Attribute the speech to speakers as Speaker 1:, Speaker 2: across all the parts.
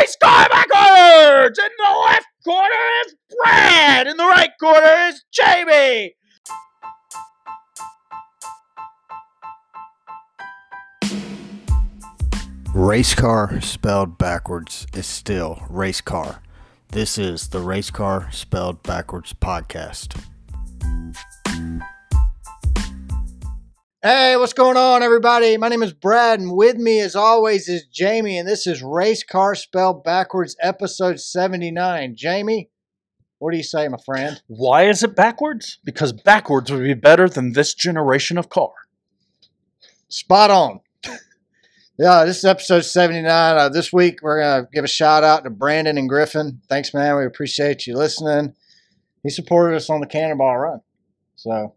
Speaker 1: He's Carmichael's! In the left corner is Brad! In the right corner is Jamie!
Speaker 2: Race car spelled backwards is still race car. This is the Race Car Spelled Backwards podcast.
Speaker 3: Hey, what's going on, everybody? My name is Brad, and with me, as always, is Jamie, and this is Race Car Spelled Backwards, episode 79. Jamie, what do you say, my friend?
Speaker 1: Why is it backwards? Because backwards would be better than this generation of car.
Speaker 3: Spot on. yeah, this is episode 79. Uh, this week, we're going to give a shout out to Brandon and Griffin. Thanks, man. We appreciate you listening. He supported us on the Cannonball Run. So,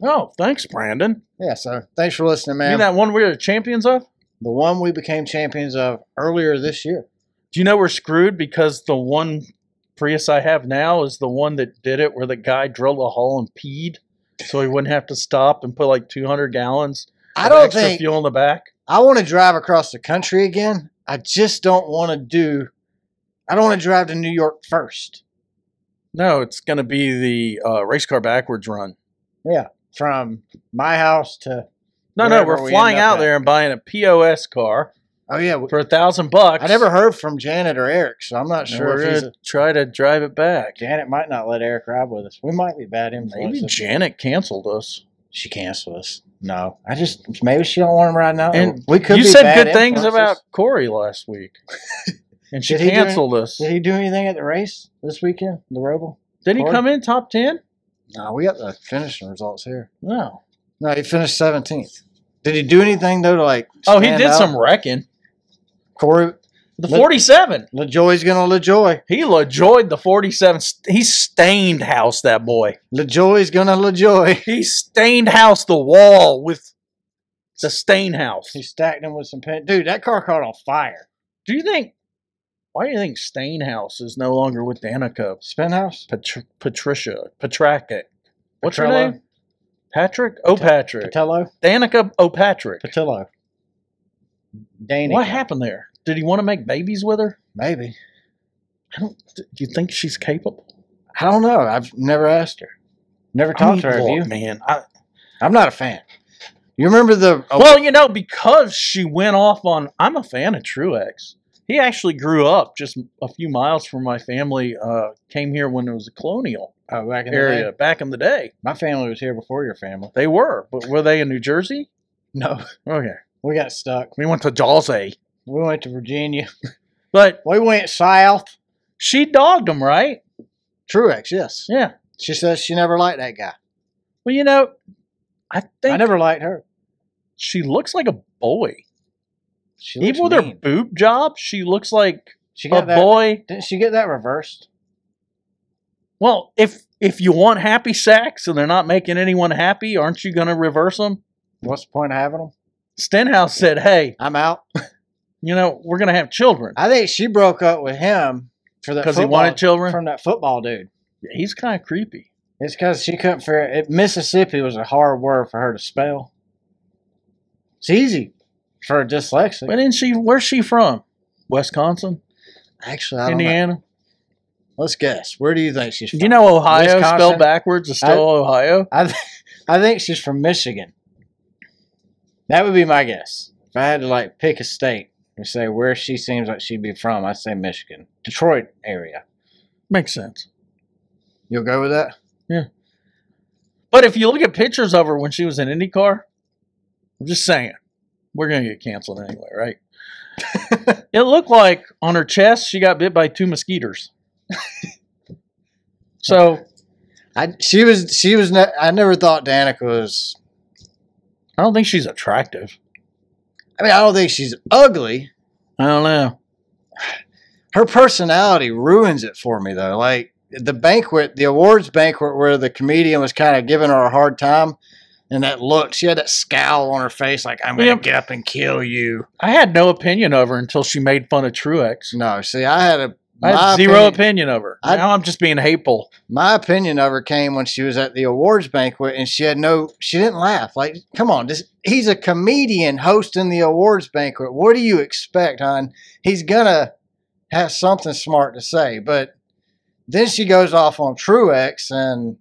Speaker 1: Oh, thanks, Brandon.
Speaker 3: yeah, so thanks for listening,
Speaker 1: You
Speaker 3: man.
Speaker 1: mean that one we we're the champions of?
Speaker 3: the one we became champions of earlier this year.
Speaker 1: Do you know we're screwed because the one Prius I have now is the one that did it where the guy drilled a hole and peed so he wouldn't have to stop and put like 200 gallons
Speaker 3: I
Speaker 1: of
Speaker 3: don't
Speaker 1: extra
Speaker 3: think.
Speaker 1: fuel in the back?
Speaker 3: I want to drive across the country again. I just don't want to do. I don't want to drive to New York first
Speaker 1: No, it's going to be the uh, race car backwards run.
Speaker 3: from my house to.
Speaker 1: No, no,
Speaker 3: Wherever
Speaker 1: we're
Speaker 3: we
Speaker 1: flying
Speaker 3: end up
Speaker 1: out
Speaker 3: at.
Speaker 1: there and buying a POS car
Speaker 3: Oh yeah, we-
Speaker 1: for a thousand bucks.
Speaker 3: I never heard from Janet or Eric, so I'm not
Speaker 1: And
Speaker 3: sure
Speaker 1: We're
Speaker 3: if he's.
Speaker 1: gonna try to drive it back.
Speaker 3: Janet might not let Eric ride with us. We might be bad
Speaker 1: Maybe
Speaker 3: influences.
Speaker 1: Janet canceled us.
Speaker 3: she canceled us. No, I just maybe she don't want him riding out.
Speaker 1: And
Speaker 3: we could.
Speaker 1: you
Speaker 3: be
Speaker 1: said
Speaker 3: bad
Speaker 1: good things about
Speaker 3: influences.
Speaker 1: Corey last week, and she
Speaker 3: Did he do any-
Speaker 1: canceled us.
Speaker 3: Did he do anything at the race this weekend? The Roval?
Speaker 1: Did he
Speaker 3: Corey?
Speaker 1: come in top ten?
Speaker 3: No, we got the finishing results here.
Speaker 1: No.
Speaker 3: No, he finished 17th. Did he do anything though to like?
Speaker 1: Oh, he
Speaker 3: stand
Speaker 1: did
Speaker 3: out?
Speaker 1: some wrecking.
Speaker 3: Corey
Speaker 1: The
Speaker 3: Look-
Speaker 1: forty-seven.
Speaker 3: LaJoy's gonna LaJoy.
Speaker 1: He LaJoyed the forty-seven. St- He stained house that boy.
Speaker 3: LaJoy's gonna LaJoy.
Speaker 1: He stained house the wall with the stain house.
Speaker 3: He stacked him with some pen. Dude, that car caught on fire.
Speaker 1: Do you think? Why do you think Stainhouse is no longer with Danica?
Speaker 3: Spinhouse?
Speaker 1: Patr- Patricia Patrakic. What's her
Speaker 3: Petrello?
Speaker 1: name? Patrick O'Patrick.
Speaker 3: Patello?
Speaker 1: Danica O'Patrick.
Speaker 3: Patillo. Danny.
Speaker 1: What happened there? Did he want to make babies with her?
Speaker 3: Maybe.
Speaker 1: I don't. Do you think she's capable?
Speaker 3: I don't know. I've never asked her. Never
Speaker 1: I mean,
Speaker 3: talked to her. Have
Speaker 1: look,
Speaker 3: you?
Speaker 1: man. I,
Speaker 3: I'm not a fan. You remember the oh,
Speaker 1: Well, you know, because she went off on. I'm a fan of Truex. He actually grew up just a few miles from my family. Uh, came here when it was a colonial
Speaker 3: oh, back in the
Speaker 1: area
Speaker 3: day?
Speaker 1: back in the day.
Speaker 3: My family was here before your family.
Speaker 1: They were, but were they in New Jersey?
Speaker 3: No,
Speaker 1: Okay.
Speaker 3: we got stuck.
Speaker 1: We went to Dalsey.
Speaker 3: We went to Virginia.
Speaker 1: But
Speaker 3: We went south.
Speaker 1: she dogged him, right?
Speaker 3: Truex, yes.
Speaker 1: Yeah.
Speaker 3: She says she never liked that guy.
Speaker 1: Well, you know, I think
Speaker 3: I never liked her.
Speaker 1: she looks like a boy.
Speaker 3: She looks
Speaker 1: Even with her
Speaker 3: mean.
Speaker 1: boob job, she looks like
Speaker 3: she
Speaker 1: a
Speaker 3: got that
Speaker 1: boy.
Speaker 3: Didn't she get that reversed?
Speaker 1: Well, if if you want happy sacks and they're not making anyone happy, aren't you going to reverse them?
Speaker 3: What's the point of having them?
Speaker 1: Stenhouse said, "Hey,
Speaker 3: I'm out.
Speaker 1: you know, we're going to have children
Speaker 3: I think she broke up with him for that
Speaker 1: because he
Speaker 3: football,
Speaker 1: wanted children."
Speaker 3: from that football dude.
Speaker 1: Yeah, He's kind of creepy.
Speaker 3: It's because she couldn't figure it. Mississippi was a hard word for her to spell. It's easy for a dyslexic.
Speaker 1: But then she, where's she from? Wisconsin,
Speaker 3: Actually, I don't know.
Speaker 1: Indiana.
Speaker 3: Let's guess. Where do you think she's from?
Speaker 1: Do you know Ohio
Speaker 3: Wisconsin?
Speaker 1: spelled backwards is still
Speaker 3: I-
Speaker 1: Ohio?
Speaker 3: I, th- I think she's from Michigan. That would be my guess. If I had to like pick a state and say where she seems like she'd be from, I'd say Michigan, Detroit area.
Speaker 1: Makes sense.
Speaker 3: You'll go with that?
Speaker 1: But if you look at pictures of her when she was in IndyCar, I'm just saying, we're going to get canceled anyway, right? it looked like on her chest she got bit by two mosquitoes. so
Speaker 3: I she was she was ne- I never thought Danica was.
Speaker 1: I don't think she's attractive.
Speaker 3: I mean, I don't think she's ugly.
Speaker 1: I don't know.
Speaker 3: Her personality ruins it for me though. Like the banquet, the awards banquet where the comedian was kind of giving her a hard time, and that look, she had that scowl on her face, like I'm gonna
Speaker 1: Yep.
Speaker 3: get up and kill you.
Speaker 1: I had no opinion of her until she made fun of Truex.
Speaker 3: No, see, I had a
Speaker 1: I
Speaker 3: my
Speaker 1: had zero opinion of her.
Speaker 3: I-
Speaker 1: now I'm just being hateful.
Speaker 3: My opinion of her came when she was at the awards banquet and she had no, she didn't laugh. Like, come on, this, he's a comedian hosting the awards banquet. What do you expect, hon? He's gonna has something smart to say. But then she goes off on Truex, and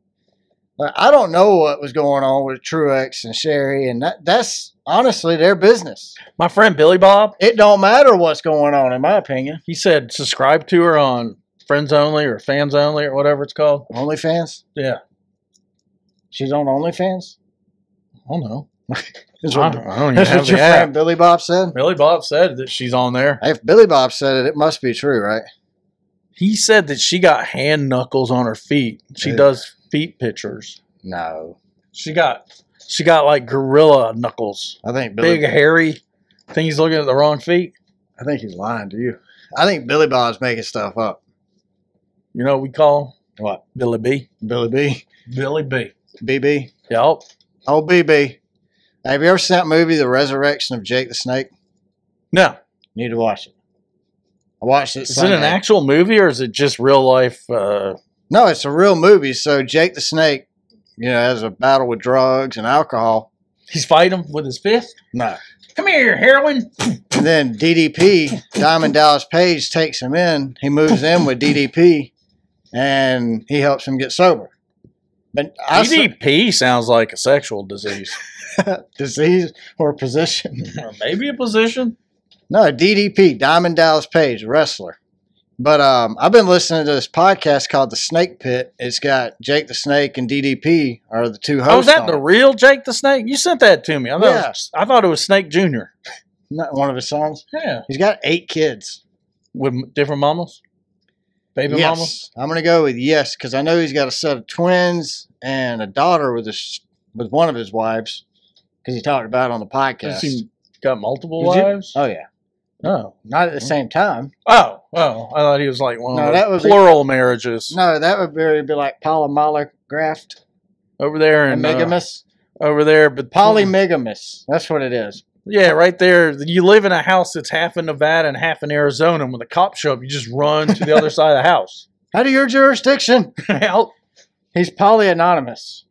Speaker 3: like, I don't know what was going on with Truex and Sherry, and that, that's honestly their business.
Speaker 1: My friend Billy Bob,
Speaker 3: It don't matter what's going on, in my opinion.
Speaker 1: he said subscribe to her on Friends Only or Fans Only or whatever it's called.
Speaker 3: OnlyFans?
Speaker 1: Yeah.
Speaker 3: She's on OnlyFans?
Speaker 1: I don't know.
Speaker 3: Is
Speaker 1: I
Speaker 3: what,
Speaker 1: don't, I don't even
Speaker 3: that's
Speaker 1: have
Speaker 3: what your
Speaker 1: the app.
Speaker 3: friend Billy Bob said?
Speaker 1: Billy Bob said that she's on there.
Speaker 3: If Billy Bob said it, it must be true, right?
Speaker 1: He said that she got hand knuckles on her feet. She
Speaker 3: Yeah.
Speaker 1: does feet pictures.
Speaker 3: No.
Speaker 1: She got she got like gorilla knuckles.
Speaker 3: I think Billy,
Speaker 1: Big hairy things looking at the wrong feet.
Speaker 3: I think he's lying to you. I think Billy Bob's making stuff up.
Speaker 1: You know what we call him?
Speaker 3: What?
Speaker 1: Billy B.
Speaker 3: Billy B.
Speaker 1: Billy B.
Speaker 3: BB.
Speaker 1: Yep.
Speaker 3: Oh, BB. Have you ever seen that movie, The Resurrection of Jake the Snake?
Speaker 1: No.
Speaker 3: Need to watch it. I watched it.
Speaker 1: Is it
Speaker 3: Sunday.
Speaker 1: an actual movie or is it just real life uh
Speaker 3: No, it's a real movie. So Jake the Snake, you know, has a battle with drugs and alcohol.
Speaker 1: he's fighting him with his fist?
Speaker 3: No.
Speaker 1: Come here, heroin.
Speaker 3: And then DDP, Diamond Dallas Page, takes him in. He moves in with DDP and he helps him get sober. But I saw-
Speaker 1: DDP sounds like a sexual disease.
Speaker 3: disease or position.
Speaker 1: or maybe a position.
Speaker 3: No, DDP, Diamond Dallas Page, wrestler. But um, I've been listening to this podcast called The Snake Pit. It's got Jake the Snake and DDP are the two hosts.
Speaker 1: Oh, is that
Speaker 3: on
Speaker 1: the
Speaker 3: it.
Speaker 1: real Jake the Snake? You sent that to me. I thought, it was, I thought it was Snake Jr.
Speaker 3: Not one of his songs.
Speaker 1: Yeah.
Speaker 3: He's got eight kids.
Speaker 1: With m- different mamas? Baby
Speaker 3: yes,
Speaker 1: mamas?
Speaker 3: I'm gonna go with yes because I know he's got a set of twins and a daughter with his with one of his wives because he talked about it on the
Speaker 1: Has
Speaker 3: podcast.
Speaker 1: he got multiple
Speaker 3: Is it-
Speaker 1: wives?
Speaker 3: oh yeah,
Speaker 1: No.
Speaker 3: not at the same time.
Speaker 1: Oh, oh. I thought he was like one
Speaker 3: No,
Speaker 1: of
Speaker 3: that
Speaker 1: those
Speaker 3: would be-
Speaker 1: plural marriages
Speaker 3: No, that would be, be like polymolygraphed
Speaker 1: over there
Speaker 3: and
Speaker 1: and uh,
Speaker 3: megamous.
Speaker 1: over there, but Hmm.
Speaker 3: Polymegamous. That's what it is.
Speaker 1: Yeah, right there. You live in a house that's half in Nevada and half in Arizona. And when the cops show up, you just run to the other side of the house.
Speaker 3: Out of your jurisdiction.
Speaker 1: Out.
Speaker 3: He's polyanonymous.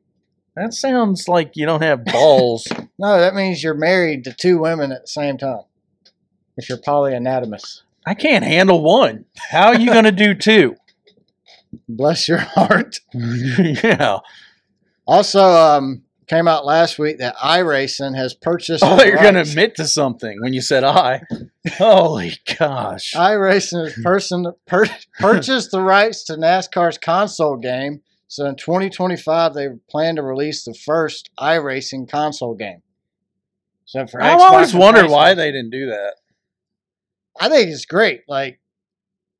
Speaker 1: That sounds like you don't have balls.
Speaker 3: No, that means you're married to two women at the same time. If you're polyanatomous.
Speaker 1: I can't handle one. How are you going to do two?
Speaker 3: Bless your heart.
Speaker 1: yeah.
Speaker 3: Also, um, came out last week that iRacing has purchased.
Speaker 1: Oh, you're going to
Speaker 3: rights-
Speaker 1: admit to something when you said I. Holy gosh.
Speaker 3: iRacing has person pur- purchased the rights to NASCAR's console game. So in 2025, they plan to release the first iRacing console game. So for
Speaker 1: I've
Speaker 3: Xbox
Speaker 1: always
Speaker 3: and
Speaker 1: wondered why
Speaker 3: PlayStation.
Speaker 1: they didn't do that.
Speaker 3: I think it's great. Like,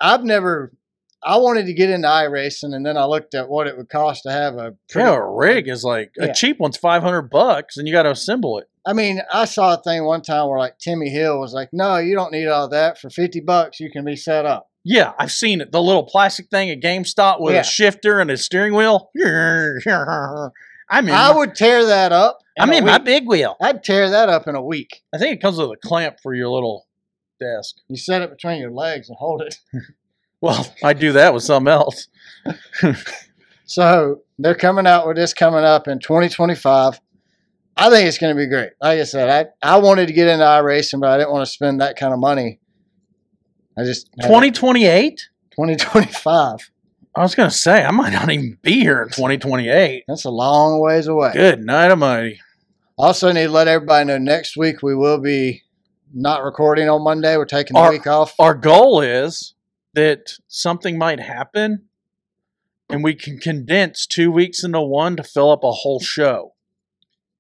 Speaker 3: I've never. I wanted to get into iRacing, and then I looked at what it would cost to have a. Pretty,
Speaker 1: Yeah, a rig is like
Speaker 3: Yeah.
Speaker 1: a cheap one's 500 bucks and you got to assemble it.
Speaker 3: I mean, I saw a thing one time where like Timmy Hill was like, "No, you don't need all that. For fifty bucks, you can be set up."
Speaker 1: Yeah, I've seen it. The little plastic thing at GameStop with
Speaker 3: Yeah.
Speaker 1: a shifter and a steering wheel. I'm in.
Speaker 3: I would tear that up. in
Speaker 1: I'm
Speaker 3: a
Speaker 1: in my
Speaker 3: week.
Speaker 1: big wheel.
Speaker 3: I'd tear that up in a week.
Speaker 1: I think it comes with a clamp for your little desk.
Speaker 3: You set it between your legs and hold it.
Speaker 1: Well, I do that with something else.
Speaker 3: So they're coming out with this coming up in 2025. I think it's going to be great. Like I said, I, I wanted to get into iRacing, but I didn't want to spend that kind of money. I just
Speaker 1: 2028?
Speaker 3: 2025.
Speaker 1: I was gonna say I might not even be here in 2028.
Speaker 3: That's a long ways away.
Speaker 1: Good night, Almighty.
Speaker 3: Also, need to let everybody know next week we will be not recording on Monday. We're taking the
Speaker 1: Our-
Speaker 3: week off.
Speaker 1: Our goal is that something might happen, and we can condense two weeks into one to fill up a whole show.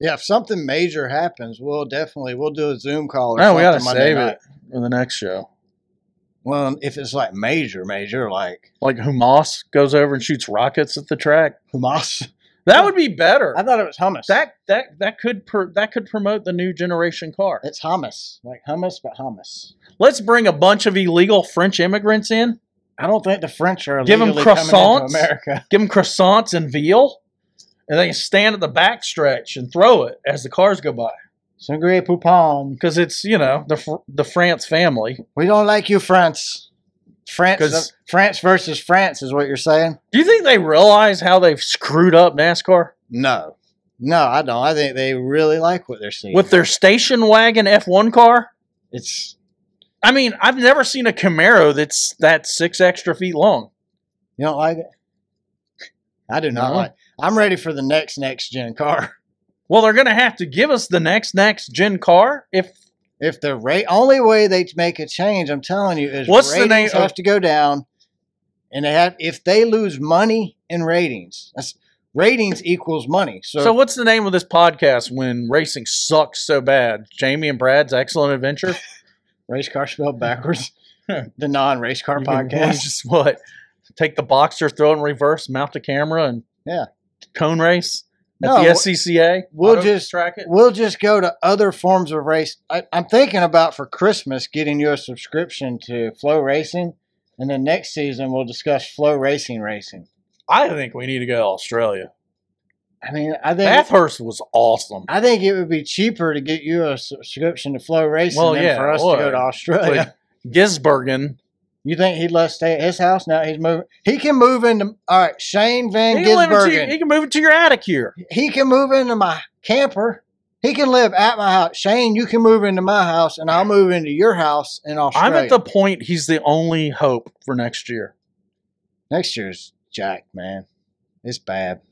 Speaker 3: yeah, if something major happens, we'll definitely we'll do a Zoom call. Or
Speaker 1: No, we
Speaker 3: something
Speaker 1: gotta
Speaker 3: Monday
Speaker 1: save
Speaker 3: night.
Speaker 1: it for the next show.
Speaker 3: Well, if it's like major, major, like
Speaker 1: Like Hamas goes over and shoots rockets at the track.
Speaker 3: Hamas.
Speaker 1: That would be better.
Speaker 3: I thought it was hummus.
Speaker 1: That that that could per, that could promote the new generation car.
Speaker 3: It's hummus, like hummus, but hummus.
Speaker 1: Let's bring a bunch of illegal French immigrants in.
Speaker 3: I don't think the French are
Speaker 1: Give 'em
Speaker 3: illegally coming into
Speaker 1: croissants.
Speaker 3: America.
Speaker 1: give them croissants and veal, and they can stand at the back stretch and throw it as the cars go by.
Speaker 3: Sangria poupon.
Speaker 1: Because it's you know the Fr- the France family.
Speaker 3: We don't like you, France. France, uh,
Speaker 1: 'Cause-
Speaker 3: France versus France is what you're saying.
Speaker 1: Do you think they realize how they've screwed up NASCAR
Speaker 3: No, no, I don't. I think they really like what they're seeing.
Speaker 1: with their station wagon F1 car?
Speaker 3: it's
Speaker 1: I mean, I've never seen a Camaro that's that six extra feet long.
Speaker 3: You don't like it? I do not
Speaker 1: No.
Speaker 3: like. I'm ready for the next next gen car.
Speaker 1: Well, they're going to have to give us the next next gen car. If
Speaker 3: If the rate only way they make a change, I'm telling you, is
Speaker 1: What's the
Speaker 3: ratings
Speaker 1: name of-
Speaker 3: have to go down, and they have if they lose money in ratings, that's ratings equals money. So,
Speaker 1: so, what's the name of this podcast when racing sucks so bad? Jamie and Brad's Excellent Adventure.
Speaker 3: race car spelled backwards, the non race car
Speaker 1: You can-
Speaker 3: podcast.
Speaker 1: Just what? Take the boxer, throw in reverse, mount the camera, and
Speaker 3: Yeah.
Speaker 1: cone race at
Speaker 3: No,
Speaker 1: the SCCA.
Speaker 3: we'll
Speaker 1: Auto
Speaker 3: just-
Speaker 1: track it.
Speaker 3: We'll just go to other forms of race. I, I'm thinking about for Christmas getting you a subscription to Flow Racing, and then next season we'll discuss Flow Racing racing.
Speaker 1: I think we need to go to Australia.
Speaker 3: I mean, I think
Speaker 1: Bathurst was awesome.
Speaker 3: I think it would be cheaper to get you a subscription to Flow Racing
Speaker 1: Well,
Speaker 3: than
Speaker 1: yeah,
Speaker 3: for us
Speaker 1: it
Speaker 3: to go
Speaker 1: would.
Speaker 3: to Australia.
Speaker 1: But Gisbergen,
Speaker 3: You think he'd let us stay at his house? Now he's moving. He can move into all right. Shane Van
Speaker 1: he can, live into,
Speaker 3: Gisbergen.
Speaker 1: he can move into your attic here.
Speaker 3: He can move into my camper. He can live at my house. Shane, you can move into my house, and I'll move into your house in Australia.
Speaker 1: I'm at the point he's the only hope for next year.
Speaker 3: next year's Jack man. It's bad.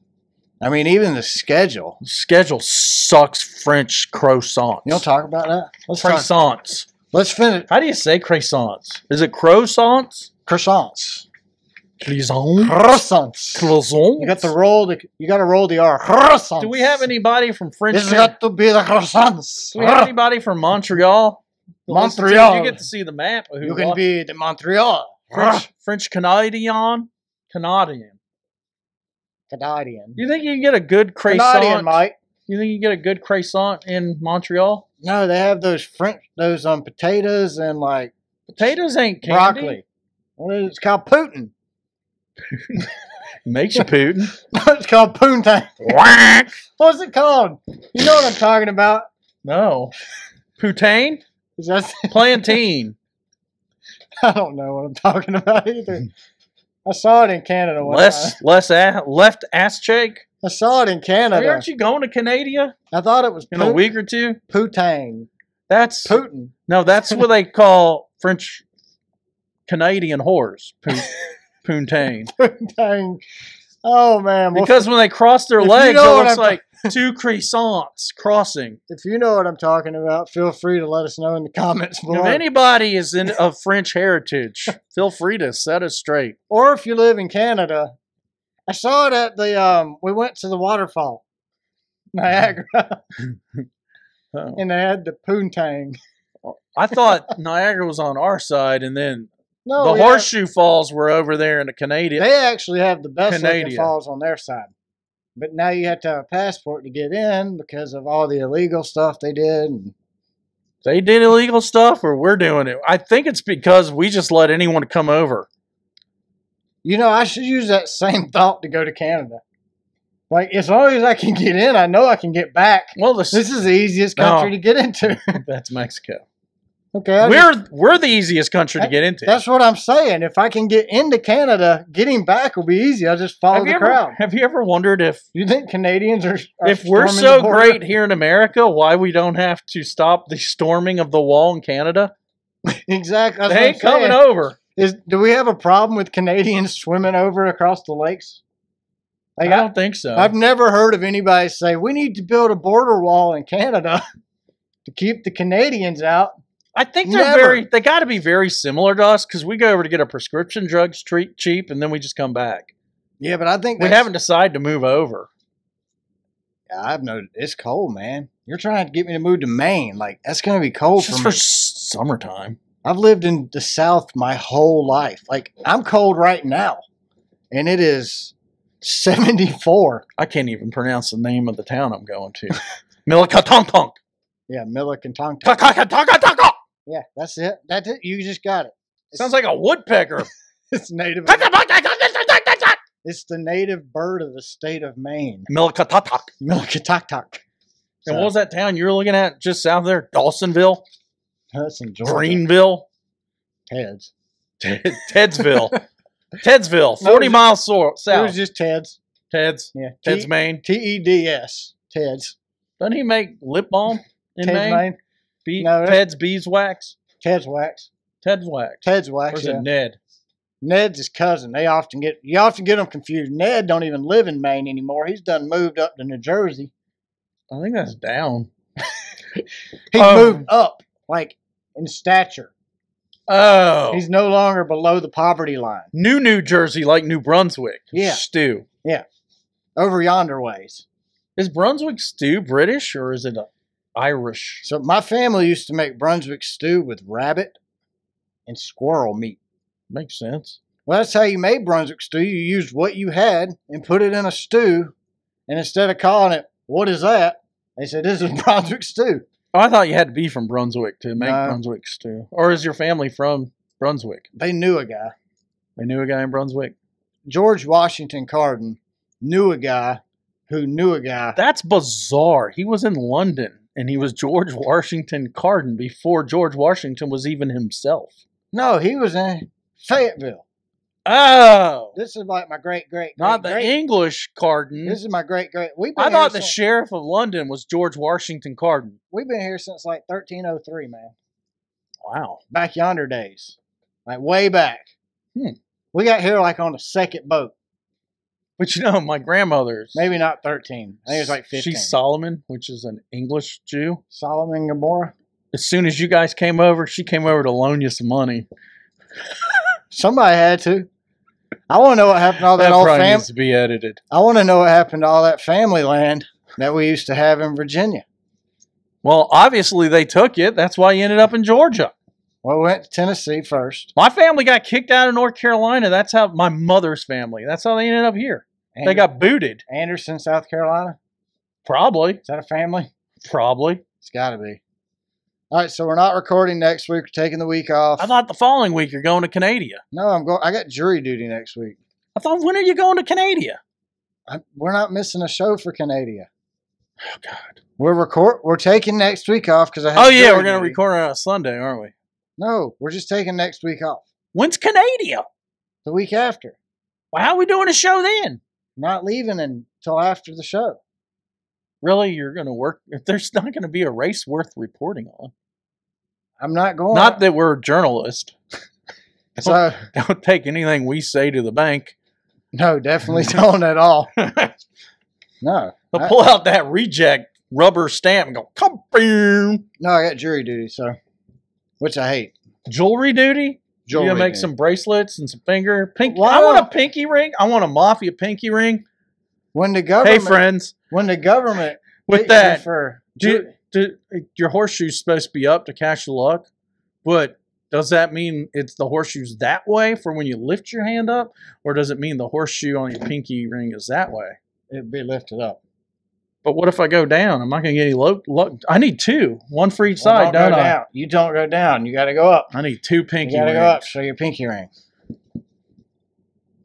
Speaker 3: I mean, even the schedule.
Speaker 1: Schedule sucks French croissants.
Speaker 3: You don't talk about that. Let's talk.
Speaker 1: croissants.
Speaker 3: Let's finish
Speaker 1: How do you say croissants? Is it croissants?
Speaker 3: croissants.
Speaker 1: Croissants?
Speaker 3: Croissants.
Speaker 1: Croissants?
Speaker 3: You got the roll. The, you got to roll the R. Croissants.
Speaker 1: Do we have anybody from French?
Speaker 3: This has got to be the croissants.
Speaker 1: Do we have anybody from Montreal?
Speaker 3: Montreal.
Speaker 1: You get to see the map. of who
Speaker 3: You can
Speaker 1: won.
Speaker 3: be the Montreal.
Speaker 1: French, French Canadian. Canadian.
Speaker 3: Canadian.
Speaker 1: You think you can get a good
Speaker 3: Canadian,
Speaker 1: croissant?
Speaker 3: Mike.
Speaker 1: You think you can get a good croissant in Montreal?
Speaker 3: No, they have those French, those um potatoes and like
Speaker 1: Potatoes ain't candy.
Speaker 3: broccoli. What is it? It's called Putin.
Speaker 1: Makes you Putin.
Speaker 3: it's called Putin. What's it called? You know what I'm talking about.
Speaker 1: no. Putain?
Speaker 3: Is that,
Speaker 1: Plantain.
Speaker 3: I don't know what I'm talking about either. I saw it in Canada one time.
Speaker 1: less less a- left ass shake.
Speaker 3: I saw it in
Speaker 1: Are you
Speaker 3: Canada.
Speaker 1: actually going to Canada
Speaker 3: I thought it was
Speaker 1: in a
Speaker 3: Putin.
Speaker 1: week or two?
Speaker 3: Putin.
Speaker 1: That's
Speaker 3: Putin.
Speaker 1: No, that's what they call French Canadian whores, poon- poontain.
Speaker 3: Putin. Oh man. Well,
Speaker 1: Because when they cross their
Speaker 3: If you
Speaker 1: legs, it
Speaker 3: know what
Speaker 1: looks
Speaker 3: I'm-
Speaker 1: like two croissants crossing.
Speaker 3: if you know what I'm talking about, feel free to let us know in the comments below.
Speaker 1: If anybody is in of French heritage, feel free to set us straight.
Speaker 3: or if you live in Canada, I saw it at the um. We went to the waterfall, Niagara,
Speaker 1: Oh.
Speaker 3: and they had the poontang.
Speaker 1: I thought Niagara was on our side, and then
Speaker 3: No,
Speaker 1: the
Speaker 3: Oh, yeah,
Speaker 1: Horseshoe Falls were over there in the Canadian.
Speaker 3: They actually have the best looking
Speaker 1: Canadian.
Speaker 3: falls on their side, but now you have to have a passport to get in because of all the illegal stuff they did. And
Speaker 1: They did illegal stuff, or we're doing it. I think it's because we just let anyone come over.
Speaker 3: you know, I should use that same thought to go to Canada. Like as long as I can get in, I know I can get back.
Speaker 1: Well, the,
Speaker 3: This is the easiest country
Speaker 1: No.
Speaker 3: to get into.
Speaker 1: that's Mexico.
Speaker 3: okay, I
Speaker 1: We're we're the easiest country to get into.
Speaker 3: That's what I'm saying. If I can get into Canada, getting back will be easy. I'll just follow
Speaker 1: have,
Speaker 3: the
Speaker 1: you ever,
Speaker 3: crowd.
Speaker 1: have you ever wondered if
Speaker 3: You think Canadians are? are
Speaker 1: if we're
Speaker 3: storming
Speaker 1: so
Speaker 3: the border?
Speaker 1: great here in America, why we don't have to stop the storming of the wall in Canada?
Speaker 3: exactly. That's
Speaker 1: they
Speaker 3: what
Speaker 1: ain't
Speaker 3: I'm
Speaker 1: coming
Speaker 3: saying.
Speaker 1: over.
Speaker 3: Is do we have a problem with Canadians swimming over across the lakes? Like
Speaker 1: I
Speaker 3: I,
Speaker 1: don't think so.
Speaker 3: I've never heard of anybody say we need to build a border wall in Canada to keep the Canadians out.
Speaker 1: I think they're
Speaker 3: Never.
Speaker 1: very. They got to be very similar to us because we go over to get our prescription drugs treat cheap, and then we just come back.
Speaker 3: Yeah, but I think
Speaker 1: We
Speaker 3: that's-
Speaker 1: haven't decided to move over.
Speaker 3: I've no. It's cold, man. You're trying to get me to move to Maine. Like that's gonna be cold
Speaker 1: It's just
Speaker 3: for
Speaker 1: for
Speaker 3: me.
Speaker 1: s- summertime.
Speaker 3: I've lived in the South my whole life. Like I'm cold right now, and it is 74.
Speaker 1: I can't even pronounce the name of the town I'm going to. Milikatonk.
Speaker 3: Yeah, Millikentonk. Yeah, that's it. That's it. You just got it.
Speaker 1: Sounds like a woodpecker.
Speaker 3: It's native. It's the native bird of the state of Maine,
Speaker 1: Milikatonk.
Speaker 3: Millikentonk.
Speaker 1: And what was that town you were looking at just south of there? Dawsonville,
Speaker 3: That's in Georgia.
Speaker 1: Greenville,
Speaker 3: Ted's.
Speaker 1: Ted- Tedsville, Tedsville,
Speaker 3: No, it
Speaker 1: forty
Speaker 3: was-
Speaker 1: miles so-
Speaker 3: It was
Speaker 1: south.
Speaker 3: just Ted's.
Speaker 1: Teds,
Speaker 3: Yeah.
Speaker 1: Teds, Maine.
Speaker 3: T E D S. Ted's.
Speaker 1: Doesn't he make lip balm in
Speaker 3: Ted's
Speaker 1: Maine?
Speaker 3: Maine.
Speaker 1: Be-
Speaker 3: No, that's-
Speaker 1: Ted's beeswax.
Speaker 3: Ted's wax.
Speaker 1: Ted Wax.
Speaker 3: Ted's
Speaker 1: Or
Speaker 3: wax.
Speaker 1: is
Speaker 3: Yeah.
Speaker 1: it Ned?
Speaker 3: Ned's his cousin. They often get you often get them confused. Ned don't even live in Maine anymore. He's done moved up to New Jersey.
Speaker 1: I think that's down.
Speaker 3: He
Speaker 1: Oh.
Speaker 3: moved up like in stature.
Speaker 1: Oh.
Speaker 3: He's no longer below the poverty line.
Speaker 1: New New Jersey, like New Brunswick.
Speaker 3: Yeah.
Speaker 1: Stew.
Speaker 3: Over yonder ways.
Speaker 1: Is Brunswick stew British or is it uh, Irish?
Speaker 3: So my family used to make Brunswick stew with rabbit and squirrel meat.
Speaker 1: Makes sense.
Speaker 3: Well, that's how you made Brunswick stew. You used what you had and put it in a stew, and instead of calling it "What is that?" they said, "This is Brunswick stew."
Speaker 1: Oh, I thought you had to be from Brunswick to make
Speaker 3: No.
Speaker 1: Brunswick stew. Or is your family from Brunswick?
Speaker 3: They knew a guy.
Speaker 1: They knew a guy in Brunswick.
Speaker 3: George Washington Carden knew a guy who knew a guy.
Speaker 1: That's bizarre. He was in London and he was George Washington Carden before George Washington was even himself.
Speaker 3: No, he was in Fayetteville.
Speaker 1: Oh.
Speaker 3: This is like my great great
Speaker 1: Not the
Speaker 3: great-
Speaker 1: English Carden.
Speaker 3: This is my great great. We've been
Speaker 1: I
Speaker 3: here
Speaker 1: thought the
Speaker 3: since,
Speaker 1: sheriff of London was George Washington Carden.
Speaker 3: we've been here since like 1303, man.
Speaker 1: Wow.
Speaker 3: Back yonder days, like way back.
Speaker 1: Hmm.
Speaker 3: We got here like on the second boat.
Speaker 1: But you know, my grandmother's
Speaker 3: Maybe not 13. I think it was like 15.
Speaker 1: She's Solomon, which is an English Jew.
Speaker 3: Solomon Gomorrah.
Speaker 1: As soon as you guys came over, she came over to loan you some money.
Speaker 3: Somebody had to. I want to know what happened to all Oh, that,
Speaker 1: that
Speaker 3: old
Speaker 1: probably
Speaker 3: fam.
Speaker 1: needs to be edited.
Speaker 3: I want to know what happened to all that family land that we used to have in Virginia.
Speaker 1: Well, obviously they took it. That's why you ended up in Georgia.
Speaker 3: Well, we went to Tennessee first.
Speaker 1: My family got kicked out of North Carolina. That's how my mother's family. That's how they ended up here.
Speaker 3: And
Speaker 1: They got booted.
Speaker 3: Anderson, South Carolina.
Speaker 1: Probably.
Speaker 3: Is that a family?
Speaker 1: Probably.
Speaker 3: It's got to be. All right, so we're not recording next week. We're taking the week off.
Speaker 1: I thought the following week you're going to Canada.
Speaker 3: no, I'm going. I got jury duty next week.
Speaker 1: I thought, when are you going to Canada?
Speaker 3: I, we're not missing a show for Canada.
Speaker 1: Oh, God.
Speaker 3: We're record. We're taking next week off because I. Have
Speaker 1: Oh, yeah.
Speaker 3: jury
Speaker 1: We're going to
Speaker 3: duty.
Speaker 1: record on a Sunday, aren't we?
Speaker 3: No, we're just taking next week off.
Speaker 1: When's Canada?
Speaker 3: The week after.
Speaker 1: Well, how are we doing a show then?
Speaker 3: Not leaving until after the show.
Speaker 1: really you're going to work if there's not going to be a race worth reporting on
Speaker 3: I'm not going.
Speaker 1: not that we're a journalist
Speaker 3: So
Speaker 1: don't take anything we say to the bank
Speaker 3: no, definitely don't at all.
Speaker 1: they'll
Speaker 3: No, I-
Speaker 1: pull out that reject rubber stamp and go come boom."
Speaker 3: no, I got jury duty, so which I hate.
Speaker 1: jewelry duty
Speaker 3: Jewelry
Speaker 1: you gonna make
Speaker 3: duty.
Speaker 1: some bracelets and some finger pink
Speaker 3: Why
Speaker 1: i want a
Speaker 3: not?
Speaker 1: pinky ring i want a mafia pinky ring
Speaker 3: when the
Speaker 1: hey
Speaker 3: government
Speaker 1: friends
Speaker 3: when the government
Speaker 1: with
Speaker 3: picks you
Speaker 1: that
Speaker 3: for
Speaker 1: do-
Speaker 3: ju-
Speaker 1: do- your horseshoe's supposed to be up to catch the luck but does that mean it's the horseshoe's that way for when you lift your hand up or does it mean the horseshoe on your pinky ring is that way
Speaker 3: it'd be lifted up.
Speaker 1: but what if i go down am i going to get any lo- luck i need two one for each
Speaker 3: Well,
Speaker 1: side
Speaker 3: don't
Speaker 1: don't,
Speaker 3: go
Speaker 1: i
Speaker 3: down. You don't go down. You got to go up.
Speaker 1: i need two
Speaker 3: You
Speaker 1: pinky
Speaker 3: got to
Speaker 1: rings
Speaker 3: go up. Show your pinky ring.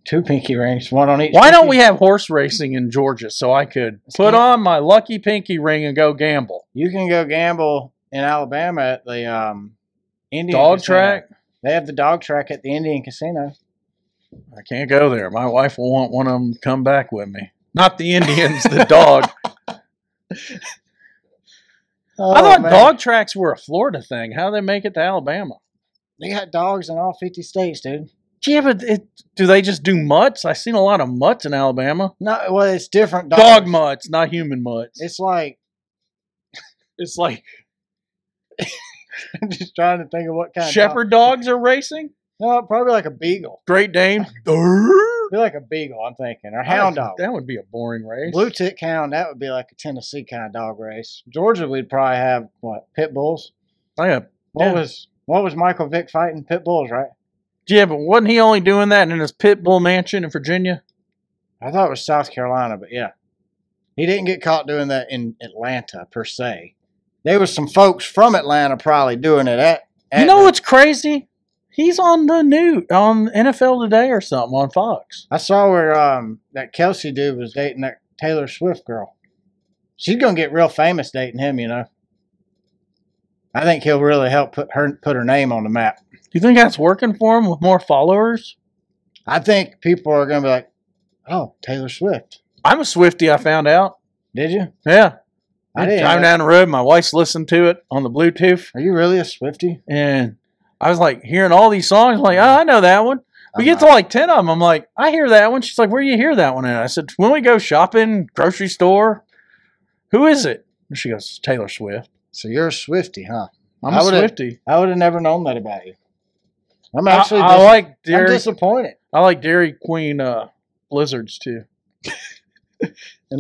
Speaker 3: Two pinky rings, one on each.
Speaker 1: why don't we
Speaker 3: pinky.
Speaker 1: have horse racing in georgia so i could
Speaker 3: Let's
Speaker 1: put
Speaker 3: do it.
Speaker 1: on my lucky pinky ring and go gamble
Speaker 3: You can go gamble in Alabama at the um, Indian
Speaker 1: dog
Speaker 3: casino.
Speaker 1: track
Speaker 3: They have the dog track at the Indian Casino.
Speaker 1: I can't go there. My wife will want one of them to come back with me. Not the Indians, the dog.
Speaker 3: Oh,
Speaker 1: I thought
Speaker 3: man.
Speaker 1: dog tracks were a Florida thing. How do they make it to Alabama?
Speaker 3: They got dogs in all fifty states, dude.
Speaker 1: Yeah, but it, do they just do mutts? I've seen a lot of mutts in Alabama.
Speaker 3: No, well, it's different. Dogs.
Speaker 1: Dog mutts, not human mutts. It's,
Speaker 3: It's like
Speaker 1: like
Speaker 3: I'm just trying to think of what kind.
Speaker 1: shepherd dogs are racing.
Speaker 3: Of dog. No, probably like a beagle.
Speaker 1: Great Dane.
Speaker 3: Be like a beagle, I'm thinking, or hound dog.
Speaker 1: That would be a boring race.
Speaker 3: Blue tick hound. That would be like a Tennessee kind of dog race. Georgia, we'd probably have what pit bulls.
Speaker 1: I got-
Speaker 3: What
Speaker 1: Yeah.
Speaker 3: was what was Michael Vick fighting pit bulls? Right.
Speaker 1: yeah, but wasn't he only doing that in his pit bull mansion in Virginia?
Speaker 3: I thought it was South Carolina, but yeah, he didn't get caught doing that in Atlanta per se. There was some folks from Atlanta probably doing it at. at
Speaker 1: You know
Speaker 3: the-
Speaker 1: what's crazy? He's on the new on NFL Today or something on Fox.
Speaker 3: I saw where um that Kelsey dude was dating that Taylor Swift girl. She's gonna get real famous dating him, you know. I think he'll really help put her put her name on the map.
Speaker 1: Do you think that's working for him with more followers?
Speaker 3: I think people are gonna be like, "Oh, Taylor Swift,
Speaker 1: I'm a Swifty, I found out.
Speaker 3: did you?
Speaker 1: Yeah.
Speaker 3: I
Speaker 1: I
Speaker 3: didn't
Speaker 1: driving
Speaker 3: know-
Speaker 1: down the road, my wife's listened to it on the Bluetooth,
Speaker 3: Are you really a Swifty?"
Speaker 1: and I was like hearing all these songs. I'm like, oh, I know that one. We get to like 10 of them. I'm like, I hear that one. She's like, where do you hear that one at? I said, when we go shopping, grocery store. Who is it? And she goes, Taylor Swift.
Speaker 3: so you're a Swifty, huh?
Speaker 1: I'm
Speaker 3: I
Speaker 1: a
Speaker 3: would've-
Speaker 1: Swifty.
Speaker 3: I would have never known that about you. I'm
Speaker 1: I,
Speaker 3: actually
Speaker 1: I
Speaker 3: dis-
Speaker 1: like
Speaker 3: I'm
Speaker 1: Dairy.
Speaker 3: disappointed.
Speaker 1: I like Dairy Queen uh, blizzards too.
Speaker 3: And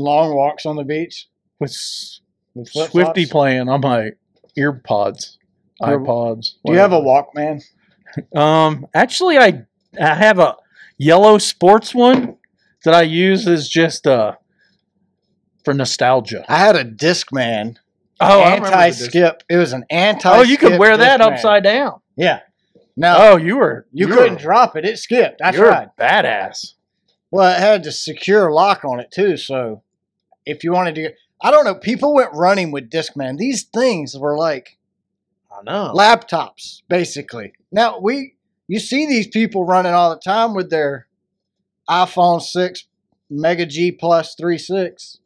Speaker 3: long walks on the beach
Speaker 1: With s-
Speaker 3: with flip
Speaker 1: Swifty
Speaker 3: flops.
Speaker 1: playing on my ear pods,
Speaker 3: Your-
Speaker 1: iPods.
Speaker 3: Do you have a
Speaker 1: whatever.
Speaker 3: Walkman?
Speaker 1: Um, actually, I I have a yellow sports one that I use as just uh for nostalgia.
Speaker 3: I had a Discman.
Speaker 1: Oh, I remember
Speaker 3: anti
Speaker 1: the disc-
Speaker 3: skip. It was an anti.
Speaker 1: Oh, you could wear that upside down.
Speaker 3: Yeah. No,
Speaker 1: Oh, you were
Speaker 3: you,
Speaker 1: were-
Speaker 3: couldn't drop it. It skipped. I
Speaker 1: you were
Speaker 3: tried.
Speaker 1: a badass.
Speaker 3: Well, it had a secure lock on it too. So if you wanted to, I don't know. People went running with Discman. These things were like
Speaker 1: I know.
Speaker 3: laptops, basically. Now we, you see these people running all the time with their iPhone six Mega G Plus three six.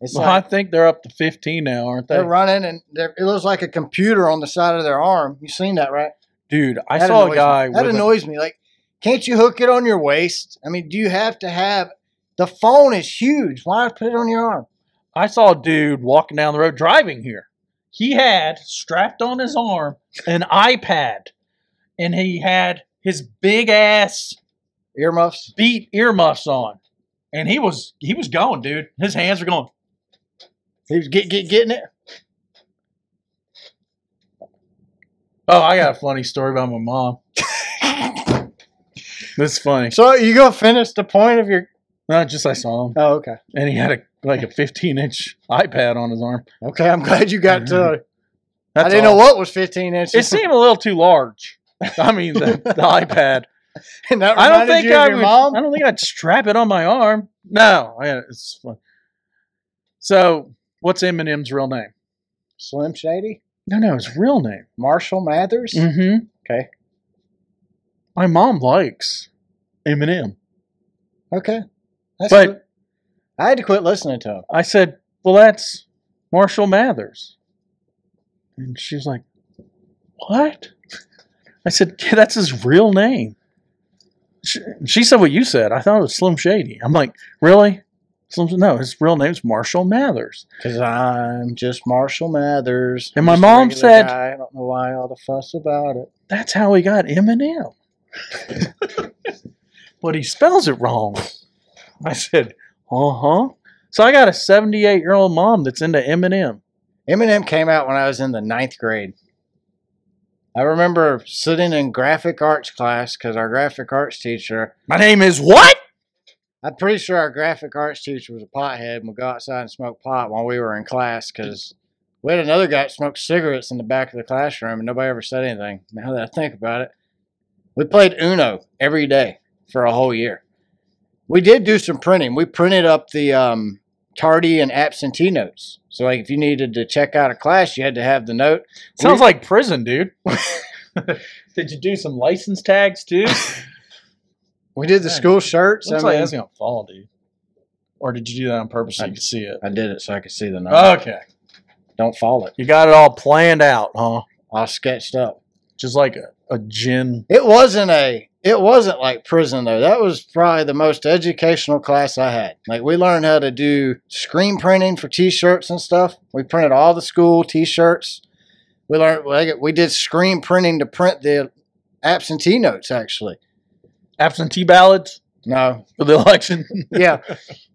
Speaker 3: It's
Speaker 1: well,
Speaker 3: like
Speaker 1: I think they're up to fifteen now, aren't they?
Speaker 3: they're running and they're, it looks like a computer on the side of their arm. You seen that, right?
Speaker 1: Dude, I
Speaker 3: That
Speaker 1: saw
Speaker 3: annoys
Speaker 1: a guy.
Speaker 3: Me. That
Speaker 1: with a-
Speaker 3: annoys me. Like, can't you hook it on your waist? I mean, do you have to have? The phone is huge. Why put it on your arm?
Speaker 1: I saw a dude walking down the road driving here. He had strapped on his arm an iPad, and he had his big ass
Speaker 3: Earmuffs.
Speaker 1: beat earmuffs on, and he was he was going, dude. His hands were going.
Speaker 3: He was get, get getting it.
Speaker 1: Oh, I got a funny story about my mom. That's funny.
Speaker 3: So you gonna finish the point of your?
Speaker 1: Not just I saw him,
Speaker 3: Oh, okay.
Speaker 1: and he had a like a 15 inch iPad on his arm.
Speaker 3: Okay, I'm glad you got to. I
Speaker 1: That's
Speaker 3: didn't
Speaker 1: all.
Speaker 3: know what was 15 inches.
Speaker 1: It seemed a little too large. I mean, the, the iPad.
Speaker 3: And that
Speaker 1: I don't
Speaker 3: reminded
Speaker 1: think
Speaker 3: you of
Speaker 1: I
Speaker 3: your
Speaker 1: would.
Speaker 3: mom.
Speaker 1: I don't think I'd strap it on my arm. No, I, it's fun. So, what's Eminem's real name?
Speaker 3: Slim Shady,
Speaker 1: No, no, his real name.
Speaker 3: Marshall Mathers.
Speaker 1: Mm-hmm.
Speaker 3: Okay.
Speaker 1: My mom likes Eminem,
Speaker 3: Okay, that's
Speaker 1: but
Speaker 3: good. I had to quit listening to him.
Speaker 1: I said, "Well, that's Marshall Mathers," and she's like, "What?" I said, "Yeah, that's his real name." She, she said what you said. I thought it was Slim Shady. I'm like, really? Slim? No, his real name's Marshall Mathers.
Speaker 3: Cause I'm just Marshall Mathers.
Speaker 1: And my
Speaker 3: Just a
Speaker 1: mom
Speaker 3: regular
Speaker 1: said-
Speaker 3: guy. I don't know why all the fuss about it.
Speaker 1: That's how he got Eminem. but he spells it wrong. I said, uh huh. So I got a 78 year old mom that's into Eminem.
Speaker 3: Eminem came out when I was in the ninth grade. I remember sitting in graphic arts class because our graphic arts teacher,
Speaker 1: My name is what?
Speaker 3: I'm pretty sure our graphic arts teacher was a pothead and would go outside and smoke pot while we were in class because we had another guy that smoked cigarettes in the back of the classroom and nobody ever said anything. Now that I think about it, we played Uno every day for a whole year. We did do some printing. We printed up the um, tardy and absentee notes. So, like, if you needed to check out a class, you had to have the note.
Speaker 1: Sounds like prison, dude. Did you do some license tags too?
Speaker 3: We did the
Speaker 1: Dang.
Speaker 3: school shirts.
Speaker 1: Looks
Speaker 3: I,
Speaker 1: like
Speaker 3: mean-
Speaker 1: that's gonna fall, dude. Or did you do that on purpose so you could see it?
Speaker 3: I did it so I could see
Speaker 1: Oh,
Speaker 3: the number.
Speaker 1: Okay.
Speaker 3: Don't fall it.
Speaker 1: You got it all planned out, huh?
Speaker 3: All sketched up.
Speaker 1: Just like a, a gin.
Speaker 3: It wasn't a. It wasn't like prison though. That was probably the most educational class I had. Like we learned how to do screen printing for T-shirts and stuff. We printed all the school T-shirts. We learned like, we did screen printing to print the absentee notes. Actually,
Speaker 1: Absentee ballots
Speaker 3: no,
Speaker 1: for the election.
Speaker 3: yeah,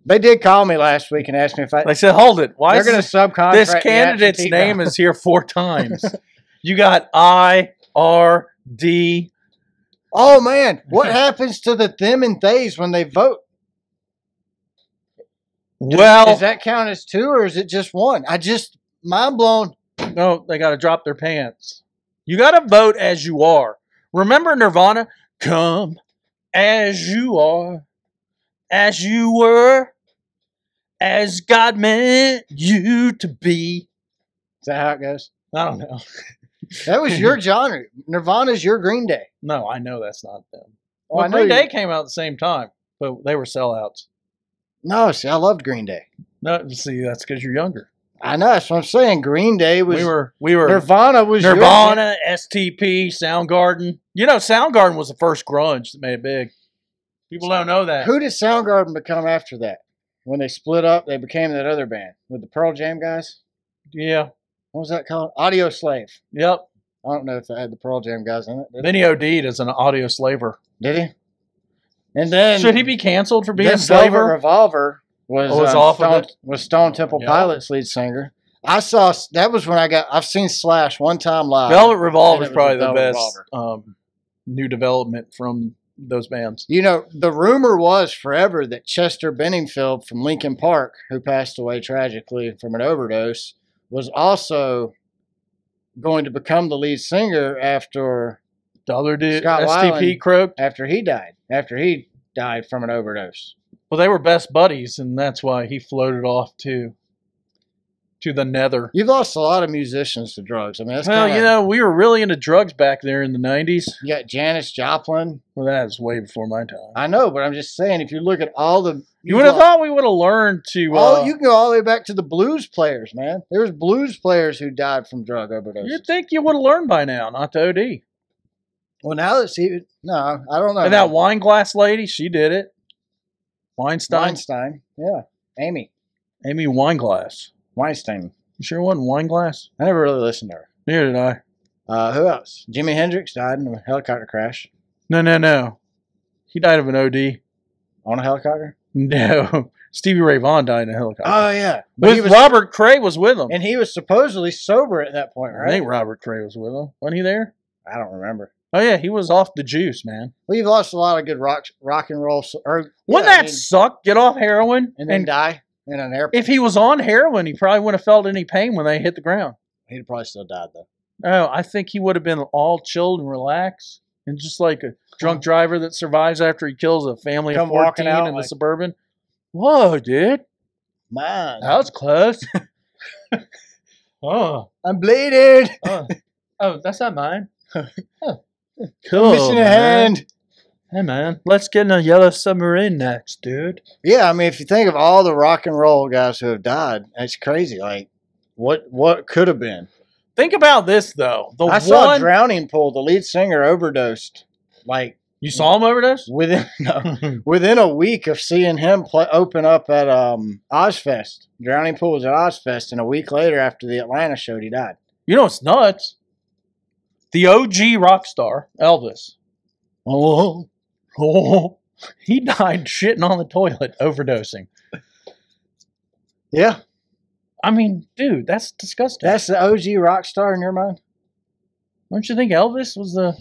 Speaker 3: they did call me last week and asked me if I.
Speaker 1: they said, hold it. Why
Speaker 3: they're
Speaker 1: is
Speaker 3: going
Speaker 1: this,
Speaker 3: to subcontract
Speaker 1: this
Speaker 3: the
Speaker 1: candidate's
Speaker 3: absentee
Speaker 1: name is here four times? you got I R D.
Speaker 3: Oh man, what happens to the them and theys when they vote? Does-
Speaker 1: Well,
Speaker 3: does that count as two or is it just one? I just mind blown.
Speaker 1: no, they got to drop their pants. You got to vote as you are. Remember Nirvana? Come as you are, as you were, as God meant you to be.
Speaker 3: Is that how it goes?
Speaker 1: I don't know.
Speaker 3: That was your genre. Nirvana's your Green Day.
Speaker 1: No, I know that's not them.
Speaker 3: Oh, I
Speaker 1: well,
Speaker 3: know
Speaker 1: Green
Speaker 3: you-
Speaker 1: Day came out at the same time, but they were sellouts.
Speaker 3: No, see, I loved Green Day.
Speaker 1: No, see, that's because you're younger.
Speaker 3: I know that's what I'm saying. Green Day was
Speaker 1: we were we were
Speaker 3: Nirvana was your-
Speaker 1: Nirvana, STP, Soundgarden. You know, Soundgarden was the first grunge that made it big. People don't know that.
Speaker 3: Who did Soundgarden become after that? When they split up, they became that other band with the Pearl Jam guys.
Speaker 1: Yeah.
Speaker 3: What was that called? Audio Slave.
Speaker 1: Yep.
Speaker 3: I don't know if it had the Pearl Jam guys in it. Did,
Speaker 1: Vinny O'Deed is an audio slaver.
Speaker 3: did he? And then
Speaker 1: Should he be canceled for being a
Speaker 3: then Velvet
Speaker 1: slaver?
Speaker 3: Revolver was
Speaker 1: Oh, was
Speaker 3: um,
Speaker 1: off of
Speaker 3: Stone,
Speaker 1: it?
Speaker 3: was Stone Temple
Speaker 1: Yeah.
Speaker 3: Pilots lead singer. I saw that was when I got. I've seen Slash one time live.
Speaker 1: Velvet Revolver is
Speaker 3: It was
Speaker 1: probably the
Speaker 3: Velvet
Speaker 1: best
Speaker 3: Revolver.
Speaker 1: um, new development from those bands.
Speaker 3: You know, the rumor was forever that Chester Benningfield from Lincoln Park, who passed away tragically from an overdose, was also going to become the lead singer after
Speaker 1: The other dude,
Speaker 3: Scott
Speaker 1: STP
Speaker 3: Weiland.
Speaker 1: croaked.
Speaker 3: after he died. After he died from an overdose.
Speaker 1: Well, they were best buddies, and that's why he floated off to to the nether.
Speaker 3: You've lost a lot of musicians to drugs. I mean, that's
Speaker 1: well,
Speaker 3: kinda,
Speaker 1: you know, we were really into drugs back there in the '90s.
Speaker 3: you got Janis Joplin.
Speaker 1: Well, that was way before my time.
Speaker 3: I know, but I'm just saying, if you look at all the
Speaker 1: You would have thought we would have learned to. Uh,
Speaker 3: all, Oh, you can go all the way back to the blues players, man. There was blues players who died from drug overdoses.
Speaker 1: uh, you'd think you would have learned by now, not to OD.
Speaker 3: Well, now that's even no, I don't know.
Speaker 1: And that wine glass lady, she did it. Weinstein,
Speaker 3: Weinstein. Yeah. Amy.
Speaker 1: Amy Wineglass.
Speaker 3: Weinstein.
Speaker 1: You sure it wasn't Wineglass?
Speaker 3: I never really listened to her.
Speaker 1: Neither did I.
Speaker 3: Uh, who else? Jimi Hendrix died in a helicopter crash.
Speaker 1: No, no, no. He died of an OD.
Speaker 3: On a helicopter?
Speaker 1: No, Stevie Ray Vaughan died in a helicopter.
Speaker 3: Oh yeah. But he
Speaker 1: with
Speaker 3: was,
Speaker 1: Robert Cray was with him.
Speaker 3: and he was supposedly sober at that point,
Speaker 1: I
Speaker 3: right?
Speaker 1: think Robert Cray was with him. Wasn't he there?
Speaker 3: I don't remember.
Speaker 1: Oh yeah, he was off the juice, man.
Speaker 3: We've lost a lot of good rock rock and roll s- or
Speaker 1: Wouldn't
Speaker 3: yeah, I
Speaker 1: that
Speaker 3: mean,
Speaker 1: suck? Get off heroin
Speaker 3: and
Speaker 1: and,
Speaker 3: then die in an airplane.
Speaker 1: if he was on heroin, he probably wouldn't have felt any pain when they hit the ground.
Speaker 3: He'd probably still died though.
Speaker 1: Oh, I think he would have been all chilled and relaxed, and just like a drunk driver that survives after he kills a family
Speaker 3: Come
Speaker 1: of fourteen
Speaker 3: walking out
Speaker 1: in
Speaker 3: like-
Speaker 1: the suburban. Whoa, dude,
Speaker 3: Man.
Speaker 1: that was close. oh,
Speaker 3: I'm bleeding.
Speaker 1: oh, oh, that's not mine.
Speaker 3: I'm
Speaker 1: cool,
Speaker 3: missing a
Speaker 1: man.
Speaker 3: hand.
Speaker 1: Hey man, let's get in a yellow submarine next, dude.
Speaker 3: Yeah, I mean, if you think of all the rock and roll guys who have died, that's crazy. Like, what what could have been?
Speaker 1: Think about this though. The
Speaker 3: I
Speaker 1: one
Speaker 3: saw Drowning Pool, the lead singer, overdosed like
Speaker 1: you saw him overdose.
Speaker 3: within no, within a week of seeing him play, open up at um, Ozfest. Drowning Pool was at Ozfest, and a week later, after the Atlanta show, he died.
Speaker 1: You know it's nuts. The OG rock star Elvis.
Speaker 3: Oh,
Speaker 1: Oh, he died shitting on the toilet, overdosing.
Speaker 3: yeah,
Speaker 1: I mean, dude, that's disgusting.
Speaker 3: that's the OG rock star in your mind.
Speaker 1: Don't you think Elvis was the
Speaker 3: Uh,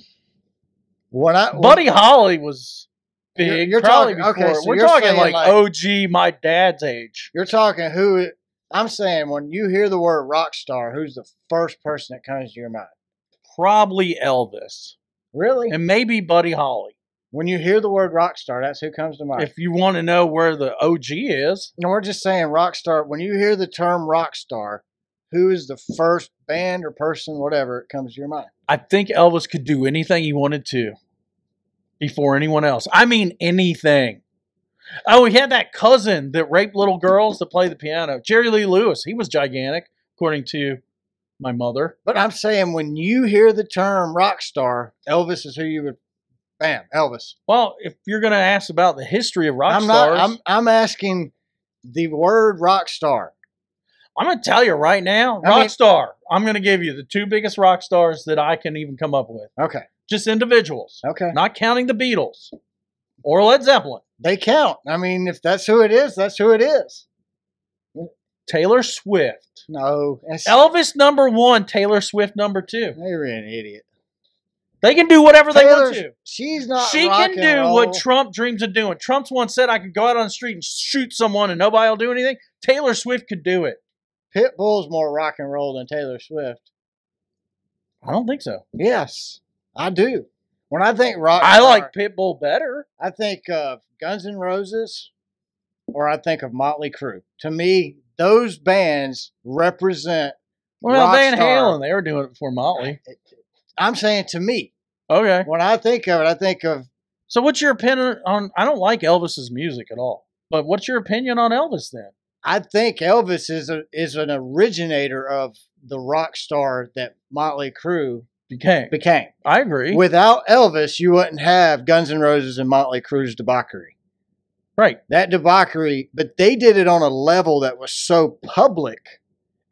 Speaker 3: When I when-
Speaker 1: Buddy Holly was big?
Speaker 3: You're- you're
Speaker 1: probably
Speaker 3: talking-
Speaker 1: before.
Speaker 3: okay, so
Speaker 1: We're
Speaker 3: you're
Speaker 1: talking
Speaker 3: saying,
Speaker 1: like,
Speaker 3: like-
Speaker 1: OG, my dad's age.
Speaker 3: You're talking who? I'm saying when you hear the word rock star, who's the first person that comes to your mind?
Speaker 1: Probably Elvis,
Speaker 3: Really?
Speaker 1: and maybe Buddy Holly.
Speaker 3: When you hear the word rock star, that's who comes to mind.
Speaker 1: If you want to know where the OG is,
Speaker 3: and we're just saying rock star. When you hear the term rock star, who is the first band or person, whatever, it comes to your mind?
Speaker 1: I think Elvis could do anything he wanted to before anyone else. I mean, anything. Oh, he had that cousin that raped little girls to play the piano. Jerry Lee Lewis. He was gigantic, according to my mother.
Speaker 3: But I'm saying when you hear the term rock star, Elvis is who you would. Bam, Elvis.
Speaker 1: Well, if you're going to ask about the history of rock
Speaker 3: I'm
Speaker 1: stars,
Speaker 3: not. I'm. I'm asking the word rock star.
Speaker 1: I'm going to tell you right now,
Speaker 3: I
Speaker 1: rock
Speaker 3: mean-
Speaker 1: star. I'm going to give you the two biggest rock stars that I can even come up with,
Speaker 3: Okay.
Speaker 1: just individuals,
Speaker 3: Okay.
Speaker 1: not counting the Beatles or Led Zeppelin.
Speaker 3: They count. I mean, if that's who it is, that's who it is.
Speaker 1: Taylor Swift.
Speaker 3: No. That's,
Speaker 1: Elvis number one, Taylor Swift number two.
Speaker 3: you're an idiot.
Speaker 1: They can do whatever they want
Speaker 3: Taylor's-
Speaker 1: to.
Speaker 3: She's not.
Speaker 1: She
Speaker 3: rock
Speaker 1: can
Speaker 3: and
Speaker 1: do
Speaker 3: roll.
Speaker 1: what Trump dreams of doing. Trump's once said, I could go out on the street and shoot someone and nobody will do anything. Taylor Swift could do it.
Speaker 3: Pitbull's more rock and roll than Taylor Swift.
Speaker 1: I don't think so.
Speaker 3: Yes, I do. When I think rock,
Speaker 1: I
Speaker 3: star,
Speaker 1: like Pitbull better.
Speaker 3: I think of Guns N' Roses, or I think of Motley Crue. To me, those bands represent.
Speaker 1: Well,
Speaker 3: rock
Speaker 1: Van
Speaker 3: star.
Speaker 1: Halen, they were doing it before Motley.
Speaker 3: I'm saying to me,
Speaker 1: Okay.
Speaker 3: when I think of it, I think of
Speaker 1: So what's your opinion on I don't like Elvis's music at all. But what's your opinion on Elvis then?
Speaker 3: I think Elvis is a, is an originator of the rock star that Motley Crue
Speaker 1: Became.
Speaker 3: became.
Speaker 1: I agree.
Speaker 3: Without Elvis, you wouldn't have Guns N' Roses and Motley Crue's debauchery.
Speaker 1: right.
Speaker 3: That debauchery, but they did it on a level that was so public,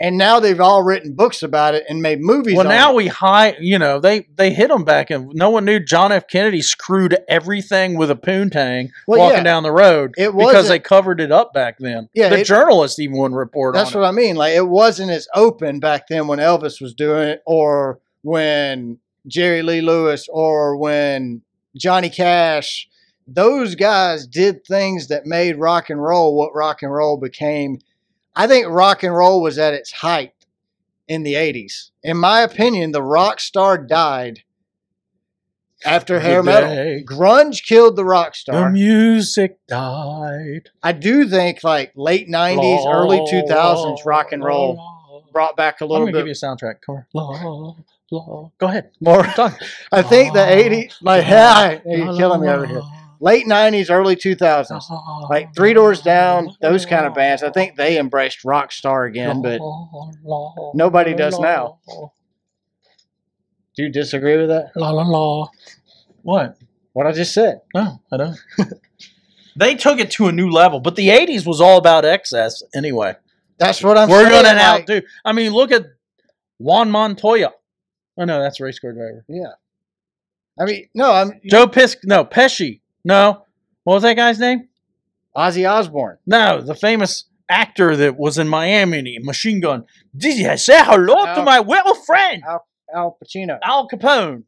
Speaker 3: and now they've all written books about it and made movies.
Speaker 1: Well,
Speaker 3: on
Speaker 1: now
Speaker 3: it.
Speaker 1: we high. You know, they they hit them back, and no one knew John F. Kennedy screwed everything with a poontang
Speaker 3: Well,
Speaker 1: walking
Speaker 3: yeah.
Speaker 1: down the road
Speaker 3: It
Speaker 1: because
Speaker 3: wasn't-
Speaker 1: they covered it up back then.
Speaker 3: Yeah,
Speaker 1: the
Speaker 3: it-
Speaker 1: journalist even wouldn't report
Speaker 3: That's
Speaker 1: on
Speaker 3: what I mean. Like it wasn't as open back then when Elvis was doing it, or when Jerry Lee Lewis, or when Johnny Cash. Those guys did things that made rock and roll what rock and roll became. I think rock and roll was at its height in the '80s. In my opinion, the rock star died after
Speaker 1: it.
Speaker 3: hair metal.
Speaker 1: Today,
Speaker 3: Grunge killed the rock
Speaker 1: The
Speaker 3: star.
Speaker 1: music died.
Speaker 3: I do think like late '90s,
Speaker 1: Oh,
Speaker 3: early 2000s, rock and roll brought back a
Speaker 1: I'm
Speaker 3: little
Speaker 1: gonna give
Speaker 3: bit
Speaker 1: you a soundtrack. Come on. La, la. Go ahead.
Speaker 3: more.
Speaker 1: Talk.
Speaker 3: I think the
Speaker 1: La,
Speaker 3: 80, like,
Speaker 1: la,
Speaker 3: yeah, you're
Speaker 1: la,
Speaker 3: killing me
Speaker 1: la,
Speaker 3: over here.
Speaker 1: la,
Speaker 3: Late 90s, early 2000s,
Speaker 1: la,
Speaker 3: like Three Doors Down,
Speaker 1: la,
Speaker 3: those kind of bands. I
Speaker 1: la,
Speaker 3: think they embraced rock star again, but
Speaker 1: la, la,
Speaker 3: nobody does
Speaker 1: la,
Speaker 3: now. do you disagree with that?
Speaker 1: La la la. What?
Speaker 3: What I just said.
Speaker 1: No, I don't. they took it to a new level, but the '80s was all about excess anyway.
Speaker 3: That's what I'm
Speaker 1: We're
Speaker 3: saying.
Speaker 1: gonna now
Speaker 3: like-
Speaker 1: do. I mean, look at Juan Montoya. Oh no, that's a race car driver.
Speaker 3: Yeah. I mean, no, I'm
Speaker 1: Joe Pisk. No, Pesci. No, what was that guy's name?
Speaker 3: Ozzy Osbourne.
Speaker 1: No, the famous actor that was in Miami, Machine Gun. Did you say hello to
Speaker 3: Al-
Speaker 1: my little friend,
Speaker 3: Al Pacino.
Speaker 1: Al Capone?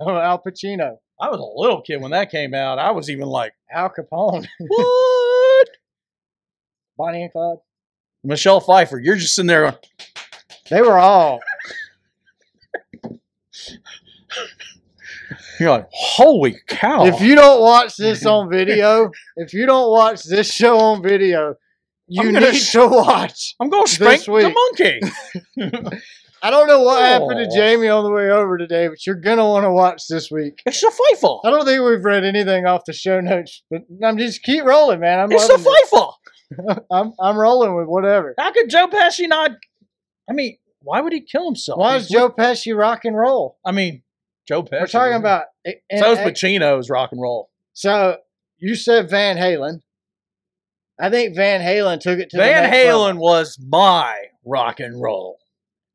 Speaker 3: Oh, Al Pacino.
Speaker 1: I was a little kid when that came out. I was even like,
Speaker 3: Al Capone.
Speaker 1: what?
Speaker 3: Bonnie and Clyde.
Speaker 1: Michelle Pfeiffer, you're just sitting there going,
Speaker 3: They were all.
Speaker 1: you're like, holy cow.
Speaker 3: If you don't watch this on video, if you don't watch this show on video, you
Speaker 1: I'm gonna
Speaker 3: need to watch.
Speaker 1: I'm going to
Speaker 3: this
Speaker 1: spank the
Speaker 3: week.
Speaker 1: monkey.
Speaker 3: I don't know what happened
Speaker 1: Aw.
Speaker 3: to Jamie on the way over today, but you're gonna want to watch this week.
Speaker 1: It's a Pfeiffer.
Speaker 3: I don't think we've read anything off the show notes, but I'm just keep rolling, man. I'm
Speaker 1: It's a
Speaker 3: loving this.
Speaker 1: Pfeiffer.
Speaker 3: I'm I'm rolling with whatever.
Speaker 1: How could Joe Pesci not? I mean, why would he kill himself?
Speaker 3: Why is
Speaker 1: He's-
Speaker 3: Joe Pesci rock and roll?
Speaker 1: I mean, Joe Pesci.
Speaker 3: We're talking about and-
Speaker 1: So is
Speaker 3: and-
Speaker 1: Pacino's rock and roll.
Speaker 3: so you said Van Halen. I think Van Halen took it to the
Speaker 1: Van
Speaker 3: next level.
Speaker 1: Halen was my rock and roll.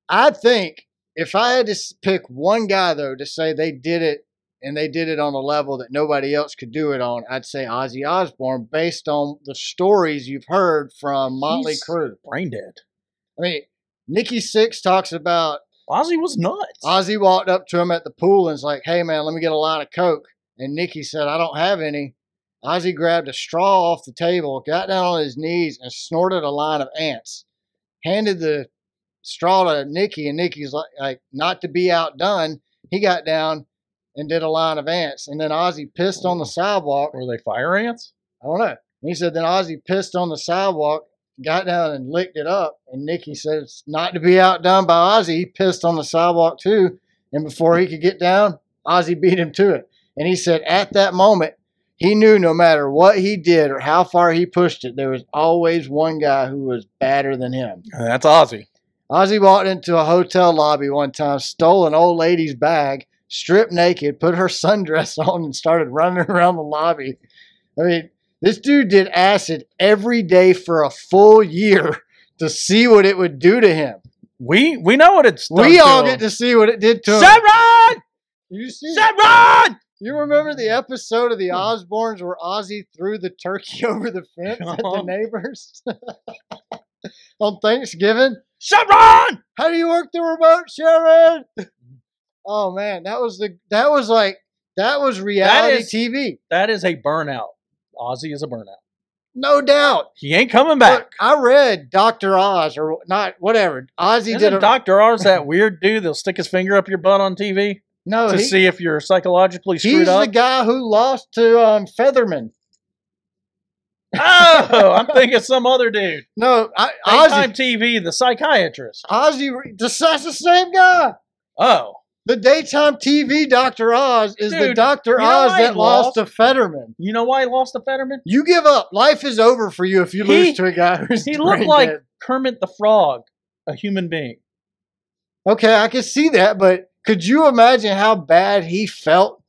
Speaker 3: I think if I had to s- pick one guy though to say they did it and they did it on a level that nobody else could do it on, I'd say Ozzy Osbourne based on the stories you've heard from Motley
Speaker 1: He's-
Speaker 3: Crue.
Speaker 1: Brain dead.
Speaker 3: I mean, Nikki Six talks about
Speaker 1: Ozzy was nuts.
Speaker 3: Ozzy walked up to him at the pool and's like, "Hey man, let me get a line of coke." And Nikki said, "I don't have any." Ozzy grabbed a straw off the table, got down on his knees, and snorted a line of ants. Handed the straw to Nikki, and Nikki's like, like, not to be outdone. He got down and did a line of ants, and then Ozzy pissed on the sidewalk.
Speaker 1: Were they fire ants?
Speaker 3: I don't know. And he said, then Ozzy pissed on the sidewalk, got down and licked it up. And Nikki said, it's not to be outdone by Ozzy. He pissed on the sidewalk too. And before he could get down, Ozzy beat him to it. And he said, at that moment, he knew no matter what he did or how far he pushed it, there was always one guy who was badder than him.
Speaker 1: That's Ozzy.
Speaker 3: Ozzy walked into a hotel lobby one time, stole an old lady's bag, stripped naked, put her sundress on, and started running around the lobby. I mean, this dude did acid every day for a full year to see what it would do to him.
Speaker 1: We we know what it's. done
Speaker 3: we all
Speaker 1: him.
Speaker 3: get to see what it did to him.
Speaker 1: Sharon!
Speaker 3: You see,
Speaker 1: Sharon!
Speaker 3: you remember the episode of the Osbournes where Ozzy threw the turkey over the fence at
Speaker 1: Uh-huh.
Speaker 3: the neighbors on Thanksgiving?
Speaker 1: Sharon!
Speaker 3: How do you work the remote, Sharon? Oh man, that was the that was like that was reality
Speaker 1: is-
Speaker 3: TV,
Speaker 1: That is a burnout. Ozzy is a burnout.
Speaker 3: no doubt.
Speaker 1: He ain't coming back.
Speaker 3: Look, I read Doctor Oz or not, whatever. Ozzy did
Speaker 1: Isn't
Speaker 3: a
Speaker 1: Dr. R's that weird dude that'll stick his finger up your butt on TV
Speaker 3: no.
Speaker 1: to
Speaker 3: Oh, he-
Speaker 1: see if you're psychologically
Speaker 3: he's
Speaker 1: screwed up?
Speaker 3: the guy who lost to um, Featherman.
Speaker 1: oh, I'm thinking some other dude.
Speaker 3: No, I,
Speaker 1: Ozzy
Speaker 3: Ozzy.
Speaker 1: TV, the psychiatrist.
Speaker 3: Ozzy, re- that's the same guy.
Speaker 1: Oh,
Speaker 3: The daytime TV Dr. Oz is the
Speaker 1: Dude,
Speaker 3: Dr.
Speaker 1: you know
Speaker 3: Oz
Speaker 1: I
Speaker 3: that
Speaker 1: lost.
Speaker 3: lost to Fetterman.
Speaker 1: You know why he lost to Fetterman?
Speaker 3: You give up. Life is over for you if you
Speaker 1: He-
Speaker 3: lose to a guy who's
Speaker 1: He looked
Speaker 3: brain
Speaker 1: like
Speaker 3: dead.
Speaker 1: Kermit the Frog, a human being.
Speaker 3: Okay, I can see that, but could you imagine how bad he felt?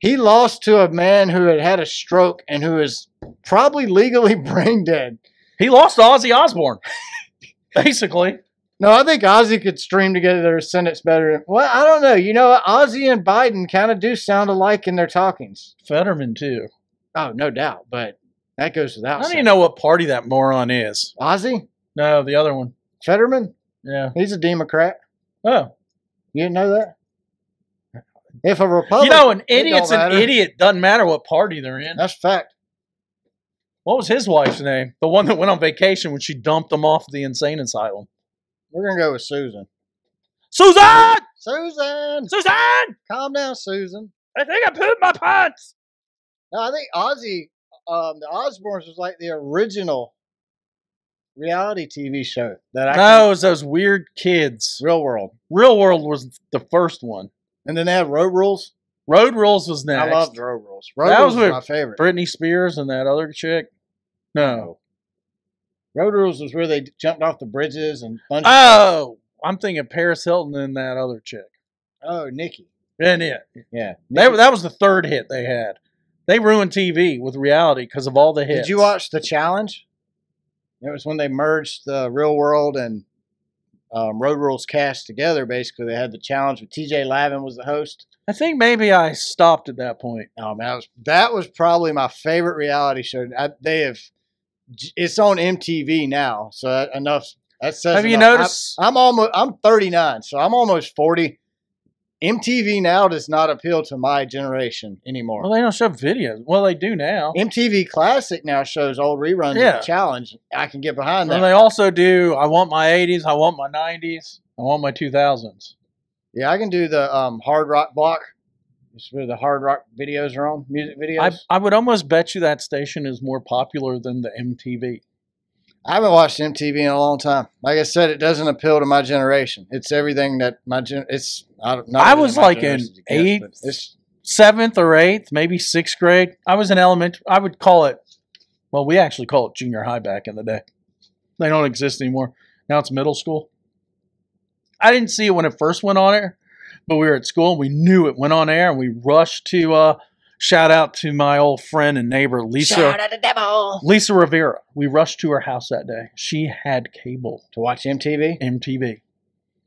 Speaker 3: He lost to a man who had had a stroke and who is probably legally brain dead.
Speaker 1: He lost to Ozzy Osbourne, basically.
Speaker 3: No, I think Ozzy could stream together their sentence better. Well, I don't know. You know, Ozzy and Biden kind of do sound alike in their talkings.
Speaker 1: Fetterman too.
Speaker 3: Oh, no doubt, but that goes
Speaker 1: I
Speaker 3: without
Speaker 1: don't
Speaker 3: saying.
Speaker 1: even know what party that moron is.
Speaker 3: Ozzy?
Speaker 1: No, the other one.
Speaker 3: Fetterman?
Speaker 1: Yeah.
Speaker 3: He's a Democrat.
Speaker 1: Oh,
Speaker 3: You didn't know that? If a Republican,
Speaker 1: you know, an
Speaker 3: it don't
Speaker 1: idiot's an
Speaker 3: matter.
Speaker 1: idiot. Doesn't matter what party they're in.
Speaker 3: that's fact.
Speaker 1: What was his wife's name? The one that went on vacation when she dumped him off the insane asylum.
Speaker 3: We're gonna go with Susan.
Speaker 1: Susan!
Speaker 3: Susan,
Speaker 1: Susan!
Speaker 3: calm down, Susan.
Speaker 1: I think I pooped my pants.
Speaker 3: No, I think Ozzy, um, the Osbournes was like the original reality TV show that I
Speaker 1: No, it was those weird kids.
Speaker 3: real world.
Speaker 1: Real World was the first one.
Speaker 3: And then they had Road Rules.
Speaker 1: Road Rules was next.
Speaker 3: I loved Road Rules. Road
Speaker 1: That
Speaker 3: Rules
Speaker 1: was
Speaker 3: was,
Speaker 1: with
Speaker 3: my favorite.
Speaker 1: Britney Spears and that other chick. No.
Speaker 3: Road Rules was where they jumped off the bridges and punched.
Speaker 1: Oh, I'm thinking Paris Hilton and that other chick.
Speaker 3: oh, Nikki.
Speaker 1: And it.
Speaker 3: Yeah,
Speaker 1: They,
Speaker 3: Nikki.
Speaker 1: that was the third hit they had. They ruined TV with reality because of all the hits.
Speaker 3: Did you watch the challenge? It was when they merged the real world and um, Road Rules cast together. Basically, they had the challenge with T.J. Lavin was the host.
Speaker 1: I think maybe I stopped at that point.
Speaker 3: Oh man, that was, that was probably my favorite reality show. I, they have it's on MTV now, so that, enough. That says
Speaker 1: Have you
Speaker 3: enough.
Speaker 1: noticed?
Speaker 3: I, am almost I'm 39, so I'm almost 40. MTV now does not appeal to my generation anymore.
Speaker 1: Well, they don't show videos. Oh, Well, they do now.
Speaker 3: MTV Classic now shows old reruns of
Speaker 1: Yeah.
Speaker 3: the challenge. I can get behind
Speaker 1: And
Speaker 3: that.
Speaker 1: they also do. I want my 80s. I want my 90s. I want my 2000s.
Speaker 3: Yeah, I can do the um, Hard Rock block. This is where the Hard Rock videos are on, music
Speaker 1: I,
Speaker 3: videos.
Speaker 1: I would almost bet you that station is more popular than the MTV.
Speaker 3: I haven't watched MTV in a long time. Like I said, it doesn't appeal to my generation. It's everything that my gen. It's I, don't, not
Speaker 1: I
Speaker 3: everything
Speaker 1: was
Speaker 3: my
Speaker 1: like in
Speaker 3: generation's against,
Speaker 1: eighth-
Speaker 3: but It's
Speaker 1: Seventh or eighth, maybe sixth grade. I was in elementary. I would call it. Well, we actually call it junior high back in the day. They don't exist anymore. Now it's middle school. I didn't see it when it first went on air, but we were at school and we knew it went on air and we rushed to uh, shout out to my old friend and neighbor Lisa.
Speaker 4: Shout out the devil.
Speaker 1: Lisa Rivera. We rushed to her house that day. She had cable,
Speaker 3: to watch MTV.
Speaker 1: MTV.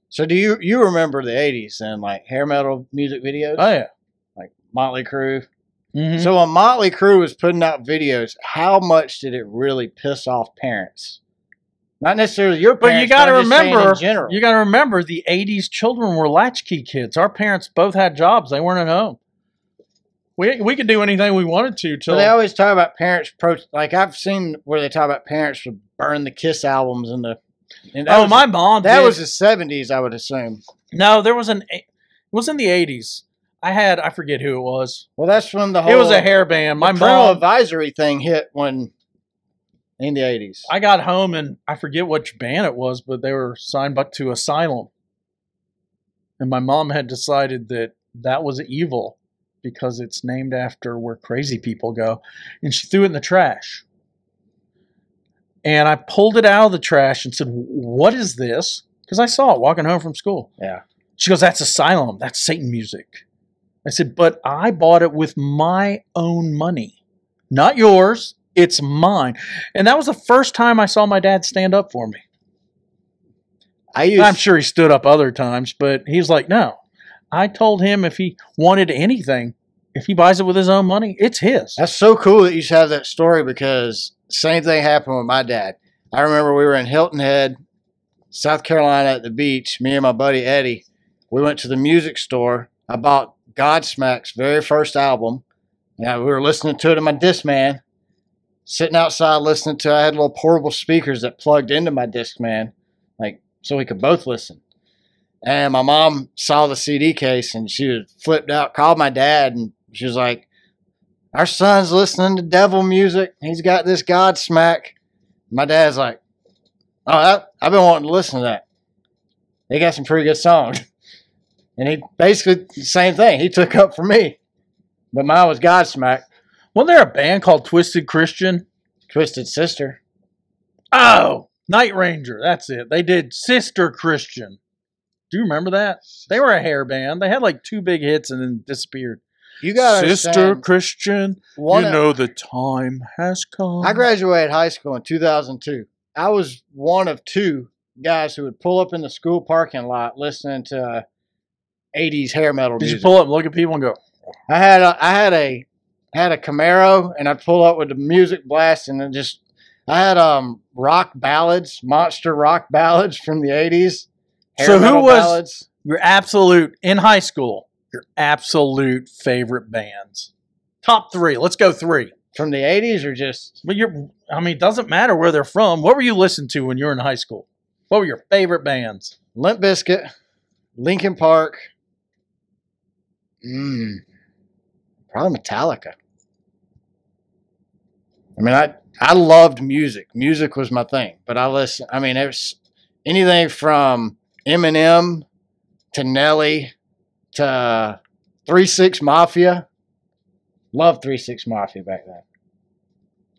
Speaker 3: So do you you remember the '80s and like hair metal music videos,
Speaker 1: Oh yeah.
Speaker 3: Motley Crue?
Speaker 1: Mhm.
Speaker 3: So when Motley Crue was putting out videos, how much did it really piss off parents? Not necessarily your
Speaker 1: But you
Speaker 3: parents,
Speaker 1: gotta
Speaker 3: I'm just saying
Speaker 1: remember-
Speaker 3: in general.
Speaker 1: You got to remember the 80s children were latchkey kids. Our parents both had jobs. They weren't at home. We, we could do anything we wanted to
Speaker 3: So
Speaker 1: till
Speaker 3: they always talk about parents pro like I've seen where they talk about parents would burn the Kiss albums and the and that
Speaker 1: Oh,
Speaker 3: was-
Speaker 1: my mom
Speaker 3: that
Speaker 1: did.
Speaker 3: was the seventies, I would assume.
Speaker 1: No, there was an it was in the 80s. I had I forget who it was.
Speaker 3: Well, that's when the whole
Speaker 1: It was a hair band.
Speaker 3: Oh. the
Speaker 1: My
Speaker 3: parental
Speaker 1: mom
Speaker 3: advisory thing hit when in the eighties.
Speaker 1: I got home and I forget which band it was, but they were signed back to Asylum. And my mom had decided that that was evil because it's named after where crazy people go. And she threw it in the trash. And I pulled it out of the trash and said, What is this? Because I saw it walking home from school.
Speaker 3: Yeah.
Speaker 1: She goes, That's Asylum. That's Satan music. I said, But I bought it with my own money, not yours. It's mine. And that was the first time I saw my dad stand up for me.
Speaker 3: I used
Speaker 1: I'm sure he stood up other times, but he was like, no. I told him if he wanted anything, if he buys it with his own money, it's his.
Speaker 3: that's so cool that you should have that story because same thing happened with my dad. I remember we were in Hilton Head, South Carolina at the beach, me and my buddy Eddie. We went to the music store. I bought Godsmack's very first album. Yeah, we were listening to it in my Discman, sitting outside listening to. I had little portable speakers that plugged into my Discman, like so we could both listen. And my mom saw the CD case and she was flipped out. Called my dad and she was like, "Our son's listening to devil music. He's got this Godsmack." My dad's like, "Oh, I, I've been wanting to listen to that. They got some pretty good songs." And he basically the same thing. He took up for me. But mine was Godsmack,
Speaker 1: Wasn't there a band called Twisted Christian?
Speaker 3: Twisted Sister.
Speaker 1: Oh, Night Ranger. That's it. They did Sister Christian. Do you remember that? They were a hair band. They had like two big hits and then disappeared.
Speaker 3: You got
Speaker 1: Sister Christian,
Speaker 3: One
Speaker 1: you
Speaker 3: of-
Speaker 1: know the time has come.
Speaker 3: I graduated high school in 2002. I was one of two guys who would pull up in the school parking lot listening to uh, 80s hair metal
Speaker 1: Did you
Speaker 3: music.
Speaker 1: pull up and look at people and go,
Speaker 3: I had a I had a had a Camaro and I'd pull up with the music blast and then just I had um rock ballads, monster rock ballads from the 80s. hair
Speaker 1: So who
Speaker 3: metal
Speaker 1: was-
Speaker 3: ballads.
Speaker 1: your absolute, in high school, your absolute favorite bands? Top three. Let's go three.
Speaker 3: from the 80s or just
Speaker 1: But you're, I mean, it doesn't matter where they're from. What were you listening to when you were in high school? What were your favorite bands?
Speaker 3: Limp Bizkit, Linkin Park, mm, probably Metallica. I mean, I I loved music. Music was my thing, but I listen. I mean, there's anything from Eminem to Nelly to Three Six Mafia. Loved Three Six Mafia back then.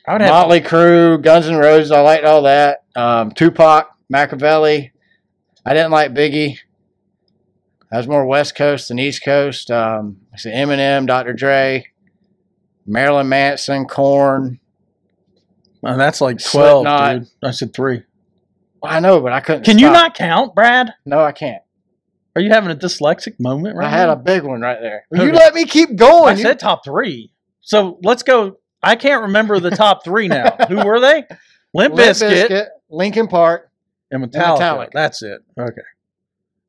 Speaker 1: I would have
Speaker 3: Motley Crue, Guns N' Roses. I liked all that. Um, Tupac, Machiavelli. I didn't like Biggie. I was more West Coast than East Coast. Um, I said Eminem, Dr. Dre, Marilyn Manson, Korn.
Speaker 1: Oh, that's like 12,
Speaker 3: Slipknot.
Speaker 1: dude. I said three.
Speaker 3: I know, but I couldn't.
Speaker 1: Can you
Speaker 3: stop.
Speaker 1: not count, Brad?
Speaker 3: No, I can't.
Speaker 1: Are you having a dyslexic moment right
Speaker 3: I had
Speaker 1: now?
Speaker 3: a big one right there.
Speaker 1: Who
Speaker 3: you
Speaker 1: did-
Speaker 3: let me keep going.
Speaker 1: I
Speaker 3: You-
Speaker 1: said top three. So let's go. I can't remember the top three now. Who were they? Limp,
Speaker 3: Limp
Speaker 1: Bizkit,
Speaker 3: Bizkit, Linkin Park.
Speaker 1: and Metallica.
Speaker 3: Metallica.
Speaker 1: That's it. Okay.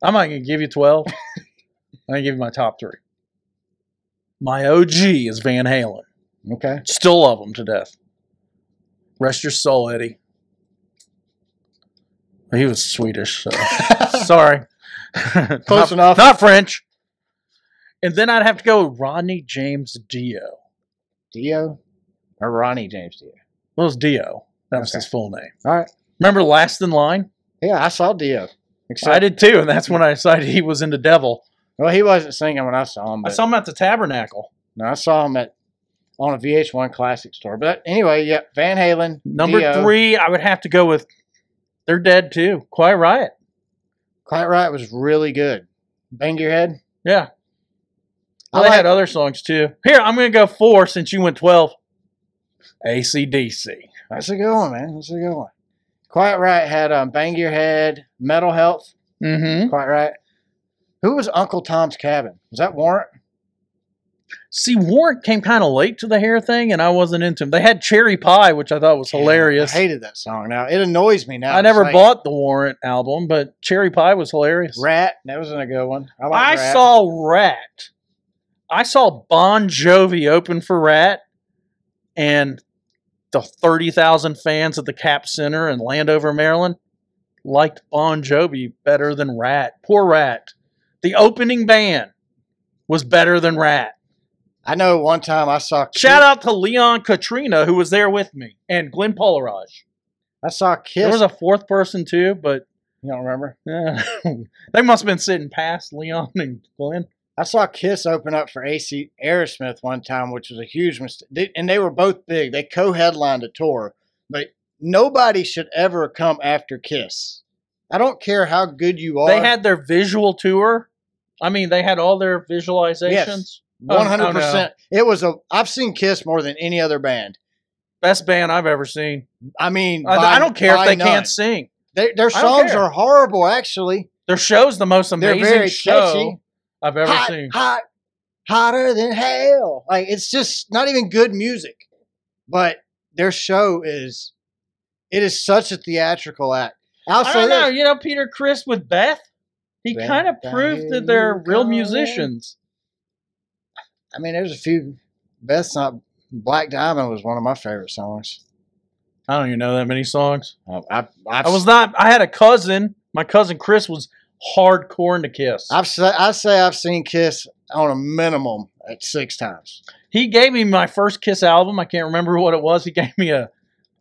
Speaker 1: I'm not going to give you 12. I'm going to give you my top three. My OG is Van Halen.
Speaker 3: Okay.
Speaker 1: Still love him to death. Rest your soul, Eddie. He was Swedish, so sorry.
Speaker 3: Close
Speaker 1: Not-
Speaker 3: enough.
Speaker 1: Not French. And then I'd have to go Rodney James Dio.
Speaker 3: Dio or Ronnie James Dio.
Speaker 1: Well, it was Dio. That was
Speaker 3: Okay.
Speaker 1: his full name.
Speaker 3: All right.
Speaker 1: Remember Last in Line?
Speaker 3: Yeah, I saw Dio.
Speaker 1: I
Speaker 3: Excited.
Speaker 1: did too, and that's when I decided he was into devil.
Speaker 3: Well, he wasn't singing when I saw him.
Speaker 1: I
Speaker 3: But
Speaker 1: saw him at the Tabernacle.
Speaker 3: No, I saw him at on a VH1 classic store. But anyway, yeah, Van Halen.
Speaker 1: Number
Speaker 3: Dio.
Speaker 1: three, I would have to go with They're Dead too. Quiet Riot.
Speaker 3: Quiet Riot was really good. Bang your head.
Speaker 1: Yeah.
Speaker 3: I
Speaker 1: Well, they
Speaker 3: like-
Speaker 1: had other songs too. Here, I'm going to go four since you went 12. ACDC.
Speaker 3: That's a good one, man. That's a good one. Quiet Riot had um, Bang Your Head, Mental Health.
Speaker 1: Mm hmm.
Speaker 3: Quiet Riot. Who was Uncle Tom's Cabin? Was that Warrant?
Speaker 1: See, Warrant came kind of late to the hair thing, and I wasn't into him. They had Cherry Pie, which I thought was hilarious.
Speaker 3: I hated that song. Now it annoys me now.
Speaker 1: I
Speaker 3: It's
Speaker 1: never
Speaker 3: like
Speaker 1: bought the Warrant album, but Cherry Pie was hilarious.
Speaker 3: Rat. That wasn't a good one. I,
Speaker 1: I
Speaker 3: like Rat.
Speaker 1: saw Rat. I saw Bon Jovi open for Rat, and the thirty thousand fans at the Cap Center in Landover, Maryland, liked Bon Jovi better than Rat. Poor Rat. The opening band was better than Rat.
Speaker 3: I know one time I saw.
Speaker 1: Shout out to Leon Katrina, who was there with me, and Glenn Polaraj.
Speaker 3: I saw Kiss.
Speaker 1: There was a fourth person too, but
Speaker 3: you don't remember?
Speaker 1: eh, they must have been sitting past Leon and Glenn.
Speaker 3: I saw Kiss open up for AC Aerosmith one time, which was a huge mistake. They, and they were both big. They co-headlined a tour, but nobody should ever come after Kiss. I don't care how good you are.
Speaker 1: They had their visual tour. I mean, they had all their visualizations. oh,
Speaker 3: one hundred percent. It was a. I've seen Kiss more than any other band.
Speaker 1: Best band I've ever seen.
Speaker 3: I mean,
Speaker 1: I,
Speaker 3: by-
Speaker 1: I don't care
Speaker 3: by
Speaker 1: if they
Speaker 3: none.
Speaker 1: can't sing.
Speaker 3: Their, their
Speaker 1: I don't
Speaker 3: songs
Speaker 1: care.
Speaker 3: are horrible. Actually,
Speaker 1: Their show's the most
Speaker 3: they're
Speaker 1: amazing
Speaker 3: very
Speaker 1: show
Speaker 3: catchy.
Speaker 1: I've ever
Speaker 3: hot,
Speaker 1: seen.
Speaker 3: hot, hotter than hell. Like it's just not even good music, but their show is. It is such a theatrical act. I'll
Speaker 1: I
Speaker 3: say
Speaker 1: don't know.
Speaker 3: this.
Speaker 1: You know, Peter Chris with Beth. He
Speaker 3: Beth,
Speaker 1: kind of proved that they're
Speaker 3: you
Speaker 1: real
Speaker 3: go.
Speaker 1: musicians.
Speaker 3: I mean, there's a few. Beth's not. Black Diamond was one of my favorite songs. Um,
Speaker 1: I don't even know that many songs.
Speaker 3: I, I, I've,
Speaker 1: I was not. I had a cousin. My cousin Chris was hardcore into Kiss.
Speaker 3: I've say, I say I've seen Kiss on a minimum at six times.
Speaker 1: he gave me my first Kiss album. I can't remember what it was. He gave me a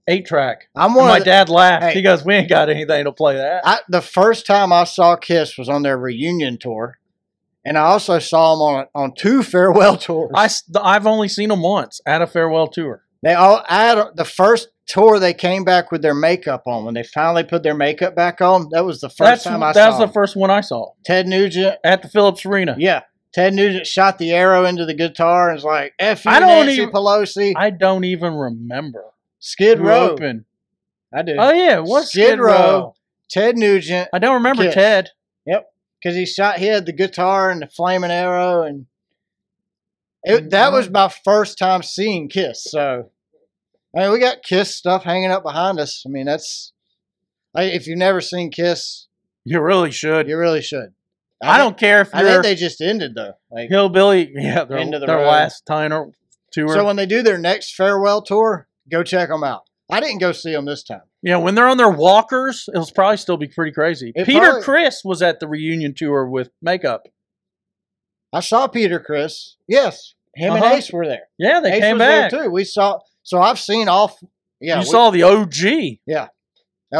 Speaker 1: eight track.
Speaker 3: I'm
Speaker 1: And
Speaker 3: one.
Speaker 1: my
Speaker 3: of the,
Speaker 1: dad laughed.
Speaker 3: hey.
Speaker 1: he goes, "We ain't got anything to play that."
Speaker 3: I, the first time I saw Kiss was on their reunion tour, And I also saw him on on two farewell tours.
Speaker 1: I, have only seen them once at a farewell tour.
Speaker 3: They all I had the first tour they came back with their makeup on when they finally put their makeup back on. That was the first
Speaker 1: That's,
Speaker 3: time I
Speaker 1: that
Speaker 3: saw
Speaker 1: was the
Speaker 3: him.
Speaker 1: first one I saw
Speaker 3: Ted Nugent.
Speaker 1: at the Phillips Arena.
Speaker 3: Yeah, Ted Nugent shot the arrow into the guitar and was like, "F you,
Speaker 1: I don't
Speaker 3: Nancy
Speaker 1: even-
Speaker 3: Pelosi."
Speaker 1: I don't even remember.
Speaker 3: Skid
Speaker 1: who
Speaker 3: Row.
Speaker 1: opened.
Speaker 3: I do.
Speaker 1: Oh yeah, what's
Speaker 3: Skid
Speaker 1: Skid Row?
Speaker 3: Row. Ted Nugent
Speaker 1: I don't remember
Speaker 3: Kiss.
Speaker 1: Ted.
Speaker 3: because he shot. He had the guitar and the flaming arrow, and it, that
Speaker 1: Mm-hmm.
Speaker 3: was my first time seeing Kiss. So, I mean, we got Kiss stuff hanging up behind us. I mean, that's I, if you've never seen Kiss,
Speaker 1: You really should.
Speaker 3: you really should.
Speaker 1: I,
Speaker 3: think-
Speaker 1: don't care if
Speaker 3: I think
Speaker 1: you're
Speaker 3: they just ended though. Like,
Speaker 1: hillbilly. Yeah, their,
Speaker 3: End of the
Speaker 1: their
Speaker 3: road.
Speaker 1: last tiner tour.
Speaker 3: so when they do their next farewell tour, go check them out. I didn't go see them this time.
Speaker 1: yeah, when they're on their walkers, it'll probably still be pretty crazy.
Speaker 3: It
Speaker 1: Peter
Speaker 3: probably-
Speaker 1: Chris was at the reunion tour with makeup.
Speaker 3: I saw Peter Chris. Yes, him and
Speaker 1: Uh-huh.
Speaker 3: Ace were there.
Speaker 1: Yeah, they
Speaker 3: Ace
Speaker 1: came
Speaker 3: was there
Speaker 1: back.
Speaker 3: too. We saw. So I've seen all. f- Yeah,
Speaker 1: you
Speaker 3: we-
Speaker 1: saw the OG.
Speaker 3: that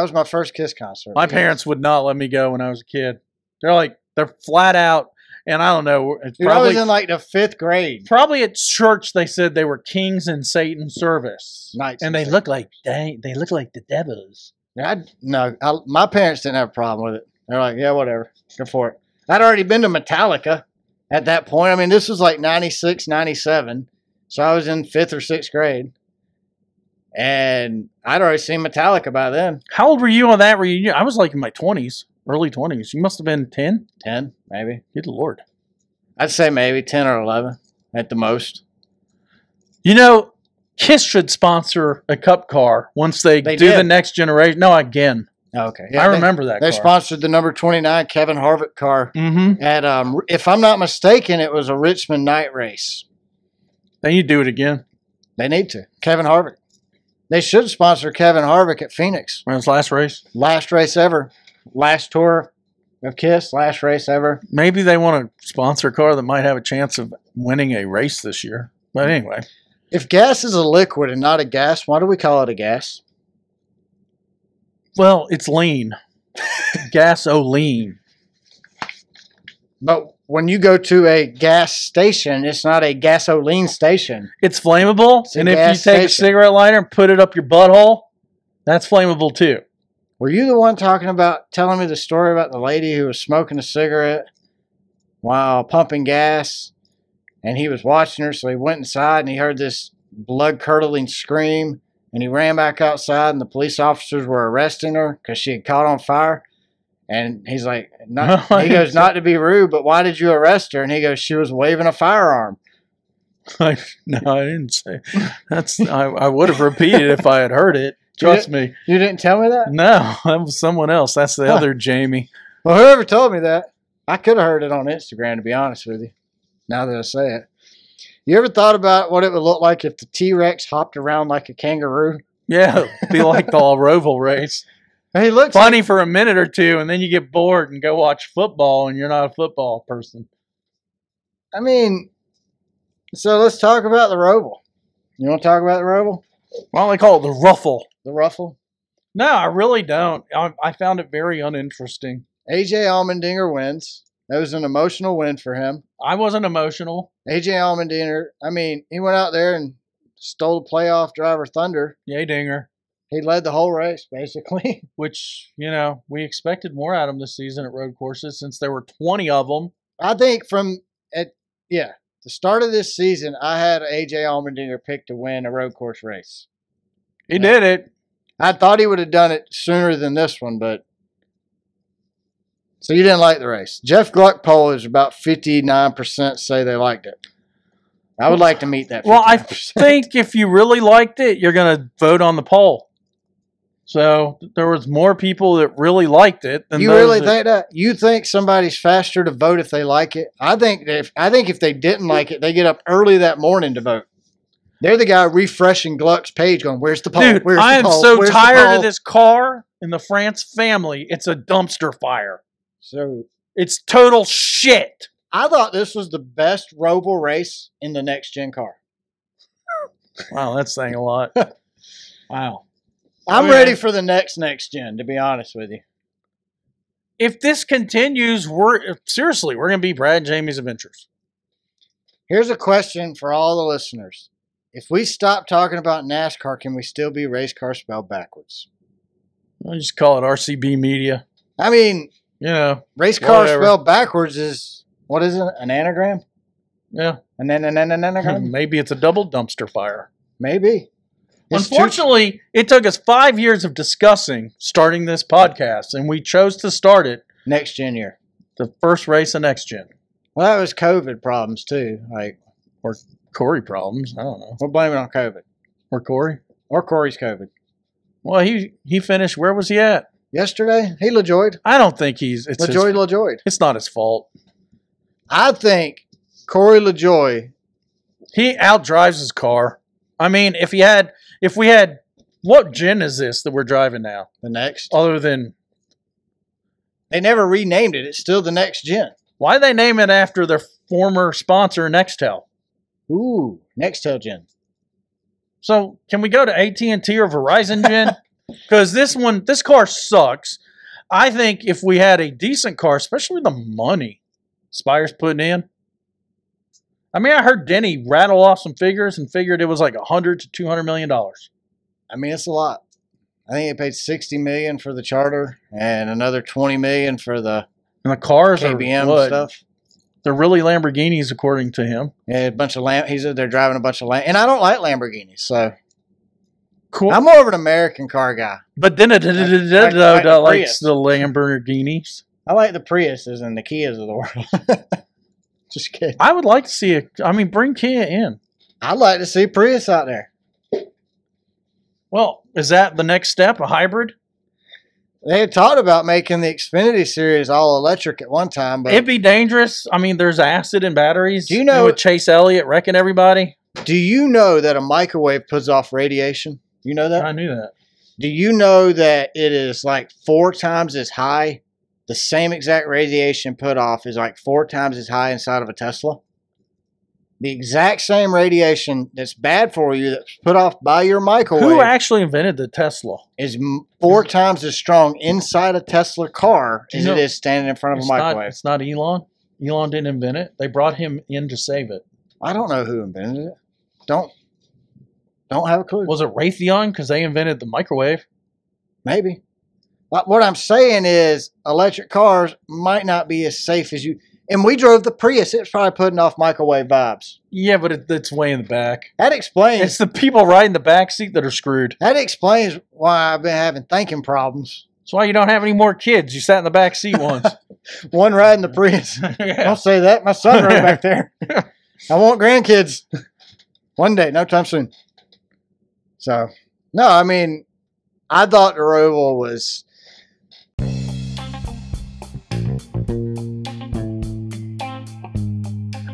Speaker 3: was my first Kiss concert.
Speaker 1: My parents would not let me go when I was a kid. They're like they're flat out, and I don't know. It's
Speaker 3: Dude, I
Speaker 1: probably
Speaker 3: was in like the fifth grade.
Speaker 1: probably at church they said they were kings in Satan's service.
Speaker 3: Nights
Speaker 1: and they look like they they look like the devils.
Speaker 3: I, no, I, my parents didn't have a problem with it. They're like, yeah, whatever, go for it. I'd already been to Metallica at that point. I mean, this was like 96, 97. So I was in fifth or sixth grade. And I'd already seen Metallica by then.
Speaker 1: How old were you on that reunion? I was like in my twenties, early twenties. You must have been ten.
Speaker 3: 10, maybe.
Speaker 1: Good lord.
Speaker 3: I'd say maybe 10 or 11 at the most.
Speaker 1: You know, Kiss should sponsor a cup car once they,
Speaker 3: They
Speaker 1: do the
Speaker 3: did.
Speaker 1: next generation. No, again,
Speaker 3: Oh, okay.
Speaker 1: I
Speaker 3: they-
Speaker 1: remember that.
Speaker 3: They,
Speaker 1: car.
Speaker 3: sponsored the number 29 Kevin Harvick car
Speaker 1: Mm-hmm.
Speaker 3: at, um, if I'm not mistaken, it was a Richmond night race.
Speaker 1: Then you do it again.
Speaker 3: They need to. Kevin Harvick. They should sponsor Kevin Harvick at Phoenix.
Speaker 1: Around his last race,
Speaker 3: Last race ever. Last tour of Kiss. Last race ever.
Speaker 1: maybe they want to sponsor a car that might have a chance of winning a race this year. But anyway,
Speaker 3: If gas is a liquid and not a gas, why do we call it a gas?
Speaker 1: well, it's lean, oh, gasoline.
Speaker 3: But when you go to a gas station, it's not a gasoline station.
Speaker 1: It's flammable,
Speaker 3: It's a
Speaker 1: and if you take
Speaker 3: gas
Speaker 1: a
Speaker 3: station.
Speaker 1: cigarette lighter and put it up your butthole, that's flammable too.
Speaker 3: Were you the one talking about telling me the story about the lady who was smoking a cigarette while pumping gas? And he was watching her, so he went inside and he heard this blood curdling scream. And he ran back outside, and the police officers were arresting her because she had caught on fire. And he's like, not, he goes, Not to be rude, but why did you arrest her? And he goes, She was waving a firearm.
Speaker 1: I, no, I didn't say. That's I, I would have repeated if I had heard it. Trust me.
Speaker 3: You didn't tell me that?
Speaker 1: No, that was someone else. That's the
Speaker 3: Huh.
Speaker 1: other Jamie.
Speaker 3: Well, whoever told me that, I could have heard it on Instagram, to be honest with you, now that I say it. You ever thought about what it would look like if the T Rex hopped around like a kangaroo?
Speaker 1: Yeah, it'd be like the Roval race.
Speaker 3: He looks
Speaker 1: Funny for a minute or two, and then you get bored and go watch football, and you're not a football person.
Speaker 3: I mean, so let's talk about the Roval. You want to talk about the Roval?
Speaker 1: Why don't they call it the ruffle?
Speaker 3: The Ruffle?
Speaker 1: No, I really don't. I, I found it very uninteresting.
Speaker 3: AJ Allmendinger wins. That was an emotional win for him.
Speaker 1: I wasn't emotional.
Speaker 3: AJ Allmendinger, I mean, he went out there and stole the playoff driver Thunder.
Speaker 1: Yay, Dinger.
Speaker 3: He led the whole race, basically.
Speaker 1: which you know we expected more out of them this season at road courses since there were 20 of them
Speaker 3: I think from at yeah the start of this season, I had AJ Allmendinger picked to win a road course race.
Speaker 1: he did it
Speaker 3: I thought he would have done it sooner than this one, but so you didn't like the race. Jeff Gluck poll is about fifty nine percent say they liked it. I would like to meet that.
Speaker 1: well i
Speaker 3: 59%.
Speaker 1: think if you really liked it you're going to vote on the poll so there was more people that really liked it than
Speaker 3: you
Speaker 1: those
Speaker 3: really
Speaker 1: that-
Speaker 3: think that you think somebody's faster to vote if they like it? I think that if I think if they didn't like it, they get up early that morning to vote. They're the guy refreshing Gluck's page, going, "Where's the poll?
Speaker 1: dude
Speaker 3: Where's
Speaker 1: i
Speaker 3: the
Speaker 1: am
Speaker 3: poll?
Speaker 1: so
Speaker 3: Where's the
Speaker 1: tired
Speaker 3: poll?"
Speaker 1: of this car and the france family it's a dumpster fire
Speaker 3: So
Speaker 1: it's total shit
Speaker 3: I thought this was the best Roval race in the next gen car.
Speaker 1: wow that's saying a lot wow
Speaker 3: I'm
Speaker 1: Okay. Oh,
Speaker 3: ready for the next next gen, to be honest with you.
Speaker 1: if this continues, we're seriously we're gonna be Brad and Jamie's adventures.
Speaker 3: Here's a question for all the listeners. If we stop talking about NASCAR, can we still be race car spelled backwards?
Speaker 1: I just call it RCB Media.
Speaker 3: I mean,
Speaker 1: You know,
Speaker 3: race car
Speaker 1: Whatever.
Speaker 3: spelled backwards is what is it? An anagram?
Speaker 1: yeah.
Speaker 3: An an- an- an anagram?
Speaker 1: Maybe it's a double dumpster fire.
Speaker 3: Maybe. It's too-
Speaker 1: Unfortunately, it took us five years of discussing starting this podcast, and we chose to start it
Speaker 3: next gen year.
Speaker 1: the first race of next gen.
Speaker 3: Well, that was COVID problems too. Like
Speaker 1: Corey problems. I don't know.
Speaker 3: we're blaming on COVID
Speaker 1: Or Corey.
Speaker 3: or Corey's COVID.
Speaker 1: Well, he he finished. Where was he at?
Speaker 3: Yesterday, he LaJoyed.
Speaker 1: I don't think he's. It's his-
Speaker 3: LaJoy LaJoyed.
Speaker 1: it's not his fault.
Speaker 3: I think Corey LaJoy.
Speaker 1: He outdrives his car. I mean, if he had, if we had, what gen is this that we're driving now?
Speaker 3: The next.
Speaker 1: Other than
Speaker 3: They never renamed it. It's still the next gen.
Speaker 1: why they name it after their former sponsor, Nextel.
Speaker 3: Ooh, Nextel gen.
Speaker 1: So can we go to AT and T or Verizon, Jen? Because this one, this car sucks. I think if we had a decent car, especially with the money Spire's putting in. I mean, I heard Denny rattle off some figures and figured it was like a hundred to two hundred million dollars.
Speaker 3: I mean, it's a lot. I think they paid sixty million for the charter and another twenty million for the
Speaker 1: And the cars
Speaker 3: KBM
Speaker 1: are what?
Speaker 3: stuff.
Speaker 1: They're really Lamborghinis, according to him.
Speaker 3: Yeah, a bunch of lamb. He's they're driving a bunch of lamb, and I don't like Lamborghinis, so
Speaker 1: Cool.
Speaker 3: I'm more of an American car guy.
Speaker 1: but then it uh,
Speaker 3: like the
Speaker 1: likes
Speaker 3: Prius.
Speaker 1: the Lamborghinis.
Speaker 3: I like the Priuses and the Kias of the world. Just kidding.
Speaker 1: I would like to see a. I mean, bring Kia in.
Speaker 3: I'd like to see Prius out there.
Speaker 1: Well, is that the next step? A hybrid?
Speaker 3: They had talked about making the Xfinity series all electric at one time, but
Speaker 1: It'd be dangerous. I mean, there's acid in batteries.
Speaker 3: Do you know-
Speaker 1: And with Chase Elliott wrecking everybody?
Speaker 3: do you know that a microwave puts off radiation? You know that?
Speaker 1: I knew that.
Speaker 3: Do you know that it is like four times as high? The same exact radiation put off is like four times as high inside of a Tesla. The exact same radiation that's bad for you that's put off by your
Speaker 1: Who
Speaker 3: microwave
Speaker 1: actually invented the Tesla?
Speaker 3: is m- four times as strong inside a Tesla car
Speaker 1: Do you
Speaker 3: as it
Speaker 1: know-
Speaker 3: is standing in front of a
Speaker 1: It's not,
Speaker 3: microwave.
Speaker 1: it's not Elon. Elon didn't invent it. They brought him in to save it.
Speaker 3: I don't know who invented it. Don't don't have a clue.
Speaker 1: Was it Raytheon? Because they invented the microwave.
Speaker 3: Maybe. But what I'm saying is electric cars might not be as safe as you. And we drove the Prius. It's probably putting off microwave vibes.
Speaker 1: Yeah, but it, it's way in the back.
Speaker 3: That explains
Speaker 1: It's the people riding the back seat that are screwed.
Speaker 3: that explains why I've been having thinking problems.
Speaker 1: That's why you don't have any more kids. You sat in the back seat once.
Speaker 3: One riding the Prius.
Speaker 1: yeah.
Speaker 3: Don't say that. My son rode back there. I want grandkids. One day, no time soon. So, no, I mean, I thought the Roval was.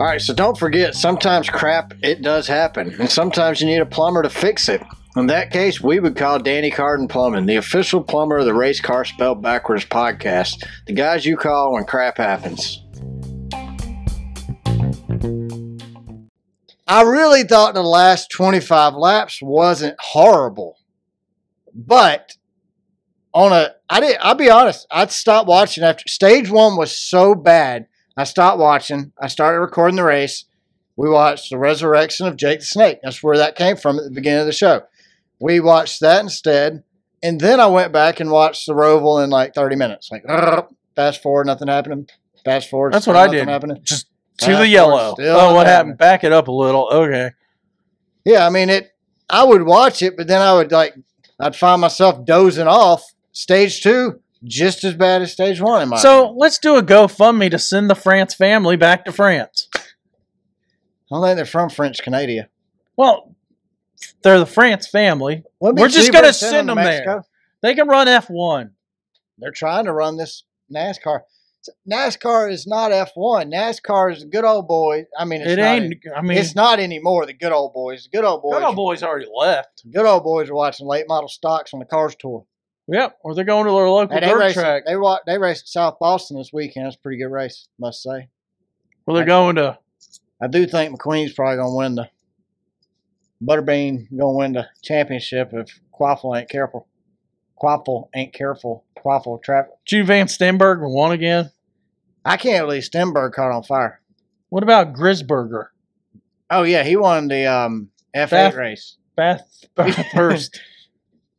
Speaker 3: All right, so don't forget, sometimes crap, it does happen. And sometimes you need a plumber to fix it. In that case, we would call Danny Carden Plumbing, the official plumber of the Race Car Spelled Backwards podcast. The guys you call when crap happens. I really thought the last 25 laps wasn't horrible. But on a I did I'll be honest, I'd stopped watching after stage 1 was so bad. I stopped watching. I started recording the race. We watched the resurrection of Jake the Snake. That's where that came from at the beginning of the show. We watched that instead. And then I went back and watched the Roval in like 30 minutes. Like fast forward, nothing happening. Fast forward.
Speaker 1: That's
Speaker 3: still
Speaker 1: what I
Speaker 3: nothing
Speaker 1: did.
Speaker 3: Happening.
Speaker 1: Just to
Speaker 3: Fast
Speaker 1: the
Speaker 3: forward,
Speaker 1: yellow.
Speaker 3: still
Speaker 1: Oh, what
Speaker 3: nothing
Speaker 1: happened? Back it up a little. Okay.
Speaker 3: Yeah, I mean it. I would watch it, but then I would like I'd find myself dozing off. Stage two, just as bad as stage one. In my
Speaker 1: So
Speaker 3: opinion.
Speaker 1: let's do a GoFundMe to send the France family back to France.
Speaker 3: I don't think they're from French Canada.
Speaker 1: Well, they're the France family.
Speaker 3: Wouldn't it be
Speaker 1: We're just
Speaker 3: cheaper
Speaker 1: gonna
Speaker 3: to
Speaker 1: send
Speaker 3: to
Speaker 1: them there.
Speaker 3: Mexico?
Speaker 1: They can run F1.
Speaker 3: They're trying to run this NASCAR. NASCAR is not F one. NASCAR is the good old boy. I mean, it's
Speaker 1: It
Speaker 3: not
Speaker 1: ain't. I mean,
Speaker 3: it's not anymore. The good old boys. The good old boys.
Speaker 1: good old boys already left.
Speaker 3: Good old boys are watching late model stocks on the cars tour.
Speaker 1: Yep, or they're going to their local
Speaker 3: And they
Speaker 1: dirt
Speaker 3: race.
Speaker 1: track.
Speaker 3: They wa- They raced at South Boston this weekend. It's a pretty good race, must say.
Speaker 1: Well, they're going to.
Speaker 3: I do think McQueen's probably gonna win the Butterbean gonna win the championship if Quaffle ain't careful. Quaffle ain't careful. Quaffle trap.
Speaker 1: Ju Van Stenberg won again.
Speaker 3: I can't believe Stenberg caught on fire.
Speaker 1: What about Grisberger?
Speaker 3: Oh yeah, he won the um, F8
Speaker 1: Bath-
Speaker 3: race.
Speaker 1: Bath Bathurst.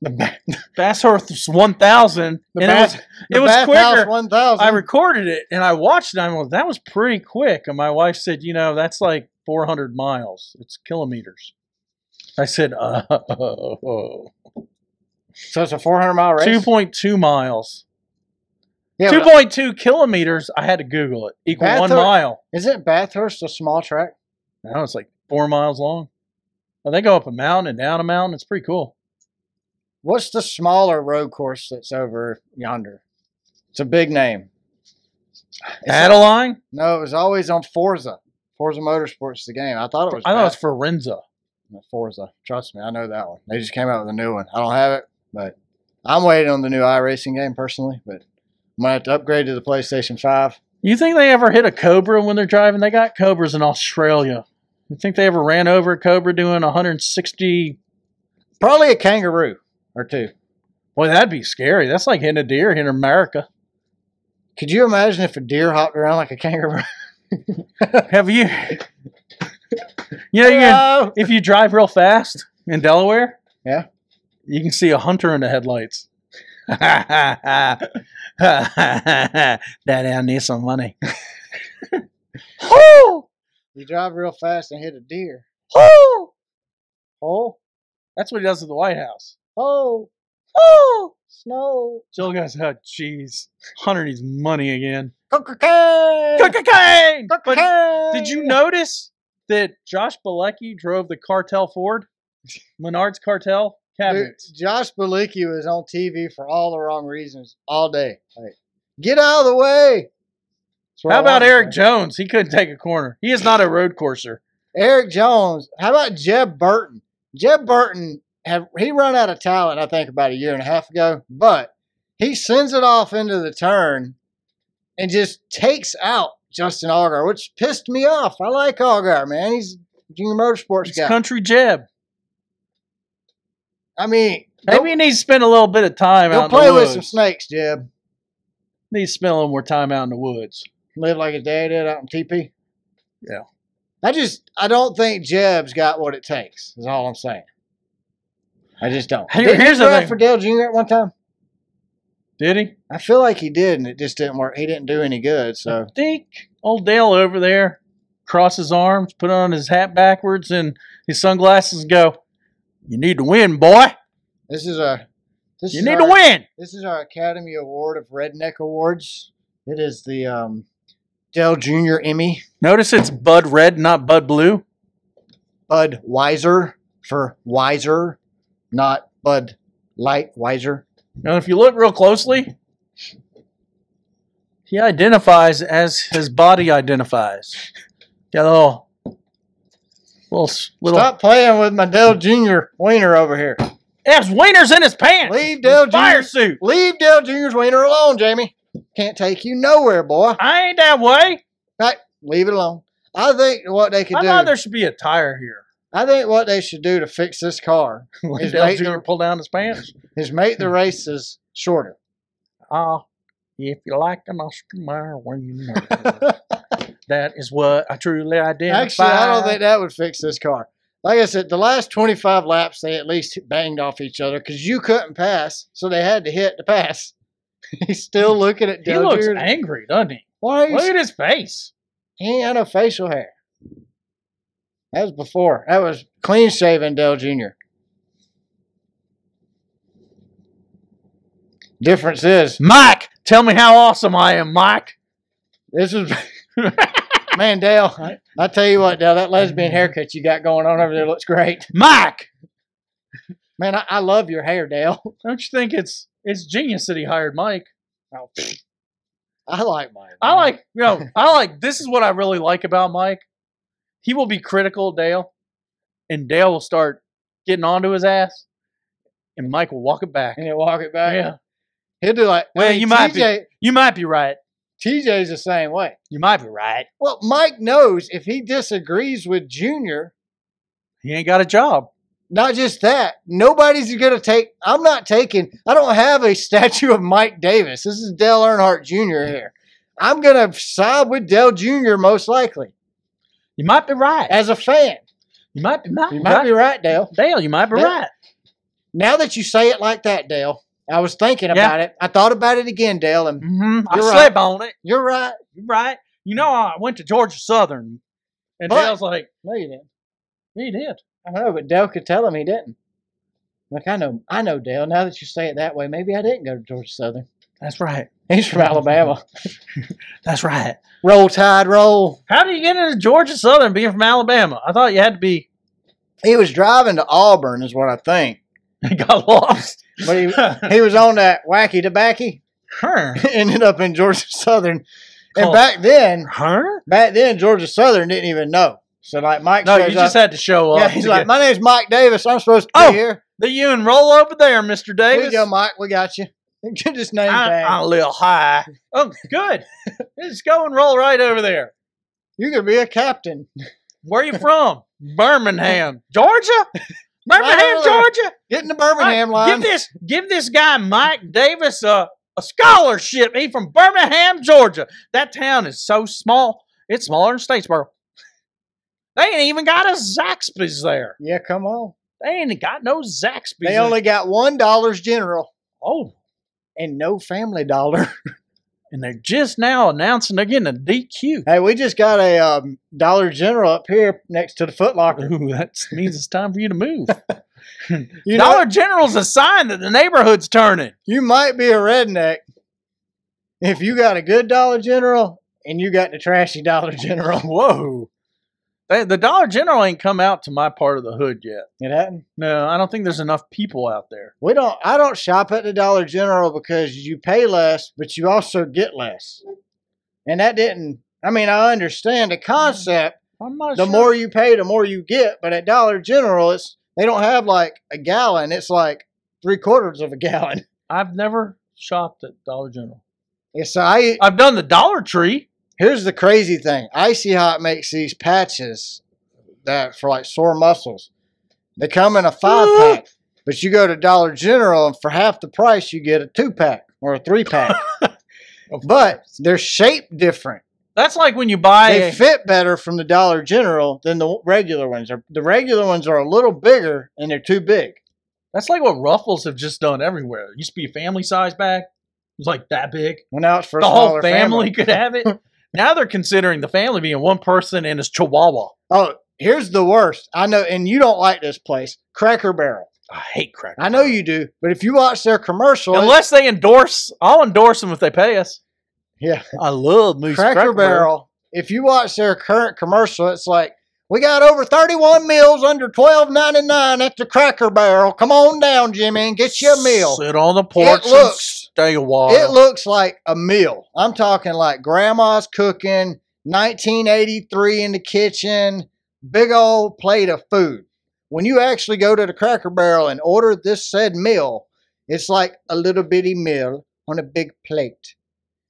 Speaker 3: The, ba-
Speaker 1: Bathurst 1000.
Speaker 3: the
Speaker 1: and it
Speaker 3: Bath-
Speaker 1: was,
Speaker 3: the
Speaker 1: it was
Speaker 3: Bathhouse
Speaker 1: quicker.
Speaker 3: 1000.
Speaker 1: I recorded it and I watched it. And I went, that was pretty quick. And my wife said, you know, that's like 400 miles. It's kilometers. I said, "Oh." uh,
Speaker 3: so it's a 400 mile race.
Speaker 1: 2.2 miles.
Speaker 3: yeah, but
Speaker 1: 2.2 kilometers. I had to Google it. Equal one
Speaker 3: Bathur-
Speaker 1: mile.
Speaker 3: Isn't Bathurst a small track?
Speaker 1: I know it's like four miles long. Well, they go up a mountain and down a mountain. It's pretty cool.
Speaker 3: What's the smaller road course that's over yonder? It's a big name. It's a-
Speaker 1: Adeline?
Speaker 3: no, it was always on Forza. Forza Motorsports, the game. I thought it was.
Speaker 1: I thought it was
Speaker 3: Bath-
Speaker 1: Forenza.
Speaker 3: Forza. Trust me, I know that one. They just came out with a new one. I don't have it, but I'm waiting on the new iRacing game personally. But I'm gonna have to upgrade to the PlayStation Five.
Speaker 1: You think they ever hit a cobra when they're driving? They got cobras in Australia. You think they ever ran over a cobra doing 160?
Speaker 3: Probably a kangaroo or two.
Speaker 1: Boy, that'd be scary. That's like hitting a deer here in America.
Speaker 3: Could you imagine if a deer hopped around like a kangaroo?
Speaker 1: Have you? You know, you can,
Speaker 3: No.
Speaker 1: if you drive real fast in Delaware,
Speaker 3: Yeah.
Speaker 1: you can see a hunter in the headlights. Daddy, I need some money. Hoo!
Speaker 3: You drive real fast and hit a deer.
Speaker 1: Hoo!
Speaker 3: Oh,
Speaker 1: That's what he does at the White House.
Speaker 3: oh,
Speaker 1: Hoo!
Speaker 3: snow.
Speaker 1: Jill goes, oh, jeez, Hunter needs money again.
Speaker 3: Cocaine.
Speaker 1: Cocaine! But did
Speaker 3: Did
Speaker 1: you notice that Josh Balecki drove the cartel Ford? Menards cartel cabinets.
Speaker 3: Josh Balicki was on TV for all the wrong reasons all day. Like, get out of the way. That's what I
Speaker 1: How about
Speaker 3: wanted,
Speaker 1: Eric
Speaker 3: man.
Speaker 1: Jones? He couldn't take a corner. He is not a road courser.
Speaker 3: Eric Jones. How about Jeb Burton? Jeb Burton have he run out of talent, I think, about a year and a half ago, but he sends it off into the turn and just takes out Justin Augar, which pissed me off. I like Augar, man. He's a junior motorsports
Speaker 1: He's
Speaker 3: guy.
Speaker 1: country Jeb.
Speaker 3: I mean,
Speaker 1: Maybe he needs to spend a little bit of time
Speaker 3: go
Speaker 1: out
Speaker 3: play
Speaker 1: in the
Speaker 3: with
Speaker 1: woods.
Speaker 3: some snakes, Jeb.
Speaker 1: needs to spend a little more time out in the woods.
Speaker 3: Live like his dad did out in TP.
Speaker 1: Yeah.
Speaker 3: I just I don't think Jeb's got what it takes. Is all I'm saying. I just don't.
Speaker 1: Here-
Speaker 3: Didn't he
Speaker 1: here's the
Speaker 3: drive
Speaker 1: thing.
Speaker 3: for Dale Jr. at one time.
Speaker 1: Did he?
Speaker 3: I feel like he did, and it just didn't work. He didn't do any good. So
Speaker 1: think old Dale over there cross his arms, put on his hat backwards and his sunglasses and go, You need to win, boy.
Speaker 3: this is a this
Speaker 1: You
Speaker 3: is
Speaker 1: need
Speaker 3: our,
Speaker 1: to win.
Speaker 3: This is our Academy Award of Redneck Awards. It is the um, Dell Jr. Emmy
Speaker 1: Notice it's Bud Red, not Bud Blue.
Speaker 3: Bud Weiser for Wiser, not Bud Light Wiser.
Speaker 1: Now, if you look real closely, he identifies as his body identifies. Got a little, little, s- little.
Speaker 3: Stop playing with my Dell Jr. wiener over here.
Speaker 1: There's wieners in his pants.
Speaker 3: Leave Dell
Speaker 1: Fire
Speaker 3: Jr.
Speaker 1: suit.
Speaker 3: Leave Dell Jr.'s wiener alone, Jamie. Can't take you nowhere, boy.
Speaker 1: I ain't that way.
Speaker 3: Right, leave it alone. I think what they could
Speaker 1: I
Speaker 3: do.
Speaker 1: thought there should be a tire here.
Speaker 3: I think what they should do to fix this car
Speaker 1: Let
Speaker 3: His
Speaker 1: Dale
Speaker 3: mate-
Speaker 1: Jr. pull down his pants.
Speaker 3: is make
Speaker 1: Hmm.
Speaker 3: the races shorter.
Speaker 1: Ah, if you like an Oscar Mayer wiener, that is what I truly identify.
Speaker 3: Actually, I don't think that would fix this car. Like I said, the last 25 laps, they at least banged off each other because you couldn't pass, so they had to hit to pass. He's still looking at
Speaker 1: he looks
Speaker 3: Dozier.
Speaker 1: angry, doesn't he?
Speaker 3: Why are you?
Speaker 1: Look
Speaker 3: s-
Speaker 1: at his face.
Speaker 3: He ain't had no facial hair. That was before. That was clean shaven Dell Jr. Difference is
Speaker 1: Mike, tell me how awesome I am, Mike.
Speaker 3: This is man, Dale. I, I tell you what, Dale, that lesbian haircut you got going on over there looks great.
Speaker 1: Mike,
Speaker 3: Man, I, I love your hair, Dale.
Speaker 1: don't you think it's it's genius that he hired Mike?
Speaker 3: I like mine.
Speaker 1: I like, you know, I like. This is what I really like about Mike. He will be critical of Dale, and Dale will start getting onto his ass, and Mike will walk it back.
Speaker 3: And he'll walk it back.
Speaker 1: Yeah,
Speaker 3: He'll do like.
Speaker 1: Well, you might be-
Speaker 3: TJ,
Speaker 1: you might be right.
Speaker 3: TJ's the same way.
Speaker 1: You might be right.
Speaker 3: Well, Mike knows if he disagrees with Junior,
Speaker 1: He ain't got a job.
Speaker 3: Not just that, nobody's going to take. I'm not taking. I don't have a statue of Mike Davis. This is Dale Earnhardt Jr. here. I'm going to side with Dale Jr. most likely
Speaker 1: You might be right.
Speaker 3: as a fan.
Speaker 1: You might be might,
Speaker 3: You might be right, Dale.
Speaker 1: Dale, you might be
Speaker 3: Dale.
Speaker 1: right.
Speaker 3: Now that you say it like that, Dale, I was thinking
Speaker 1: Yeah.
Speaker 3: about it. I thought about it again, Dale, and
Speaker 1: hmm I
Speaker 3: You're right.
Speaker 1: slept on it.
Speaker 3: you're right.
Speaker 1: You're right. You know, I went to Georgia Southern, and
Speaker 3: But-
Speaker 1: Dale's like,
Speaker 3: No, you didn't.
Speaker 1: "He did."
Speaker 3: I know, but Dale could tell him he didn't. Like I know, I know, Dale. Now that you say it that way, maybe I didn't go to Georgia Southern.
Speaker 1: That's right.
Speaker 3: He's from Alabama.
Speaker 1: That's right.
Speaker 3: Roll Tide, roll.
Speaker 1: How do you get into Georgia Southern being from Alabama? I thought you had to be
Speaker 3: He was driving to Auburn, is what I think.
Speaker 1: got lost.
Speaker 3: But he he was on that wacky tobacco.
Speaker 1: her,
Speaker 3: Ended up in Georgia Southern, and
Speaker 1: Huh.
Speaker 3: back then,
Speaker 1: her?
Speaker 3: back then Georgia Southern didn't even know. So like Mike
Speaker 1: No,
Speaker 3: shows
Speaker 1: you just
Speaker 3: up.
Speaker 1: had to show up.
Speaker 3: yeah, he's
Speaker 1: to
Speaker 3: like,
Speaker 1: get-
Speaker 3: my name's Mike Davis. I'm supposed to be
Speaker 1: Oh,
Speaker 3: here.
Speaker 1: the you and roll over there, Mister
Speaker 3: Here
Speaker 1: Davis.
Speaker 3: you go, Mike. We got you. just name
Speaker 1: I,
Speaker 3: tag.
Speaker 1: I'm a little high. Oh, good. Just go and roll right over there.
Speaker 3: You could be a captain.
Speaker 1: Where you from? Birmingham, Georgia.
Speaker 3: Right
Speaker 1: Birmingham,
Speaker 3: over there.
Speaker 1: Georgia.
Speaker 3: Get in the Birmingham
Speaker 1: All right,
Speaker 3: line.
Speaker 1: Give this give this guy Mike Davis a, a scholarship. He from Birmingham, Georgia. That town is so small. It's smaller than Statesboro. They ain't even got a Zaxby's there.
Speaker 3: yeah, come on.
Speaker 1: They ain't got no Zaxby's.
Speaker 3: They
Speaker 1: in-
Speaker 3: only got one dollar's general
Speaker 1: oh,
Speaker 3: and no family dollar.
Speaker 1: and they're just now announcing they're getting a DQ.
Speaker 3: hey, we just got a um, Dollar General up here next to the Foot Locker.
Speaker 1: Ooh, that means it's time for you to move.
Speaker 3: You know,
Speaker 1: Dollar General's a sign that the neighborhood's turning.
Speaker 3: you might be a redneck if you got a good Dollar General and you got the trashy Dollar General.
Speaker 1: Whoa. They, the Dollar General ain't come out to my part of the hood yet.
Speaker 3: It happened.
Speaker 1: No, I don't think there's enough people out there.
Speaker 3: We don't. I don't shop at the Dollar General because you pay less, but you also get less. And that didn't. I mean, I understand the concept.
Speaker 1: I'm not
Speaker 3: the
Speaker 1: sure.
Speaker 3: more you pay, the more you get. But at Dollar General, it's they don't have like a gallon. It's like three quarters of a gallon.
Speaker 1: I've never shopped at Dollar General.
Speaker 3: And so I
Speaker 1: I've done the Dollar Tree.
Speaker 3: here's the crazy thing. Icy Hot makes these patches that for like sore muscles. They come in a five pack, but you go to Dollar General and for half the price you get a two pack or a three pack. but they're shaped different.
Speaker 1: That's like when you buy
Speaker 3: they
Speaker 1: a,
Speaker 3: fit better from the Dollar General than the regular ones. The regular ones are a little bigger and they're too big.
Speaker 1: That's like what Ruffles have just done everywhere. It used to be a family size bag. It was like that big.
Speaker 3: Well, now it's for
Speaker 1: the
Speaker 3: a
Speaker 1: whole
Speaker 3: smaller
Speaker 1: family, could have it. now they're considering the family being one person and it's Chihuahua.
Speaker 3: Oh, here's the worst. I know, and you don't like this place, Cracker Barrel.
Speaker 1: I hate Cracker.
Speaker 3: I know you do, but if you watch their commercial,
Speaker 1: Unless they endorse, I'll endorse them if they pay us.
Speaker 3: yeah,
Speaker 1: I love Moose
Speaker 3: Cracker, Barrel. If you watch their current commercial, it's like we got over thirty-one meals under twelve ninety-nine at the Cracker Barrel. Come on down, Jimmy, and get you a meal.
Speaker 1: Sit on the porch
Speaker 3: It looks-
Speaker 1: and stay a while.
Speaker 3: It looks like a meal. I'm talking like grandma's cooking, 1983 in the kitchen, big old plate of food. When you actually go to the Cracker Barrel and order this said meal, it's like a little bitty meal on a big plate.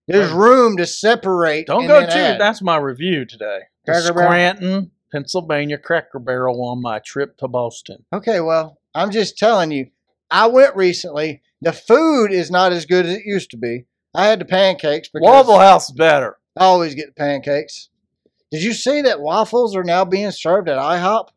Speaker 3: There's
Speaker 1: Right.
Speaker 3: room to separate.
Speaker 1: Don't
Speaker 3: and
Speaker 1: go
Speaker 3: then
Speaker 1: to.
Speaker 3: add.
Speaker 1: That's my review today. The
Speaker 3: Cracker Barrel.
Speaker 1: Scranton, Pennsylvania Cracker Barrel on my trip to Boston.
Speaker 3: Okay, well, I'm just telling you, I went recently. The food is not as good as it used to be. I had the pancakes because
Speaker 1: Waffle House is better.
Speaker 3: I always get the pancakes. Did you see that waffles are now being served at IHOP?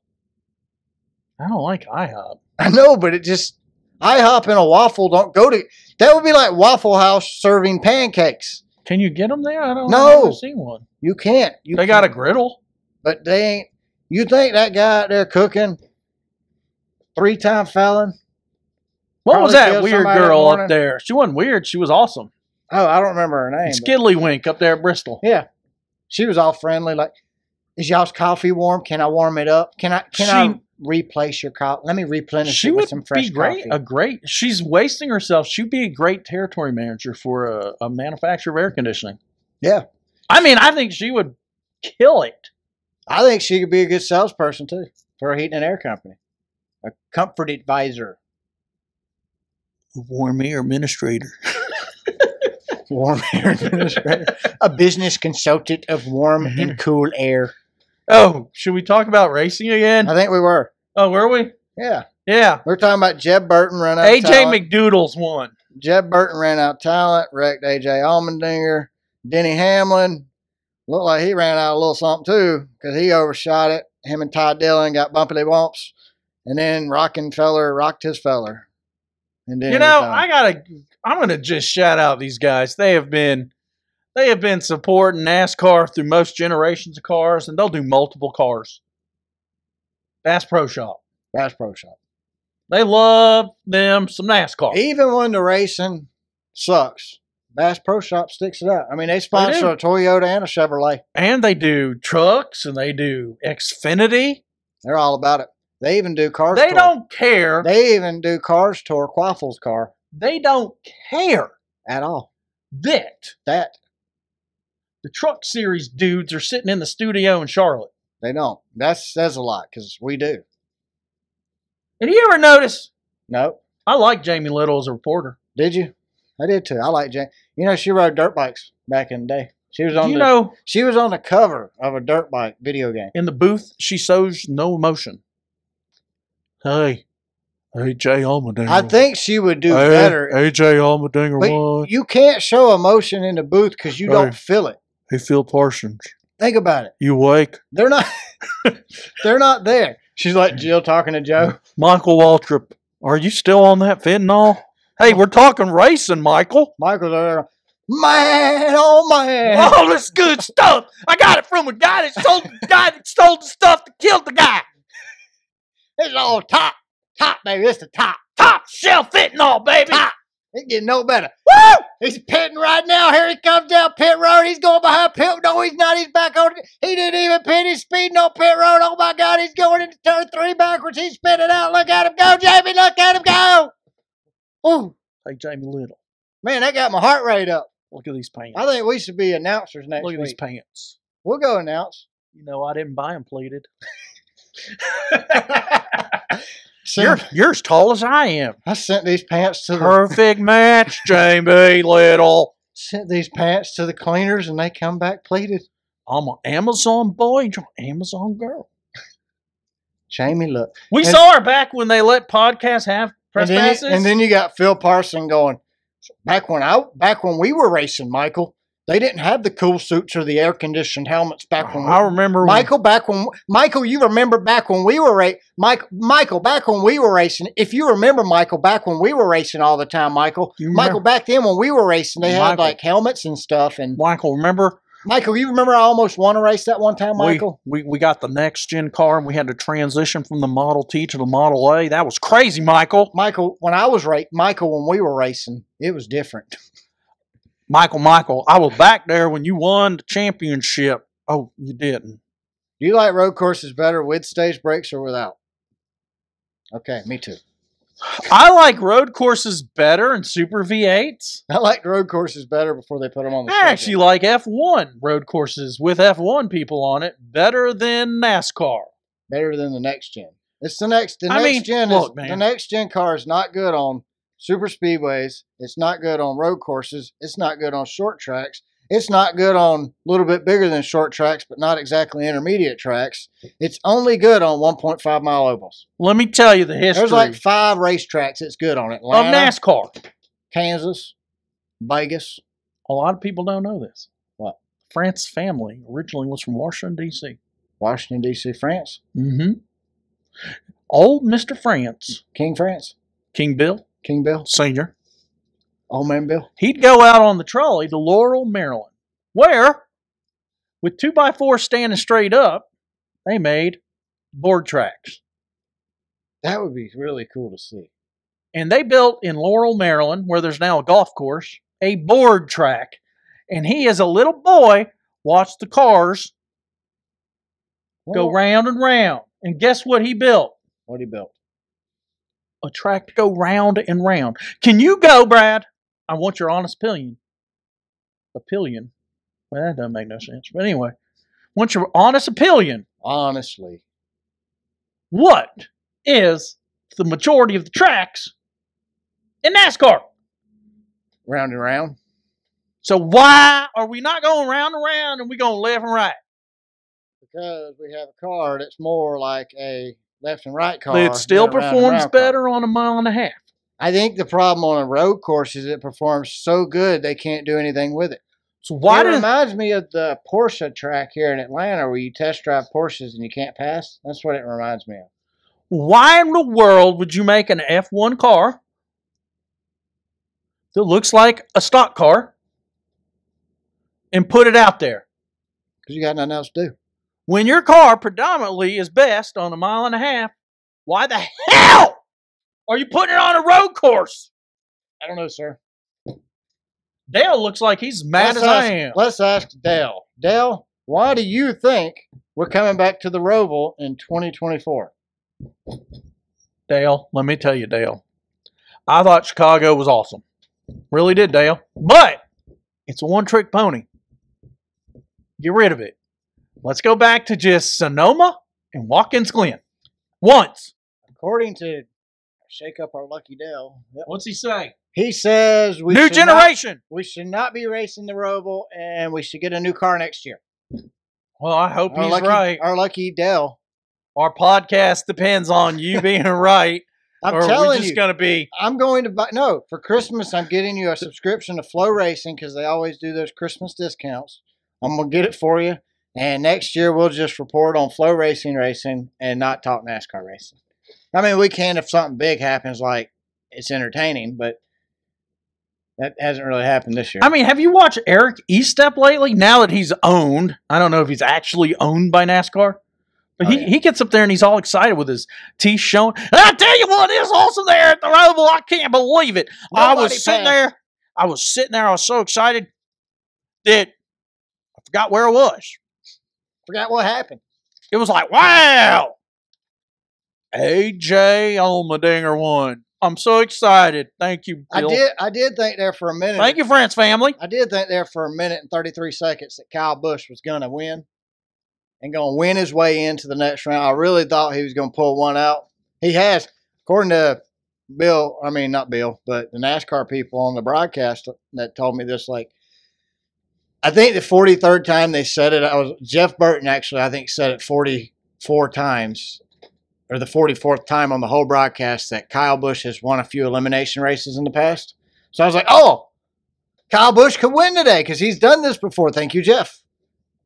Speaker 1: I don't like IHOP.
Speaker 3: I know, but it just IHOP and a waffle don't go to. That would be like Waffle House serving pancakes.
Speaker 1: Can you get them there? I don't.
Speaker 3: No.
Speaker 1: I've never seen one.
Speaker 3: You can't. You
Speaker 1: They got a
Speaker 3: can't.
Speaker 1: griddle.
Speaker 3: but they ain't. You think that guy out there cooking, three time felon?
Speaker 1: What was
Speaker 3: Probably
Speaker 1: that
Speaker 3: killed
Speaker 1: weird
Speaker 3: somebody that
Speaker 1: girl
Speaker 3: morning.
Speaker 1: up there? She wasn't weird. She was awesome.
Speaker 3: Oh, I don't remember her name. but
Speaker 1: Skiddly Wink up there at Bristol.
Speaker 3: yeah, she was all friendly. Like, is y'all's coffee warm? Can I warm it up? Can I? Can I
Speaker 1: She-
Speaker 3: replace your coffee? Let me replenish
Speaker 1: She
Speaker 3: it with
Speaker 1: would
Speaker 3: some fresh
Speaker 1: be great.
Speaker 3: coffee.
Speaker 1: A great. She's wasting herself. She'd be a great territory manager for a, a manufacturer of air conditioning.
Speaker 3: Yeah.
Speaker 1: I mean, I think she would kill it.
Speaker 3: I think she could be a good salesperson too for a heating and air company, a comfort advisor,
Speaker 1: Warm air administrator.
Speaker 3: warm air administrator, a business consultant of warm and cool air.
Speaker 1: Oh, should we talk about racing again?
Speaker 3: I think we were.
Speaker 1: Oh, were we?
Speaker 3: Yeah,
Speaker 1: Yeah.
Speaker 3: we're talking about Jeb Burton run out. of
Speaker 1: AJ
Speaker 3: talent.
Speaker 1: McDoodles won.
Speaker 3: Jeb Burton ran out of talent, wrecked AJ Allmendinger. Denny Hamlin looked like he ran out a little something too because he overshot it. Him and Ty Dillon got bumpity bumps, and then Rockefeller rocked his feller. And then uh,
Speaker 1: you know, I gotta. I'm gonna just shout out these guys. They have been, they have been supporting NASCAR through most generations of cars, and they'll do multiple cars. Bass Pro Shop.
Speaker 3: Bass Pro Shop.
Speaker 1: They love them some NASCAR.
Speaker 3: Even when the racing sucks, Bass Pro Shop sticks it up. I mean, they sponsor
Speaker 1: do.
Speaker 3: a Toyota and a Chevrolet.
Speaker 1: And they do trucks, and they do Xfinity.
Speaker 3: They're all about it. They even do cars.
Speaker 1: They
Speaker 3: tour.
Speaker 1: don't care.
Speaker 3: They even do cars tour Quaffle's car
Speaker 1: They don't care
Speaker 3: at all.
Speaker 1: that
Speaker 3: That
Speaker 1: the Truck Series dudes are sitting in the studio in Charlotte.
Speaker 3: They don't. That says a lot because we do.
Speaker 1: Did you ever notice?
Speaker 3: No.
Speaker 1: I like Jamie Little as a reporter.
Speaker 3: Did you? I did too. I like Jane. You know, she rode dirt bikes back in the day. She was
Speaker 1: Do
Speaker 3: on
Speaker 1: you
Speaker 3: the,
Speaker 1: know
Speaker 3: she was on the cover of a dirt bike video game.
Speaker 1: in the booth, she shows no emotion. Hey, AJ Allmendinger.
Speaker 3: I think she would
Speaker 1: Oh,
Speaker 3: do better.
Speaker 1: AJ Allmendinger
Speaker 3: But-
Speaker 1: won.
Speaker 3: You can't show emotion in the booth because you don't
Speaker 1: Right.
Speaker 3: feel it.
Speaker 1: Hey, Phil Parsons,
Speaker 3: Think about it.
Speaker 1: you wake.
Speaker 3: They're not they're not there. She's like Jill talking to Joe.
Speaker 1: Michael Waltrip, are you still on that fentanyl? Hey, we're talking racing, Michael.
Speaker 3: Michael's over there. Man, oh man.
Speaker 1: All this good stuff. I got it from a guy that sold the guy that stole the stuff that killed the guy.
Speaker 3: It's all top. Top, baby. It's the top.
Speaker 1: Top shelf fentanyl, baby.
Speaker 3: It get no better.
Speaker 1: Woo!
Speaker 3: He's pitting right now. Here he comes down pit road. He's going behind pit. No, he's not. He's back on. He didn't even pit. He's speeding on pit road. Oh my God! He's going into turn three backwards. He's spinning out. Look at him go, Jamie. Look at him go. Ooh,
Speaker 1: Hey, Jamie Little,
Speaker 3: man, that got my heart rate up.
Speaker 1: look at these pants.
Speaker 3: I think we should be announcers next
Speaker 1: Look at these
Speaker 3: week.
Speaker 1: pants.
Speaker 3: We'll go announce.
Speaker 1: you know, I didn't buy them pleated. you're
Speaker 3: Send,
Speaker 1: you're as tall as I am.
Speaker 3: I sent these pants to the
Speaker 1: Perfect match, Jamie Little.
Speaker 3: sent these pants to the cleaners, and they come back pleated.
Speaker 1: I'm an Amazon boy, you're an Amazon girl.
Speaker 3: Jamie, look.
Speaker 1: We
Speaker 3: And-
Speaker 1: saw her back when they let podcasts have press
Speaker 3: and then,
Speaker 1: passes.
Speaker 3: You, and then you got Phil Parson going. Back when I back when we were racing, Michael, they didn't have the cool suits or the air conditioned helmets back when
Speaker 1: I
Speaker 3: we,
Speaker 1: remember when-
Speaker 3: Michael back when Michael, you remember back when we were racing, Michael Michael back when we were racing. If you remember Michael back when we were racing all the time, Michael.
Speaker 1: You remember-
Speaker 3: Michael back then when we were racing, they had
Speaker 1: Michael.
Speaker 3: like helmets and stuff and
Speaker 1: Michael, remember
Speaker 3: Michael, you remember I almost won a race that one time,
Speaker 1: we-
Speaker 3: Michael?
Speaker 1: We, we got the next gen car and we had to transition from the Model T to the Model A. That was crazy, Michael.
Speaker 3: Michael, when I was ra- Michael, when we were racing, it was different.
Speaker 1: Michael, Michael, I was back there when you won the championship. Oh, you didn't.
Speaker 3: Do you like road courses better with stage breaks or without? Okay, me too.
Speaker 1: I like road courses better and Super V8s.
Speaker 3: I liked road courses better before they put them on the
Speaker 1: I
Speaker 3: schedule.
Speaker 1: actually like F1 road courses with F1 people on it better than NASCAR.
Speaker 3: better than the next gen. It's the next. The
Speaker 1: I
Speaker 3: next
Speaker 1: mean,
Speaker 3: gen
Speaker 1: look,
Speaker 3: is the
Speaker 1: man.
Speaker 3: next gen car is not good on super speedways. It's not good on road courses. It's not good on short tracks. It's not good on a little bit bigger than short tracks, but not exactly intermediate tracks. It's only good on 1.5 mile ovals.
Speaker 1: Let me tell you the history
Speaker 3: There's like five racetracks it's good on:
Speaker 1: of
Speaker 3: Atlanta,
Speaker 1: NASCAR.
Speaker 3: Kansas, Vegas.
Speaker 1: A lot of people don't know this.
Speaker 3: What?
Speaker 1: France family originally was from Washington, D.C.
Speaker 3: Washington D.C., France,
Speaker 1: Mm-hmm. Old Mr. France,
Speaker 3: King France,
Speaker 1: King Bill
Speaker 3: King Bill,
Speaker 1: Sr.,
Speaker 3: Old Man Bill.
Speaker 1: he'd go out on the trolley to Laurel, Maryland, where, with two by four standing straight up, they made board tracks.
Speaker 3: That would be really cool to see.
Speaker 1: and they built in Laurel, Maryland, where there's now a golf course, a board track. And he, as a little boy, watched the cars go round and round. And guess what he built?
Speaker 3: What he built?
Speaker 1: A track to go round and round. Can you go, Brad? I want your honest opinion. Opinion. Well, that doesn't make no sense. But anyway, want your honest opinion.
Speaker 3: Honestly,
Speaker 1: What is the majority of the tracks in NASCAR?
Speaker 3: round and round.
Speaker 1: So why are we not going round and round and we going left and right?
Speaker 3: Because we have a car that's more like a left and right car.
Speaker 1: It still
Speaker 3: than a round and
Speaker 1: performs
Speaker 3: round car.
Speaker 1: better on a mile and a half.
Speaker 3: I think the problem on a road course is it performs so good they can't do anything with it.
Speaker 1: So why
Speaker 3: it
Speaker 1: does
Speaker 3: reminds me of the Porsche track here in Atlanta where you test drive Porsches and you can't pass. That's what it reminds me of.
Speaker 1: why in the world would you make an F1 car that looks like a stock car and put it out there
Speaker 3: Because you got nothing else to do.
Speaker 1: when your car predominantly is best on a mile and a half? Why the hell are you putting it on a road course?
Speaker 3: I don't know, sir.
Speaker 1: Dale looks like he's mad
Speaker 3: let's
Speaker 1: as I
Speaker 3: ask,
Speaker 1: am.
Speaker 3: Let's ask Dale. Dale, why do you think we're coming back to the Roval in 2024?
Speaker 1: Dale, let me tell you, Dale. I thought Chicago was awesome. Really did, Dale. But it's a one trick pony. Get rid of it. Let's go back to just Sonoma and Watkins Glen. Once.
Speaker 3: According to Shake Up Our Lucky Dale, yep.
Speaker 1: What's he say?
Speaker 3: he says we
Speaker 1: New
Speaker 3: should not-
Speaker 1: generation.
Speaker 3: we should not be racing the Roval and we should get a new car next year.
Speaker 1: Well, I hope he's
Speaker 3: lucky,
Speaker 1: right.
Speaker 3: Our lucky Dell.
Speaker 1: Our podcast depends on you being right.
Speaker 3: I'm
Speaker 1: or we're
Speaker 3: telling
Speaker 1: just
Speaker 3: you,
Speaker 1: gonna be
Speaker 3: I'm going to buy. No, for Christmas, I'm getting you a subscription to Flow Racing because they always do those Christmas discounts. I'm gonna get it for you, and next year we'll just report on Flow Racing racing and not talk NASCAR racing. I mean, we can if something big happens, like it's entertaining, but that hasn't really happened this year.
Speaker 1: I mean, have you watched Eric Estep lately? Now that he's owned, I don't know if he's actually owned by NASCAR, but
Speaker 3: Oh,
Speaker 1: he,
Speaker 3: yeah.
Speaker 1: he gets up there and he's all excited with his teeth showing. And I tell you what, it's awesome there at the Roval. I can't believe it. I
Speaker 3: Nobody
Speaker 1: was sitting
Speaker 3: passed.
Speaker 1: there. I was sitting there. I was so excited that I forgot where I was.
Speaker 3: forgot what happened.
Speaker 1: It was like, wow, AJ Allmendinger won. I'm so excited. Thank you,
Speaker 3: I
Speaker 1: Bill.
Speaker 3: did. I did think there for a minute.
Speaker 1: Thank you, France family.
Speaker 3: I did think there for a minute and 33 seconds that Kyle Bush was going to win and going to win his way into the next round. I really thought he was going to pull one out. He has, according to Bill, I mean, not Bill, but the NASCAR people on the broadcast that told me this, like, I think the 43rd time they said it, I was Jeff Burton actually, I think, said it 44 times or the 44th time on the whole broadcast that Kyle Bush has won a few elimination races in the past. So I was like, oh, Kyle Bush could win today because he's done this before. Thank you, Jeff.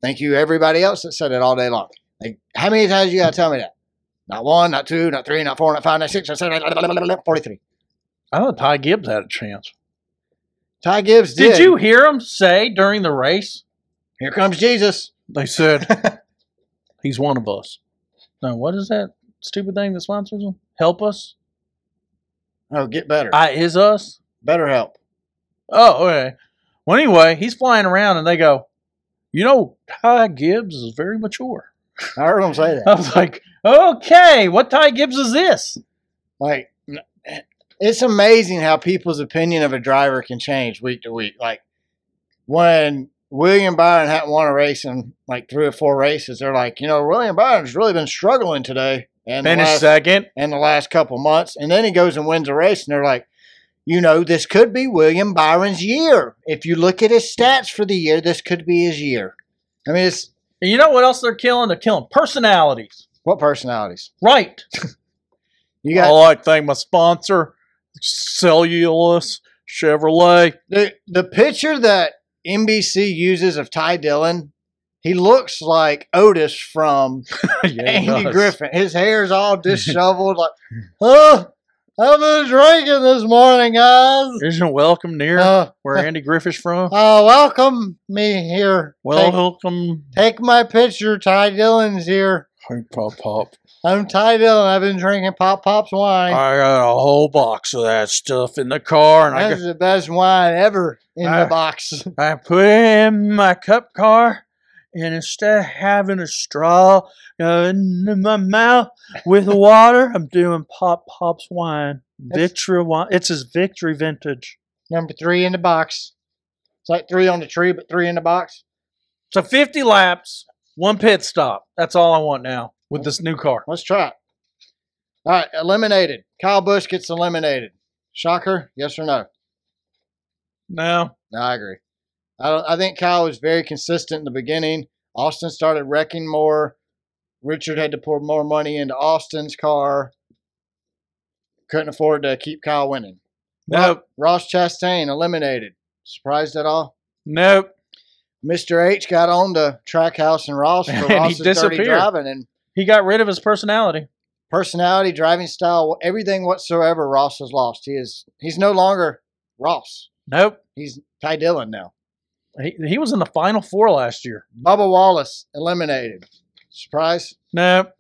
Speaker 3: Thank you, everybody else that said it all day long. Like, how many times you got to tell me that? Not one, not two, not three, not four, not five, not six, not seven, blah, blah, blah, blah, blah, 43.
Speaker 1: I thought Ty Gibbs had a chance.
Speaker 3: Ty Gibbs did.
Speaker 1: Did you hear him say during the race?
Speaker 3: Here comes Jesus.
Speaker 1: They said, He's one of us. No, what is that stupid thing that sponsors them? Help us?
Speaker 3: Oh, get better.
Speaker 1: I is us?
Speaker 3: better help.
Speaker 1: Oh, okay. Well, anyway, he's flying around and they go, You know, Ty Gibbs is very mature.
Speaker 3: I heard him say that.
Speaker 1: I was like, Okay, what Ty Gibbs is this?
Speaker 3: Like, it's amazing how people's opinion of a driver can change week to week. Like, when William Byron hadn't won a race in like three or four races, they're like, you know, William Byron's really been struggling today. And the
Speaker 1: Finished
Speaker 3: last-
Speaker 1: second.
Speaker 3: in the last couple months. And then he goes and wins a race, and they're like, you know, this could be William Byron's year. If you look at his stats for the year, this could be his year. I mean, it's
Speaker 1: And you know what else they're killing? They're killing personalities.
Speaker 3: what personalities?
Speaker 1: Right.
Speaker 3: You got
Speaker 1: I like to thank my sponsor, Cellulose Chevrolet.
Speaker 3: the, the picture that NBC uses of Ty Dillon. He looks like Otis from
Speaker 1: Yeah, he
Speaker 3: Andy
Speaker 1: does.
Speaker 3: Griffin. His hair's all disheveled. like, oh, I've been drinking this morning, guys.
Speaker 1: Isn't welcome near
Speaker 3: Uh,
Speaker 1: where Andy Griffith's from?
Speaker 3: uh, welcome me here. Thank-
Speaker 1: welcome.
Speaker 3: Take my picture. Ty Dillon's here.
Speaker 1: Hey, Pop Pop.
Speaker 3: I'm Ty Dillon. I've been drinking Pop Pop's
Speaker 1: I
Speaker 3: wine.
Speaker 1: got a whole box of that stuff in the car, and I,
Speaker 3: That's the best wine ever in
Speaker 1: Uh,
Speaker 3: the box.
Speaker 1: got- I put it in my cup car, and instead of having a straw uh, in my mouth with water, I'm doing Pop Pop's wine.
Speaker 3: That's-
Speaker 1: Victory wine. It's his Victory Vintage.
Speaker 3: Number three in the box. It's like three on the tree, but three in the box.
Speaker 1: So 50 laps, one pit stop. That's all I want now with this new car.
Speaker 3: Let's try it. All right, eliminated. Kyle Bush gets eliminated. Shocker? Yes or no?
Speaker 1: No.
Speaker 3: No, I agree. I, don't, I think Kyle was very consistent in the beginning. Austin started wrecking more. Richard had to pour more money into Austin's car. Couldn't afford to keep Kyle winning.
Speaker 1: Nope.
Speaker 3: Ross Chastain eliminated. Surprised at all?
Speaker 1: Nope.
Speaker 3: Mr. H got on to Trackhouse and Ross for
Speaker 1: And he
Speaker 3: Ross's dirty
Speaker 1: disappeared.
Speaker 3: driving and
Speaker 1: He got rid of his personality.
Speaker 3: personality, driving style, everything whatsoever. Ross has lost. He is he's no longer Ross.
Speaker 1: Nope.
Speaker 3: He's Ty Dillon now.
Speaker 1: He, he was in the final four last year.
Speaker 3: Bubba Wallace eliminated. Surprise.
Speaker 1: Nope.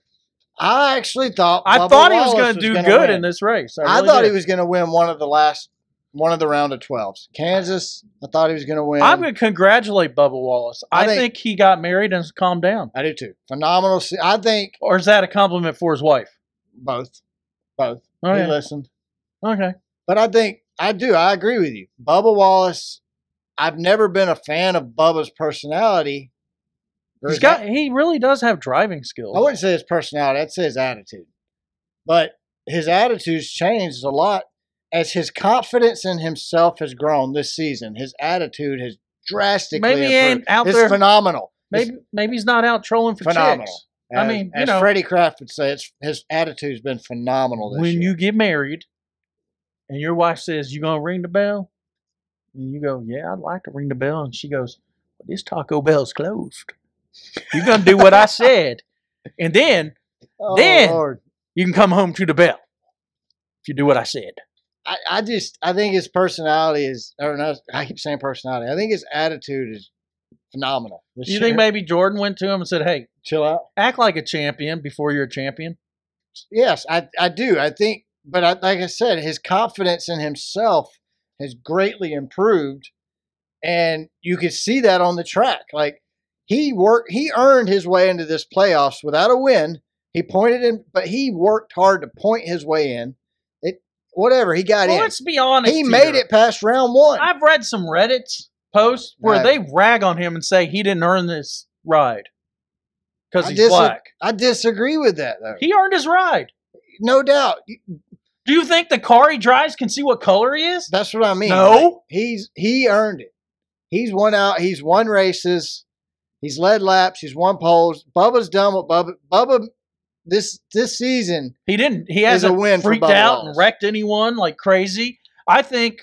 Speaker 3: I actually thought
Speaker 1: I
Speaker 3: Bubba
Speaker 1: thought he was
Speaker 3: Wallace
Speaker 1: going to do
Speaker 3: gonna
Speaker 1: good
Speaker 3: win.
Speaker 1: in this race. I,
Speaker 3: I
Speaker 1: really
Speaker 3: thought
Speaker 1: did.
Speaker 3: he was going to win one of the last one of the round of 12s. Kansas, I thought he was going to win.
Speaker 1: I'm going to congratulate Bubba Wallace.
Speaker 3: I
Speaker 1: I,
Speaker 3: think-
Speaker 1: think, he got married and has calmed down.
Speaker 3: I do too. Phenomenal. se- I think
Speaker 1: Or is that a compliment for his wife?
Speaker 3: both. Both. He
Speaker 1: Okay.
Speaker 3: listened.
Speaker 1: okay.
Speaker 3: But I think I do. I agree with you. Bubba Wallace, I've never been a fan of Bubba's personality. or
Speaker 1: He's
Speaker 3: his
Speaker 1: got. He really does have driving skills.
Speaker 3: I wouldn't say his personality, I'd say his attitude. But his attitude's changed a lot as his confidence in himself has grown this season. His attitude has drastically
Speaker 1: Maybe he ain't
Speaker 3: improved.
Speaker 1: out
Speaker 3: it's
Speaker 1: there-
Speaker 3: phenomenal. It's
Speaker 1: maybe maybe he's not out trolling for
Speaker 3: phenomenal.
Speaker 1: chicks. I
Speaker 3: As,
Speaker 1: mean, you
Speaker 3: as
Speaker 1: know-
Speaker 3: Freddie Kraft would say, it's, his attitude's been phenomenal this
Speaker 1: When
Speaker 3: year.
Speaker 1: you get married, and your wife says you gonna ring the bell, and you go, "Yeah, I'd like to ring the bell," and she goes, well, "This Taco Bell's closed. You're gonna do what I said, and then
Speaker 3: oh,
Speaker 1: then-
Speaker 3: Lord.
Speaker 1: you can come home to the bell if you do what I said."
Speaker 3: I, I just I think his personality is or not, I keep saying personality. I think his attitude is phenomenal. this
Speaker 1: Do you
Speaker 3: year.
Speaker 1: think maybe Jordan went to him and said, "Hey,
Speaker 3: chill out?
Speaker 1: act like a champion before you're a champion"?
Speaker 3: Yes, I I do. I think, but I, like I said, his confidence in himself has greatly improved, and you could see that on the track. Like he worked, he earned his way into this playoffs without a win. He pointed in, but he worked hard to point his way in. It whatever he got
Speaker 1: Well, let's be honest.
Speaker 3: in, he
Speaker 1: here.
Speaker 3: made it past round one.
Speaker 1: I've read some Reddit posts where
Speaker 3: Right.
Speaker 1: they rag on him and say he didn't earn this ride because
Speaker 3: I
Speaker 1: he's
Speaker 3: disa-
Speaker 1: black.
Speaker 3: I disagree with that though.
Speaker 1: He earned his ride.
Speaker 3: no doubt.
Speaker 1: Do you think the car he drives can see what color he is?
Speaker 3: That's what I mean.
Speaker 1: No.
Speaker 3: Like, he's he earned it. He's won out. He's won races. He's led laps. He's won poles. Bubba's done what Bubba. Bubba this this season.
Speaker 1: He didn't. He
Speaker 3: It's a
Speaker 1: hasn't
Speaker 3: win for
Speaker 1: freaked
Speaker 3: Bubba
Speaker 1: out and
Speaker 3: Wallace.
Speaker 1: wrecked anyone like crazy. I think.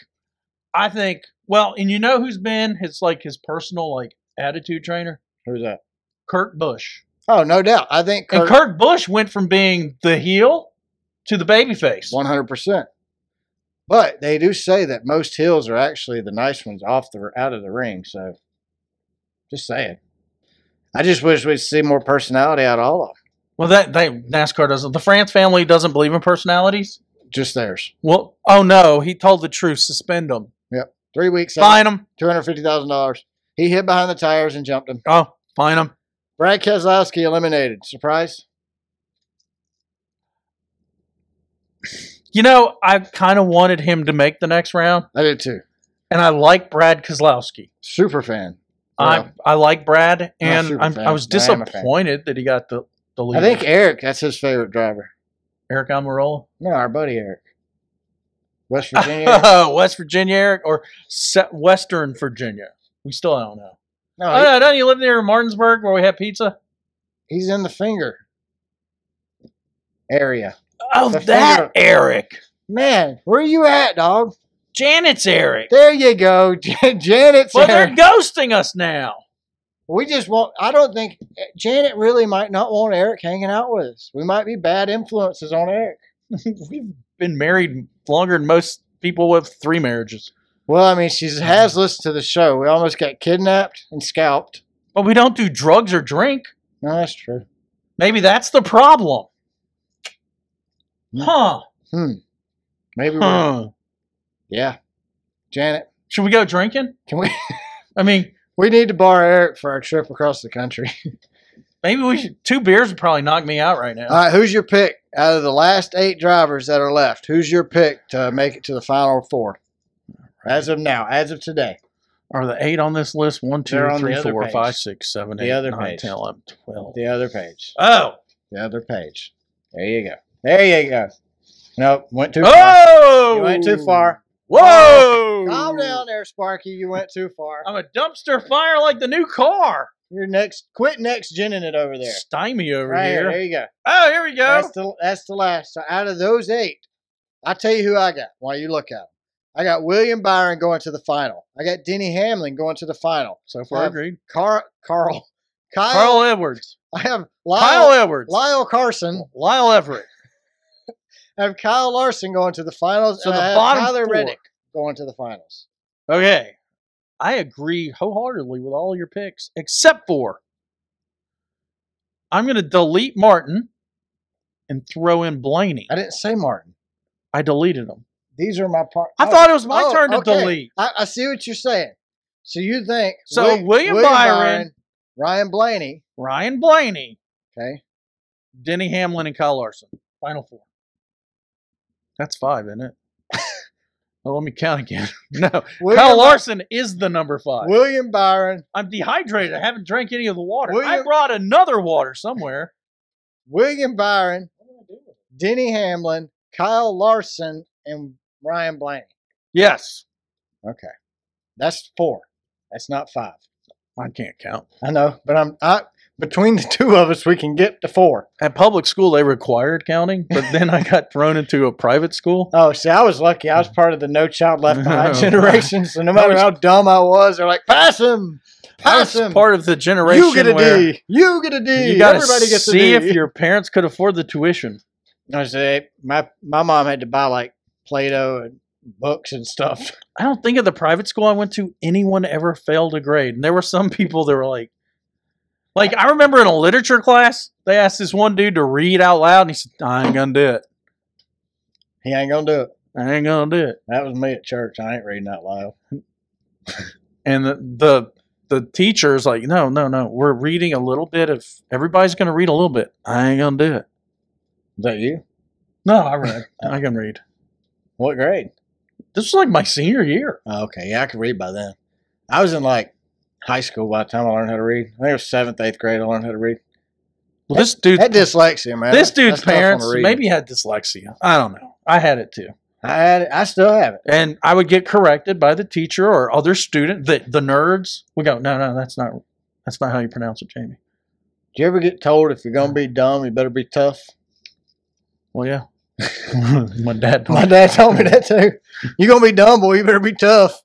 Speaker 1: I think. Well, and you know who's been his like his personal like attitude trainer,
Speaker 3: Who's that?
Speaker 1: Kurt Busch.
Speaker 3: Oh, no doubt. I think
Speaker 1: And
Speaker 3: Kurt.
Speaker 1: Kurt Busch went from being the heel to the babyface.
Speaker 3: One hundred percent. But they do say that most hills are actually the nice ones off the out of the ring. So, just saying. I just wish we'd see more personality out of all of
Speaker 1: Well, that they NASCAR doesn't. The France family doesn't believe in personalities.
Speaker 3: them. Just theirs.
Speaker 1: Well, oh no, he told the truth. Suspend him.
Speaker 3: Three weeks.
Speaker 1: Fine him.
Speaker 3: Two hundred fifty thousand dollars. He hid behind the tires and jumped him.
Speaker 1: Oh, fine him.
Speaker 3: Brad Keselowski eliminated. Surprise?
Speaker 1: You know, I kind of wanted him to make the next round,
Speaker 3: I did too.
Speaker 1: and I like Brad Kozlowski.
Speaker 3: Super fan. Oh, Yeah.
Speaker 1: I I like Brad, and
Speaker 3: super
Speaker 1: I'm,
Speaker 3: fan.
Speaker 1: I was
Speaker 3: I am a fan.
Speaker 1: disappointed that he got the the lead.
Speaker 3: I think Eric, that's his favorite driver.
Speaker 1: Eric Almirola,
Speaker 3: No, our buddy Eric. West Virginia.
Speaker 1: Oh, West Virginia, Eric, or Se- Western Virginia. We still don't know.
Speaker 3: no,
Speaker 1: Oh, no, don't you live near Martinsburg where we have pizza?
Speaker 3: he- he's in the finger area.
Speaker 1: Oh,
Speaker 3: The
Speaker 1: that
Speaker 3: finger-
Speaker 1: Eric.
Speaker 3: Man, where you at, dog?
Speaker 1: Janet's Eric.
Speaker 3: There you go. Jan- Janet's
Speaker 1: Well,
Speaker 3: Eric.
Speaker 1: they're ghosting us now.
Speaker 3: We just want, I don't think, Janet really might not want Eric hanging out with us. We might be bad influences on Eric.
Speaker 1: We've been married longer than most people with three marriages.
Speaker 3: Well, I mean, she has listened to the show. We almost got kidnapped and scalped.
Speaker 1: But we don't do drugs or drink.
Speaker 3: No, that's true.
Speaker 1: Maybe that's the problem.
Speaker 3: Hmm.
Speaker 1: Huh.
Speaker 3: Maybe we're
Speaker 1: huh.
Speaker 3: Yeah. Janet,
Speaker 1: Should we go drinking?
Speaker 3: can we
Speaker 1: I mean,
Speaker 3: we need to borrow Eric for our trip across the country.
Speaker 1: maybe we should. Two beers would probably knock me out right now.
Speaker 3: All right, who's your pick out of the last 8 drivers that are left? Who's your pick to make it to the final 4? As of now, as of today.
Speaker 1: Are the eight on this list? One, two,
Speaker 3: They're on
Speaker 1: three,
Speaker 3: the other
Speaker 1: four,
Speaker 3: page.
Speaker 1: five, six, seven,
Speaker 3: The
Speaker 1: eight,
Speaker 3: other
Speaker 1: nine,
Speaker 3: page.
Speaker 1: 10, 11, 12.
Speaker 3: The other page.
Speaker 1: Oh.
Speaker 3: The other page. There you go. There you go. Nope, went too far.
Speaker 1: Oh.
Speaker 3: You went too far.
Speaker 1: Whoa. Oh!
Speaker 3: Calm down there, Sparky. You went too far.
Speaker 1: I'm a dumpster fire like the new car.
Speaker 3: You're next. Quit next genning it over there.
Speaker 1: Stymie over
Speaker 3: right
Speaker 1: here.
Speaker 3: here. There you go.
Speaker 1: Oh, here we go.
Speaker 3: That's the that's the last. So out of those eight, I tell you who I got while you look at them. I got William Byron going to the final. I got Denny Hamlin going to the final.
Speaker 1: so far,
Speaker 3: Uh,
Speaker 1: agreed.
Speaker 3: Car- Carl, Kyle.
Speaker 1: Carl Edwards.
Speaker 3: I have
Speaker 1: Kyle
Speaker 3: Lyle,
Speaker 1: Edwards.
Speaker 3: Lyle Carson.
Speaker 1: Lyle Everett.
Speaker 3: I have Kyle Larson going to the finals.
Speaker 1: So
Speaker 3: and
Speaker 1: the
Speaker 3: I have
Speaker 1: bottom
Speaker 3: Uh, Tyler
Speaker 1: four.
Speaker 3: Reddick going to the finals.
Speaker 1: Okay. I agree wholeheartedly with all your picks, except for I'm going to delete Martin and throw in Blaney.
Speaker 3: I didn't say Martin.
Speaker 1: I deleted him.
Speaker 3: These are my part.
Speaker 1: I thought it was my
Speaker 3: oh,
Speaker 1: turn to
Speaker 3: okay.
Speaker 1: delete.
Speaker 3: I, I see what you're saying. So you think
Speaker 1: So
Speaker 3: Wi-
Speaker 1: William Byron-
Speaker 3: Ryan Blaney,
Speaker 1: Ryan Blaney,
Speaker 3: okay,
Speaker 1: Denny Hamlin, and Kyle Larson. Final four. That's five, isn't it? well, let me count again. no,
Speaker 3: William,
Speaker 1: Kyle
Speaker 3: By-
Speaker 1: Larson is the number five.
Speaker 3: William Byron,
Speaker 1: I'm dehydrated. I haven't drank any of the water. I
Speaker 3: William-
Speaker 1: brought another water somewhere.
Speaker 3: William Byron, Denny Hamlin, Kyle Larson, and Ryan Blaney.
Speaker 1: Yes.
Speaker 3: Okay, that's four. That's not five.
Speaker 1: I can't count.
Speaker 3: I know, but I'm I between the two of us, we can get to four.
Speaker 1: At public school, they required counting, but then I got thrown into a private school.
Speaker 3: Oh, see, I was lucky. I was part of the No Child Left Behind generation, so no matter
Speaker 1: Oh, was-
Speaker 3: how dumb I was, they're like, pass him,
Speaker 1: I
Speaker 3: pass
Speaker 1: was
Speaker 3: him.
Speaker 1: part of the generation
Speaker 3: You get a
Speaker 1: where
Speaker 3: D. You get a D.
Speaker 1: you got to
Speaker 3: Everybody gets
Speaker 1: see
Speaker 3: a D.
Speaker 1: if your parents could afford the tuition.
Speaker 3: I say my my mom had to buy like Play-Doh and books and stuff.
Speaker 1: I don't think at the private school I went to anyone ever failed a grade, and there were some people that were like, like I remember in a literature class they asked this one dude to read out loud, and he said, "I ain't gonna do it.
Speaker 3: He ain't gonna do it.
Speaker 1: I ain't gonna do it."
Speaker 3: That was me at church. I ain't reading out loud.
Speaker 1: And the the the teacher's like, "No, no, no. We're reading a little bit of. Everybody's gonna read a little bit. I ain't gonna do it.
Speaker 3: Is that you?
Speaker 1: No, I read. I can read."
Speaker 3: What grade?
Speaker 1: This was like my senior year.
Speaker 3: Oh, okay, yeah, I could read by then. I was in like high school by the time I learned how to read. I think it was seventh, eighth grade. I learned how to read.
Speaker 1: Well, this dude,
Speaker 3: Had dyslexia, man.
Speaker 1: this
Speaker 3: That's
Speaker 1: dude's
Speaker 3: tough on
Speaker 1: parents
Speaker 3: the reading.
Speaker 1: maybe had dyslexia. I don't know. I had it too,
Speaker 3: I had it. I still have it.
Speaker 1: and I would get corrected by the teacher or other student. The the nerds would go, no, no, that's not, that's not how you pronounce it, Jamie.
Speaker 3: Do you ever get told if you're gonna be dumb, you better be tough?
Speaker 1: Well, yeah, my dad.
Speaker 3: My dad told me that too. You're gonna be dumb, boy. You better be tough.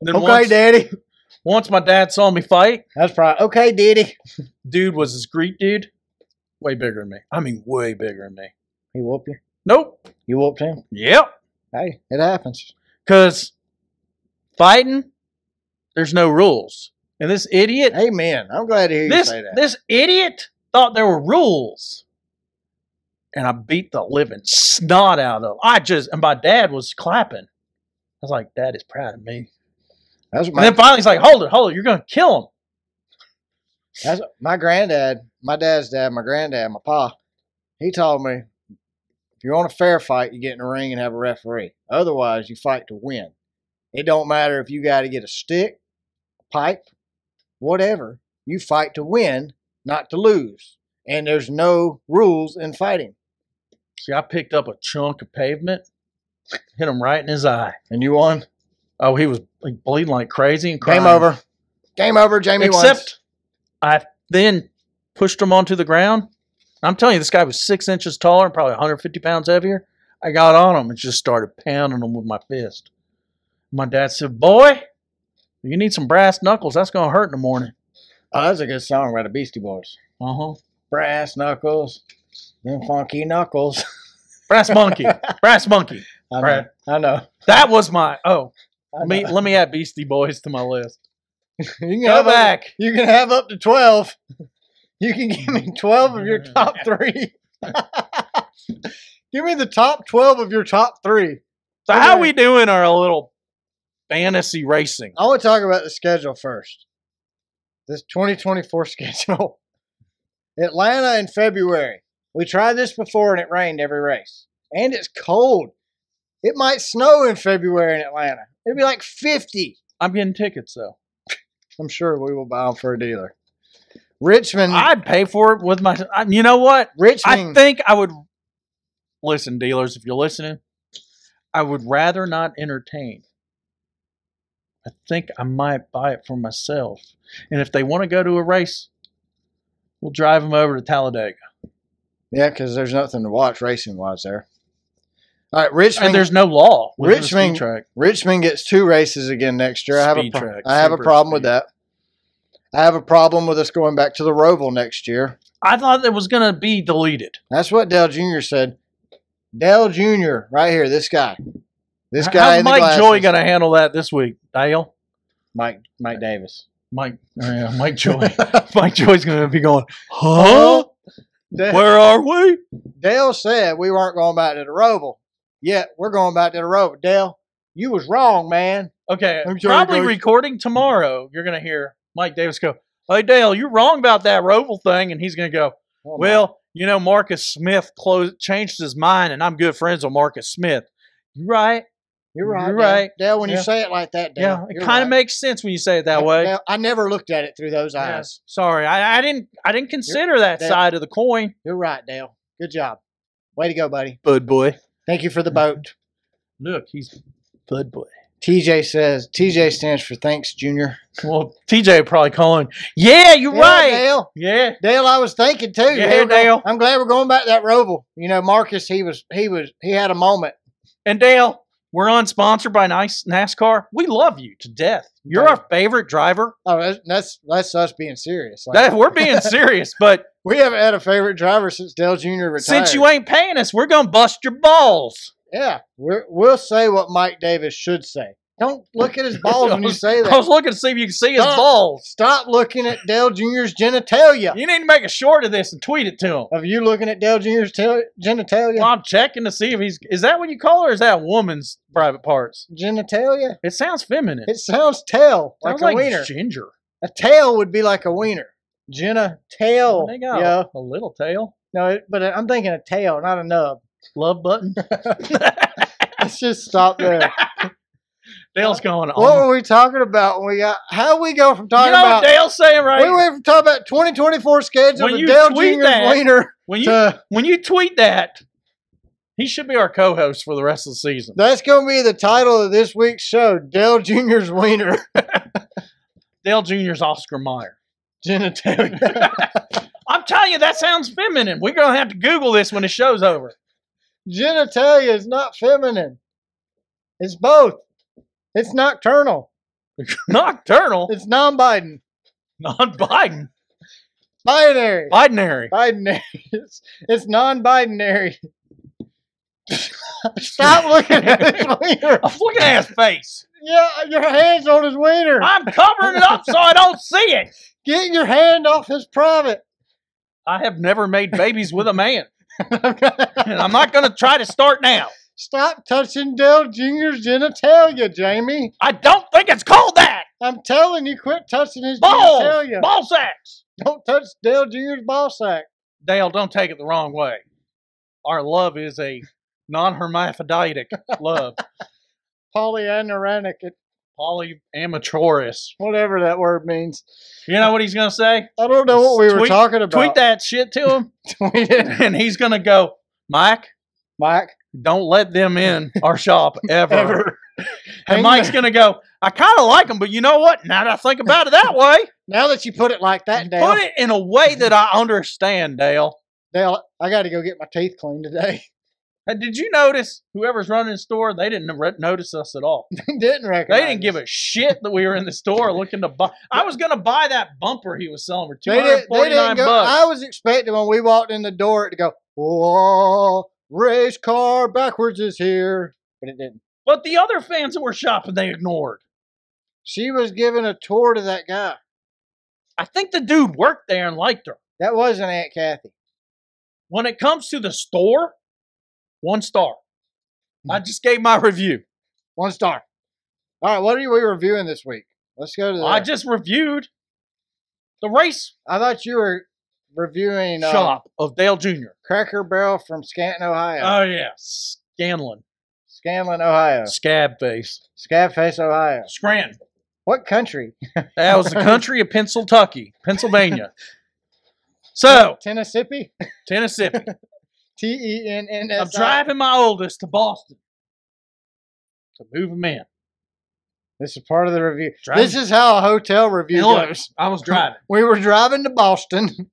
Speaker 1: Then
Speaker 3: okay,
Speaker 1: once,
Speaker 3: daddy.
Speaker 1: once my dad saw me fight,
Speaker 3: That's probably okay, Diddy.
Speaker 1: dude was this Greek dude, way bigger than me. I mean, way bigger than me.
Speaker 3: He whooped you.
Speaker 1: Nope.
Speaker 3: You whooped him.
Speaker 1: Yep.
Speaker 3: Hey, it happens.
Speaker 1: Because fighting, there's no rules, and this idiot.
Speaker 3: Amen. I'm glad to hear you
Speaker 1: this
Speaker 3: say that.
Speaker 1: this idiot thought there were rules, and I beat the living snot out of. Him. I just and my dad was clapping. I was like, "Dad is proud of me."
Speaker 3: That's what
Speaker 1: And
Speaker 3: my
Speaker 1: then finally, he's like, "Hold it, hold it! You're gonna kill him."
Speaker 3: that's what- my granddad, my dad's dad, my granddad, my pa. He told me, if you want a fair fight, you get in the ring and have a referee. Otherwise, you fight to win. It don't matter if you got to get a stick, a pipe, whatever. You fight to win, not to lose. And there's no rules in fighting.
Speaker 1: See, I picked up a chunk of pavement, hit him right in his eye.
Speaker 3: And you won.
Speaker 1: Oh, he was like bleeding like crazy and crying.
Speaker 3: Game over. Game over. Jamie won.
Speaker 1: Except I then pushed him onto the ground. I'm telling you, this guy was six inches taller and probably 150 pounds heavier. I got on him and just started pounding him with my fist. My dad said, Boy, you need some brass knuckles. That's going to hurt in the morning.
Speaker 3: Oh, that's a good song by the Beastie Boys.
Speaker 1: Uh huh.
Speaker 3: Brass knuckles, them funky knuckles.
Speaker 1: Brass monkey. brass monkey.
Speaker 3: I know.
Speaker 1: Right.
Speaker 3: I know.
Speaker 1: That was my. Oh,
Speaker 3: I
Speaker 1: let me,
Speaker 3: know.
Speaker 1: let me add Beastie Boys to my list.
Speaker 3: You can
Speaker 1: Go
Speaker 3: have up-
Speaker 1: back.
Speaker 3: you can have up to twelve. You can give me twelve of your top three. give me the top twelve of your top three.
Speaker 1: So, how we doing our little fantasy racing?
Speaker 3: I want to talk about the schedule first. This 2024 schedule. Atlanta in February. We tried this before and it rained every race. And it's cold. It might snow in February in Atlanta. It'd be like 50.
Speaker 1: I'm getting tickets, though.
Speaker 3: I'm sure we will buy them for a dealer. Richmond.
Speaker 1: I'd pay for it with my. I- You know what? I
Speaker 3: Richmond.
Speaker 1: think I would listen, dealers, if you're listening, I would rather not entertain I think I might buy it for myself. And if they want to go to a race, we'll drive them over to Talladega.
Speaker 3: Yeah, because there's nothing to watch racing wise there. All right, Richmond.
Speaker 1: and there's no law. with the
Speaker 3: Richmond-
Speaker 1: speed track.
Speaker 3: Richmond gets two races again next year. I have a
Speaker 1: Speed
Speaker 3: pro-
Speaker 1: track,
Speaker 3: I have a
Speaker 1: super
Speaker 3: problem with
Speaker 1: speed.
Speaker 3: that. I have a problem with us going back to the Roval next year.
Speaker 1: I thought it was going to be deleted.
Speaker 3: That's what Dale Jr. said. Dale Jr. right here, this guy. This
Speaker 1: How-
Speaker 3: guy
Speaker 1: How's
Speaker 3: in the
Speaker 1: Mike
Speaker 3: glasses.
Speaker 1: Joy going to handle that this week, Dale?
Speaker 3: Mike Mike Davis.
Speaker 1: Mike, oh, yeah, Mike Joy. Mike Joy's going to be going, huh?
Speaker 3: Huh? Dale,
Speaker 1: Where are we?
Speaker 3: Dale said we weren't going back to the Roval. Yet we're going back to the Roval. Dale, you was wrong, man.
Speaker 1: Okay,
Speaker 3: I'm sorry,
Speaker 1: probably
Speaker 3: guys.
Speaker 1: recording tomorrow. You're going to hear Mike Davis go, "Hey Dale, you're wrong about that Roval thing," and he's going to go,
Speaker 3: Oh, my-
Speaker 1: "Well, you know, Marcus Smith closed, changed his mind, and I'm good friends with Marcus Smith." You right?
Speaker 3: you're right.
Speaker 1: you're
Speaker 3: Dale.
Speaker 1: right.
Speaker 3: Dale, when
Speaker 1: Yeah.
Speaker 3: you say it like that, Dale.
Speaker 1: yeah, it kind of makes sense when you say it that way.
Speaker 3: Dale, I never looked at it through those
Speaker 1: Yeah,
Speaker 3: eyes.
Speaker 1: sorry, I, I didn't. I didn't consider that
Speaker 3: Dale.
Speaker 1: side of the coin.
Speaker 3: You're right, Dale. Good job. Way to go, buddy.
Speaker 1: Bud boy,
Speaker 3: Thank you for the
Speaker 1: Mm-hmm.
Speaker 3: boat.
Speaker 1: look, he's Bud boy.
Speaker 3: TJ says TJ stands for thanks, Junior.
Speaker 1: Well, TJ probably calling. Yeah, you're
Speaker 3: Yeah,
Speaker 1: right.
Speaker 3: Dale.
Speaker 1: Yeah,
Speaker 3: Dale, I was thinking too.
Speaker 1: Yeah,
Speaker 3: We're going-
Speaker 1: Dale.
Speaker 3: I'm glad we're going back to that Roval. You know, Marcus, he was he was he had a moment.
Speaker 1: And Dale, we're unsponsored by nice NASCAR. We love you to death. You're
Speaker 3: Okay.
Speaker 1: our favorite driver.
Speaker 3: Oh, that's that's, that's us being serious. Like,
Speaker 1: That- we're being serious, but
Speaker 3: we haven't had a favorite driver since Dale Junior retired.
Speaker 1: since you ain't paying us, we're gonna bust your balls.
Speaker 3: yeah, we're, we'll say what Mike Davis should say. Don't look at his balls when you say
Speaker 1: I was
Speaker 3: that.
Speaker 1: looking to see if you can see his
Speaker 3: Stop.
Speaker 1: balls.
Speaker 3: Stop looking at Dale Junior's genitalia.
Speaker 1: You need to make a short of this and tweet it to him.
Speaker 3: Of you looking at Dale Junior's tel- genitalia?
Speaker 1: Well, I'm checking to see if he's is that what you call her? Or is that a woman's private parts?
Speaker 3: genitalia?
Speaker 1: It sounds feminine.
Speaker 3: It sounds tail like
Speaker 1: sounds
Speaker 3: a wiener.
Speaker 1: ginger.
Speaker 3: a tail would be like a wiener. Jenna tail.
Speaker 1: They got
Speaker 3: Oh, Yeah.
Speaker 1: a little tail.
Speaker 3: No, it- but I'm thinking a tail, not a nub.
Speaker 1: Love button.
Speaker 3: Let's just stop there.
Speaker 1: Dale's going
Speaker 3: what
Speaker 1: on.
Speaker 3: were we talking about when we got? How we go from
Speaker 1: You
Speaker 3: talking
Speaker 1: know what
Speaker 3: about?
Speaker 1: Dale's saying right?
Speaker 3: We went from talking about 2024 schedule
Speaker 1: When
Speaker 3: to
Speaker 1: you
Speaker 3: Dale
Speaker 1: tweet
Speaker 3: Jr.'s
Speaker 1: that,
Speaker 3: wiener.
Speaker 1: when you
Speaker 3: to-
Speaker 1: when you tweet that, he should be our co-host for the rest of the season.
Speaker 3: that's going to be the title of this week's show: Dale Jr.'s wiener
Speaker 1: Dale Jr.'s Oscar Meyer.
Speaker 3: genitalia.
Speaker 1: I'm telling you, that sounds feminine. We're gonna have to Google this when the show's over.
Speaker 3: genitalia is not feminine. It's both. It's nocturnal.
Speaker 1: Nocturnal,
Speaker 3: It's non-Biden.
Speaker 1: non Biden,
Speaker 3: Binary.
Speaker 1: binary.
Speaker 3: Binary. It's, it's non-binary. Stop looking at his wiener.
Speaker 1: I'm looking at his face.
Speaker 3: Yeah, your hand's on his wiener.
Speaker 1: I'm covering it up so I don't see it.
Speaker 3: Get your hand off his private.
Speaker 1: I have never made babies with a man, and I'm not gonna try to start now.
Speaker 3: Stop touching Dale Jr.'s genitalia, Jamie.
Speaker 1: I don't think it's called that.
Speaker 3: I'm telling you, quit touching his
Speaker 1: Balls,
Speaker 3: genitalia.
Speaker 1: ball sacks.
Speaker 3: Don't touch Dale Jr.'s ball sack.
Speaker 1: Dale, don't take it the wrong way. Our love is a non-hermaphroditic love,
Speaker 3: Polyanoranic, it-
Speaker 1: polyamatorous.
Speaker 3: whatever that word means.
Speaker 1: You know what he's gonna say?
Speaker 3: I don't know what we were
Speaker 1: Tweet-
Speaker 3: talking about.
Speaker 1: Tweet that shit to him,
Speaker 3: Tweet it,
Speaker 1: and he's gonna go, Mike.
Speaker 3: Mike.
Speaker 1: Don't let them in our shop ever.
Speaker 3: Ever.
Speaker 1: And
Speaker 3: Hang
Speaker 1: Mike's gonna go. I kind of like them, but you know what? Now that I think about it that way,
Speaker 3: Now that you put it like that, Dale.
Speaker 1: put it in a way that I understand, Dale.
Speaker 3: Dale, I got to go get my teeth cleaned today.
Speaker 1: Hey, Did you notice whoever's running the store? They didn't re- notice us at all.
Speaker 3: they didn't recognize.
Speaker 1: They didn't give
Speaker 3: us.
Speaker 1: a shit that we were in the store looking to buy. I was gonna buy that bumper he was selling for two
Speaker 3: They
Speaker 1: hundred
Speaker 3: didn't. They
Speaker 1: forty-nine
Speaker 3: didn't go.
Speaker 1: bucks.
Speaker 3: I was expecting when we walked in the door it to go, "Whoa, race car backwards is here," but it didn't.
Speaker 1: but the other fans that were shopping, they ignored.
Speaker 3: She was giving a tour to that guy.
Speaker 1: I think the dude worked there and liked her.
Speaker 3: That wasn't Aunt Kathy.
Speaker 1: When it comes to the store, one star. I just gave my review.
Speaker 3: One star. All right, what are we reviewing this week? Let's go to. The,
Speaker 1: I
Speaker 3: I,
Speaker 1: just reviewed the race
Speaker 3: thought you were reviewing uh,
Speaker 1: shop of Dale Jr.
Speaker 3: Cracker Barrel from Scanton, Ohio.
Speaker 1: Oh yeah, Scanlon,
Speaker 3: Scanlon, Ohio.
Speaker 1: Scab Face,
Speaker 3: Scabface, Ohio.
Speaker 1: Scranton.
Speaker 3: What country?
Speaker 1: That was the country of Pennsylvania, Pennsylvania. So
Speaker 3: Tennessee.
Speaker 1: Tennessee.
Speaker 3: T E N N S.
Speaker 1: I'm driving my oldest to Boston to move him in.
Speaker 3: This is part of the review.
Speaker 1: Driving-
Speaker 3: This is how a hotel review
Speaker 1: And look,
Speaker 3: goes.
Speaker 1: I was driving.
Speaker 3: We were driving to Boston.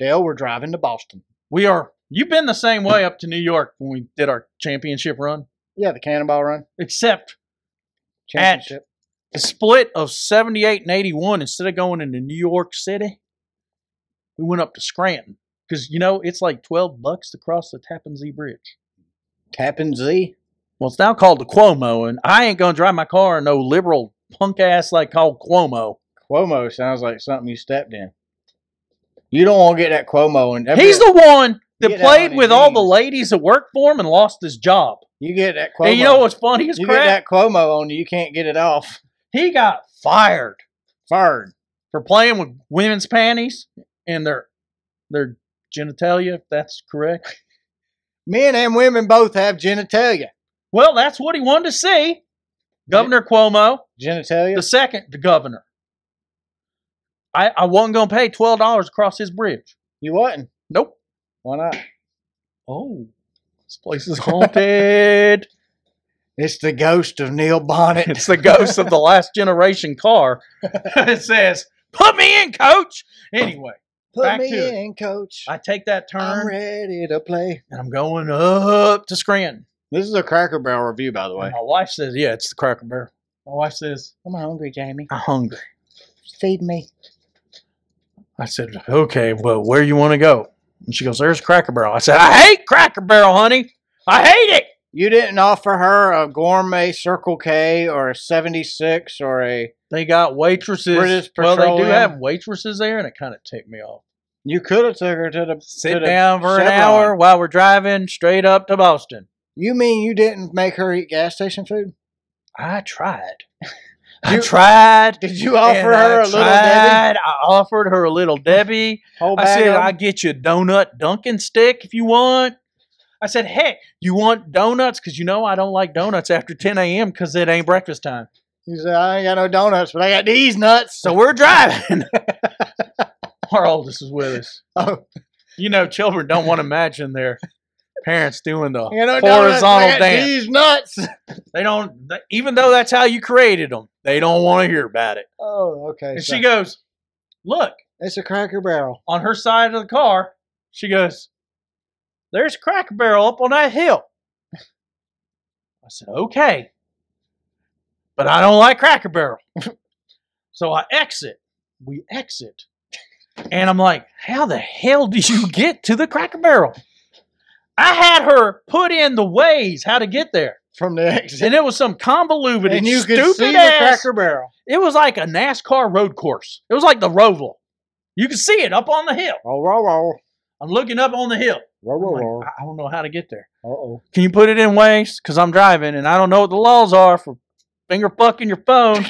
Speaker 3: Dale, we're driving to Boston.
Speaker 1: We are. You've been the same way up to New York when we did our championship run,
Speaker 3: Yeah, the Cannonball Run
Speaker 1: except
Speaker 3: Championship.
Speaker 1: the split of 78 and 81, instead of going into New York City, we went up to Scranton. Because, you know, it's like 12 bucks to cross the Tappan Zee Bridge.
Speaker 3: Tappan Z.
Speaker 1: Well, it's now called the Cuomo, and I ain't going to drive my car in no liberal punk ass like called Cuomo.
Speaker 3: Cuomo sounds like something you stepped in. You don't want to get that Cuomo in.
Speaker 1: He's the one that
Speaker 3: Get out on
Speaker 1: played
Speaker 3: his
Speaker 1: with all the
Speaker 3: knees.
Speaker 1: ladies that worked for him and lost his job.
Speaker 3: You get that Cuomo.
Speaker 1: And you know what's funny as
Speaker 3: You
Speaker 1: crap?
Speaker 3: get that Cuomo on you, you can't get it off.
Speaker 1: he got fired.
Speaker 3: Fired.
Speaker 1: for playing with women's panties and their their genitalia, if that's correct.
Speaker 3: Men and women both have genitalia.
Speaker 1: Well, that's what he wanted to see. Governor Cuomo,
Speaker 3: Genitalia.
Speaker 1: the second, the governor. I, I wasn't going to pay $12 across his bridge.
Speaker 3: you wasn't.
Speaker 1: Nope.
Speaker 3: Why not?
Speaker 1: Oh, this place is haunted.
Speaker 3: It's the ghost of Neil Bonnet.
Speaker 1: it's the ghost of the last generation car. it says, put me in, coach. Anyway,
Speaker 3: Put
Speaker 1: Back
Speaker 3: me
Speaker 1: to it.
Speaker 3: in, coach.
Speaker 1: I take that
Speaker 3: I'm
Speaker 1: turn
Speaker 3: ready to play.
Speaker 1: and I'm going up to Scranton.
Speaker 3: This is a Cracker Barrel review, by the
Speaker 1: And
Speaker 3: way.
Speaker 1: my wife says, yeah, it's the Cracker Barrel. My wife says,
Speaker 3: Uh-huh. I'm hungry, Jamie.
Speaker 1: I'm hungry.
Speaker 3: Feed me.
Speaker 1: I said, okay, well, where you want to go? And she goes, there's Cracker Barrel. I said, I hate Cracker Barrel, honey. I hate it.
Speaker 3: You didn't offer her a gourmet Circle K or a 76 or a.
Speaker 1: They got waitresses.
Speaker 3: British
Speaker 1: well, they do
Speaker 3: Petroleum.
Speaker 1: have waitresses there, and it kind of ticked me off.
Speaker 3: You could have took her to the.
Speaker 1: Sit
Speaker 3: to the
Speaker 1: down for an
Speaker 3: Chevron.
Speaker 1: hour while we're driving straight up to Boston.
Speaker 3: You mean you didn't make her eat gas station food?
Speaker 1: I tried. I
Speaker 3: You-
Speaker 1: tried.
Speaker 3: Did you offer
Speaker 1: and I
Speaker 3: her a little Debbie?
Speaker 1: tried. I offered her a little Debbie.
Speaker 3: Whole
Speaker 1: I
Speaker 3: bag
Speaker 1: said,
Speaker 3: of 'em?
Speaker 1: I get you a donut Dunkin' stick if you want. I said, heck, you want donuts? Because you know I don't like donuts after 10 a.m. because it ain't breakfast time.
Speaker 3: He said, I ain't got no donuts, but I got these nuts.
Speaker 1: So we're driving. Our oldest is with us.
Speaker 3: Oh,
Speaker 1: You know, children don't want to imagine their parents doing the
Speaker 3: I ain't got no donuts, but I
Speaker 1: horizontal
Speaker 3: got
Speaker 1: dance.
Speaker 3: These nuts.
Speaker 1: They don't, th- even though that's how you created them, they don't want to hear about it.
Speaker 3: Oh, okay.
Speaker 1: And
Speaker 3: so
Speaker 1: she goes, look,
Speaker 3: it's a Cracker Barrel.
Speaker 1: on her side of the car, she goes, There's a cracker barrel up on that hill. I said, Okay. But I don't like cracker barrel. so I exit. We exit. And I'm like, How the hell did you get to the cracker barrel? I had her put in the ways how to get there.
Speaker 3: From the exit.
Speaker 1: And it was some convoluted,
Speaker 3: and you
Speaker 1: stupid
Speaker 3: could see
Speaker 1: ass
Speaker 3: the Cracker Barrel.
Speaker 1: it was like a NASCAR road course. It was like the Roval. You could see it up on the hill.
Speaker 3: Oh, roll, roll.
Speaker 1: I'm looking up on the hill.
Speaker 3: Roll,
Speaker 1: I'm
Speaker 3: roll,
Speaker 1: like,
Speaker 3: roll.
Speaker 1: I I don't know how to get there.
Speaker 3: Uh-oh.
Speaker 1: Can you put it in ways? Because I'm driving and I don't know what the laws are for finger fucking your phone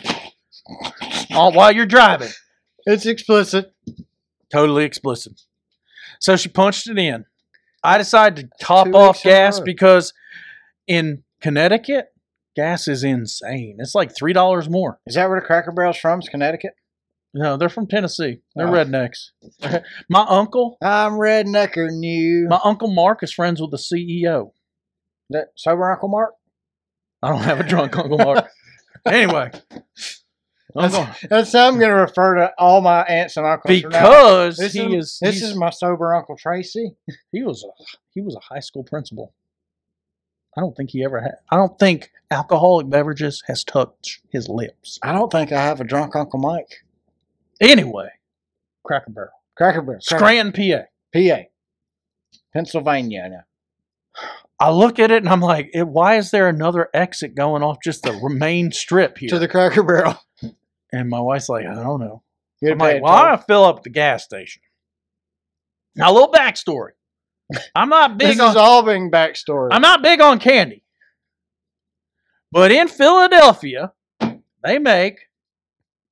Speaker 1: all while you're driving.
Speaker 3: It's explicit.
Speaker 1: Totally explicit. So she punched it in. I decided to top
Speaker 3: Two
Speaker 1: off
Speaker 3: weeks in a
Speaker 1: gas
Speaker 3: row.
Speaker 1: because in Connecticut, gas is insane. It's like three dollars more.
Speaker 3: Is that where the Cracker Barrel's from? It's Connecticut?
Speaker 1: No, they're from Tennessee. They're
Speaker 3: Oh.
Speaker 1: rednecks. My uncle
Speaker 3: I'm rednecker new.
Speaker 1: My uncle Mark is friends with the E CEO.
Speaker 3: that sober Uncle Mark?
Speaker 1: I don't have a drunk uncle Mark. Anyway, Uncle-
Speaker 3: That's how I'm going to refer to all my aunts and uncles. from now on.
Speaker 1: because
Speaker 3: this
Speaker 1: he
Speaker 3: is,
Speaker 1: is,
Speaker 3: this
Speaker 1: he's-
Speaker 3: is my sober Uncle Tracy.
Speaker 1: he was a, he was a high school principal. I don't think he ever had. I don't think alcoholic beverages has touched his lips.
Speaker 3: I don't think I have a drunk Uncle Mike.
Speaker 1: Anyway, Cracker Barrel,
Speaker 3: Cracker Barrel. Cracker-
Speaker 1: Scranton, PA.
Speaker 3: PA. Pennsylvania now.
Speaker 1: I look at it and I'm like, "Eh, why is there another exit going off just the main strip here?
Speaker 3: To the Cracker Barrel.
Speaker 1: and my wife's like, I don't know.
Speaker 3: You'd
Speaker 1: I'm
Speaker 3: pay
Speaker 1: like,
Speaker 3: a
Speaker 1: well,
Speaker 3: toll.
Speaker 1: I gotta fill up the gas station. Now, a little backstory. I'm not
Speaker 3: this
Speaker 1: big
Speaker 3: is
Speaker 1: on
Speaker 3: all being backstory.
Speaker 1: I'm not big on candy, but in Philadelphia, they make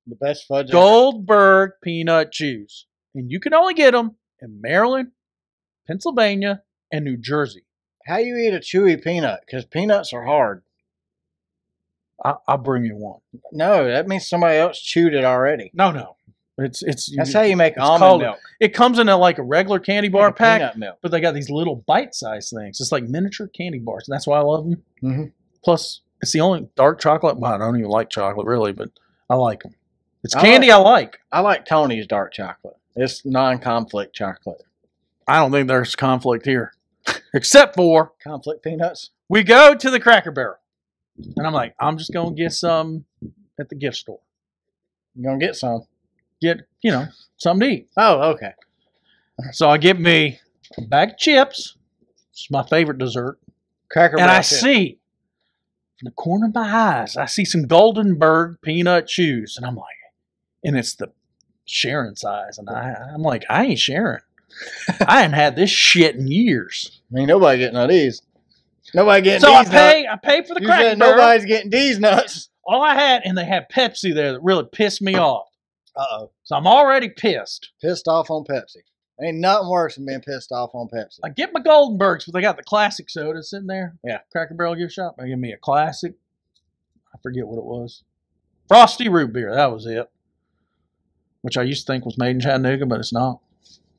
Speaker 3: the best fudge. ever.
Speaker 1: Goldberg peanut chews, and you can only get them in Maryland, Pennsylvania, and New Jersey.
Speaker 3: How you eat a chewy peanut? Because peanuts are hard.
Speaker 1: I, I'll bring you one.
Speaker 3: No, that means somebody else chewed it already.
Speaker 1: No, no, it's it's
Speaker 3: That's how you make
Speaker 1: it's
Speaker 3: almond
Speaker 1: called
Speaker 3: milk.
Speaker 1: it comes in a, like a regular candy
Speaker 3: Like
Speaker 1: bar
Speaker 3: a
Speaker 1: pack,
Speaker 3: Peanut milk.
Speaker 1: but they got these little bite-sized things. It's like miniature candy bars, and that's why I love them.
Speaker 3: Mhm.
Speaker 1: Plus, It's the only dark chocolate. Well, I don't even like chocolate really, but I like them. It's
Speaker 3: I
Speaker 1: candy I like.
Speaker 3: I like Tony's dark chocolate. It's non-conflict chocolate.
Speaker 1: I don't think there's conflict here, except for
Speaker 3: Conflict peanuts.
Speaker 1: we go to the Cracker Barrel, and I'm like, I'm just gonna get some at the gift store.
Speaker 3: You gonna get some?
Speaker 1: Get you know something to eat.
Speaker 3: Oh, okay.
Speaker 1: So I get me a bag of chips. It's my favorite dessert.
Speaker 3: Cracker.
Speaker 1: and
Speaker 3: Barrel
Speaker 1: I
Speaker 3: too.
Speaker 1: see from the corner of my eyes, I see some Goldenberg peanut shoes, and I'm like, and it's the Sharon size, and I, I'm like, I ain't Sharon. I ain't had this shit in years.
Speaker 3: Ain't nobody getting none of these. Nobody getting
Speaker 1: so I
Speaker 3: these nuts.
Speaker 1: pay, I pay for the
Speaker 3: You
Speaker 1: cracker
Speaker 3: said
Speaker 1: barrel.
Speaker 3: nobody's getting these nuts.
Speaker 1: All I had, and they had Pepsi there that really pissed me off.
Speaker 3: Uh oh.
Speaker 1: So I'm already pissed.
Speaker 3: Pissed off on Pepsi. Ain't nothing worse than being pissed off on Pepsi.
Speaker 1: I get my Goldenbergs, but they got the classic soda sitting there.
Speaker 3: Yeah.
Speaker 1: Cracker Barrel gift shop. They give me a classic. I forget what it was. Frosty root beer. That was it. Which I used to think was made in Chattanooga, but it's not.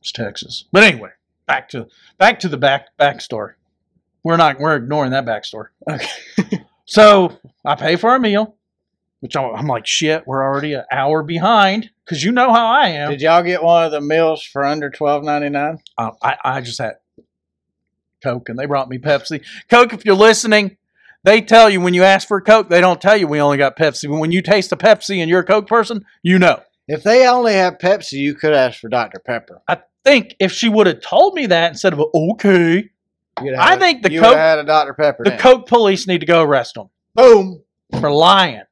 Speaker 1: It's Texas. But anyway, back to back to the back backstory. We're not we're ignoring that backstory. Okay. so I pay for a meal, which I'm, I'm like shit. We're already an hour behind because you know how I am.
Speaker 3: Did y'all get one of the meals for under twelve ninety nine?
Speaker 1: I, Uh, I, I just had Coke and they brought me Pepsi. Coke, if you're listening, they tell you when you ask for a Coke, they don't tell you we only got Pepsi. But when you taste a Pepsi and you're a Coke person, you know.
Speaker 3: If they only have Pepsi, you could ask for Dr Pepper.
Speaker 1: I think if she would have told me that instead of okay,
Speaker 3: You'd
Speaker 1: I
Speaker 3: have-
Speaker 1: think the
Speaker 3: you would've
Speaker 1: Coke-
Speaker 3: had a Dr Pepper.
Speaker 1: the
Speaker 3: then.
Speaker 1: Coke police need to go arrest them
Speaker 3: Boom.
Speaker 1: for lying.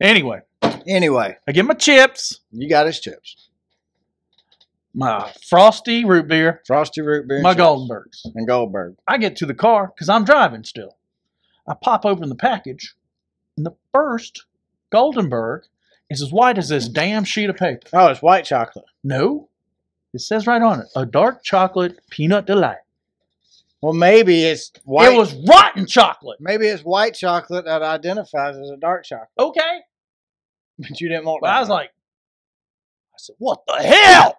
Speaker 1: Anyway,
Speaker 3: Anyway,
Speaker 1: I get my chips,
Speaker 3: you got his chips.
Speaker 1: my frosty root beer,
Speaker 3: Frosty root beer. and
Speaker 1: my
Speaker 3: chips.
Speaker 1: Goldenbergs.
Speaker 3: And Goldberg.
Speaker 1: I get to the car because I'm driving still. I pop open the package, and the first Goldenberg is as white as this damn sheet of paper.
Speaker 3: Oh, it's white chocolate.
Speaker 1: No, it says right on it a dark chocolate peanut delight.
Speaker 3: Well, maybe it's white.
Speaker 1: It was rotten chocolate.
Speaker 3: maybe it's white chocolate that identifies as a dark chocolate,
Speaker 1: Okay,
Speaker 3: but you didn't want.
Speaker 1: but
Speaker 3: that
Speaker 1: I was
Speaker 3: one.
Speaker 1: like, I said, what the hell?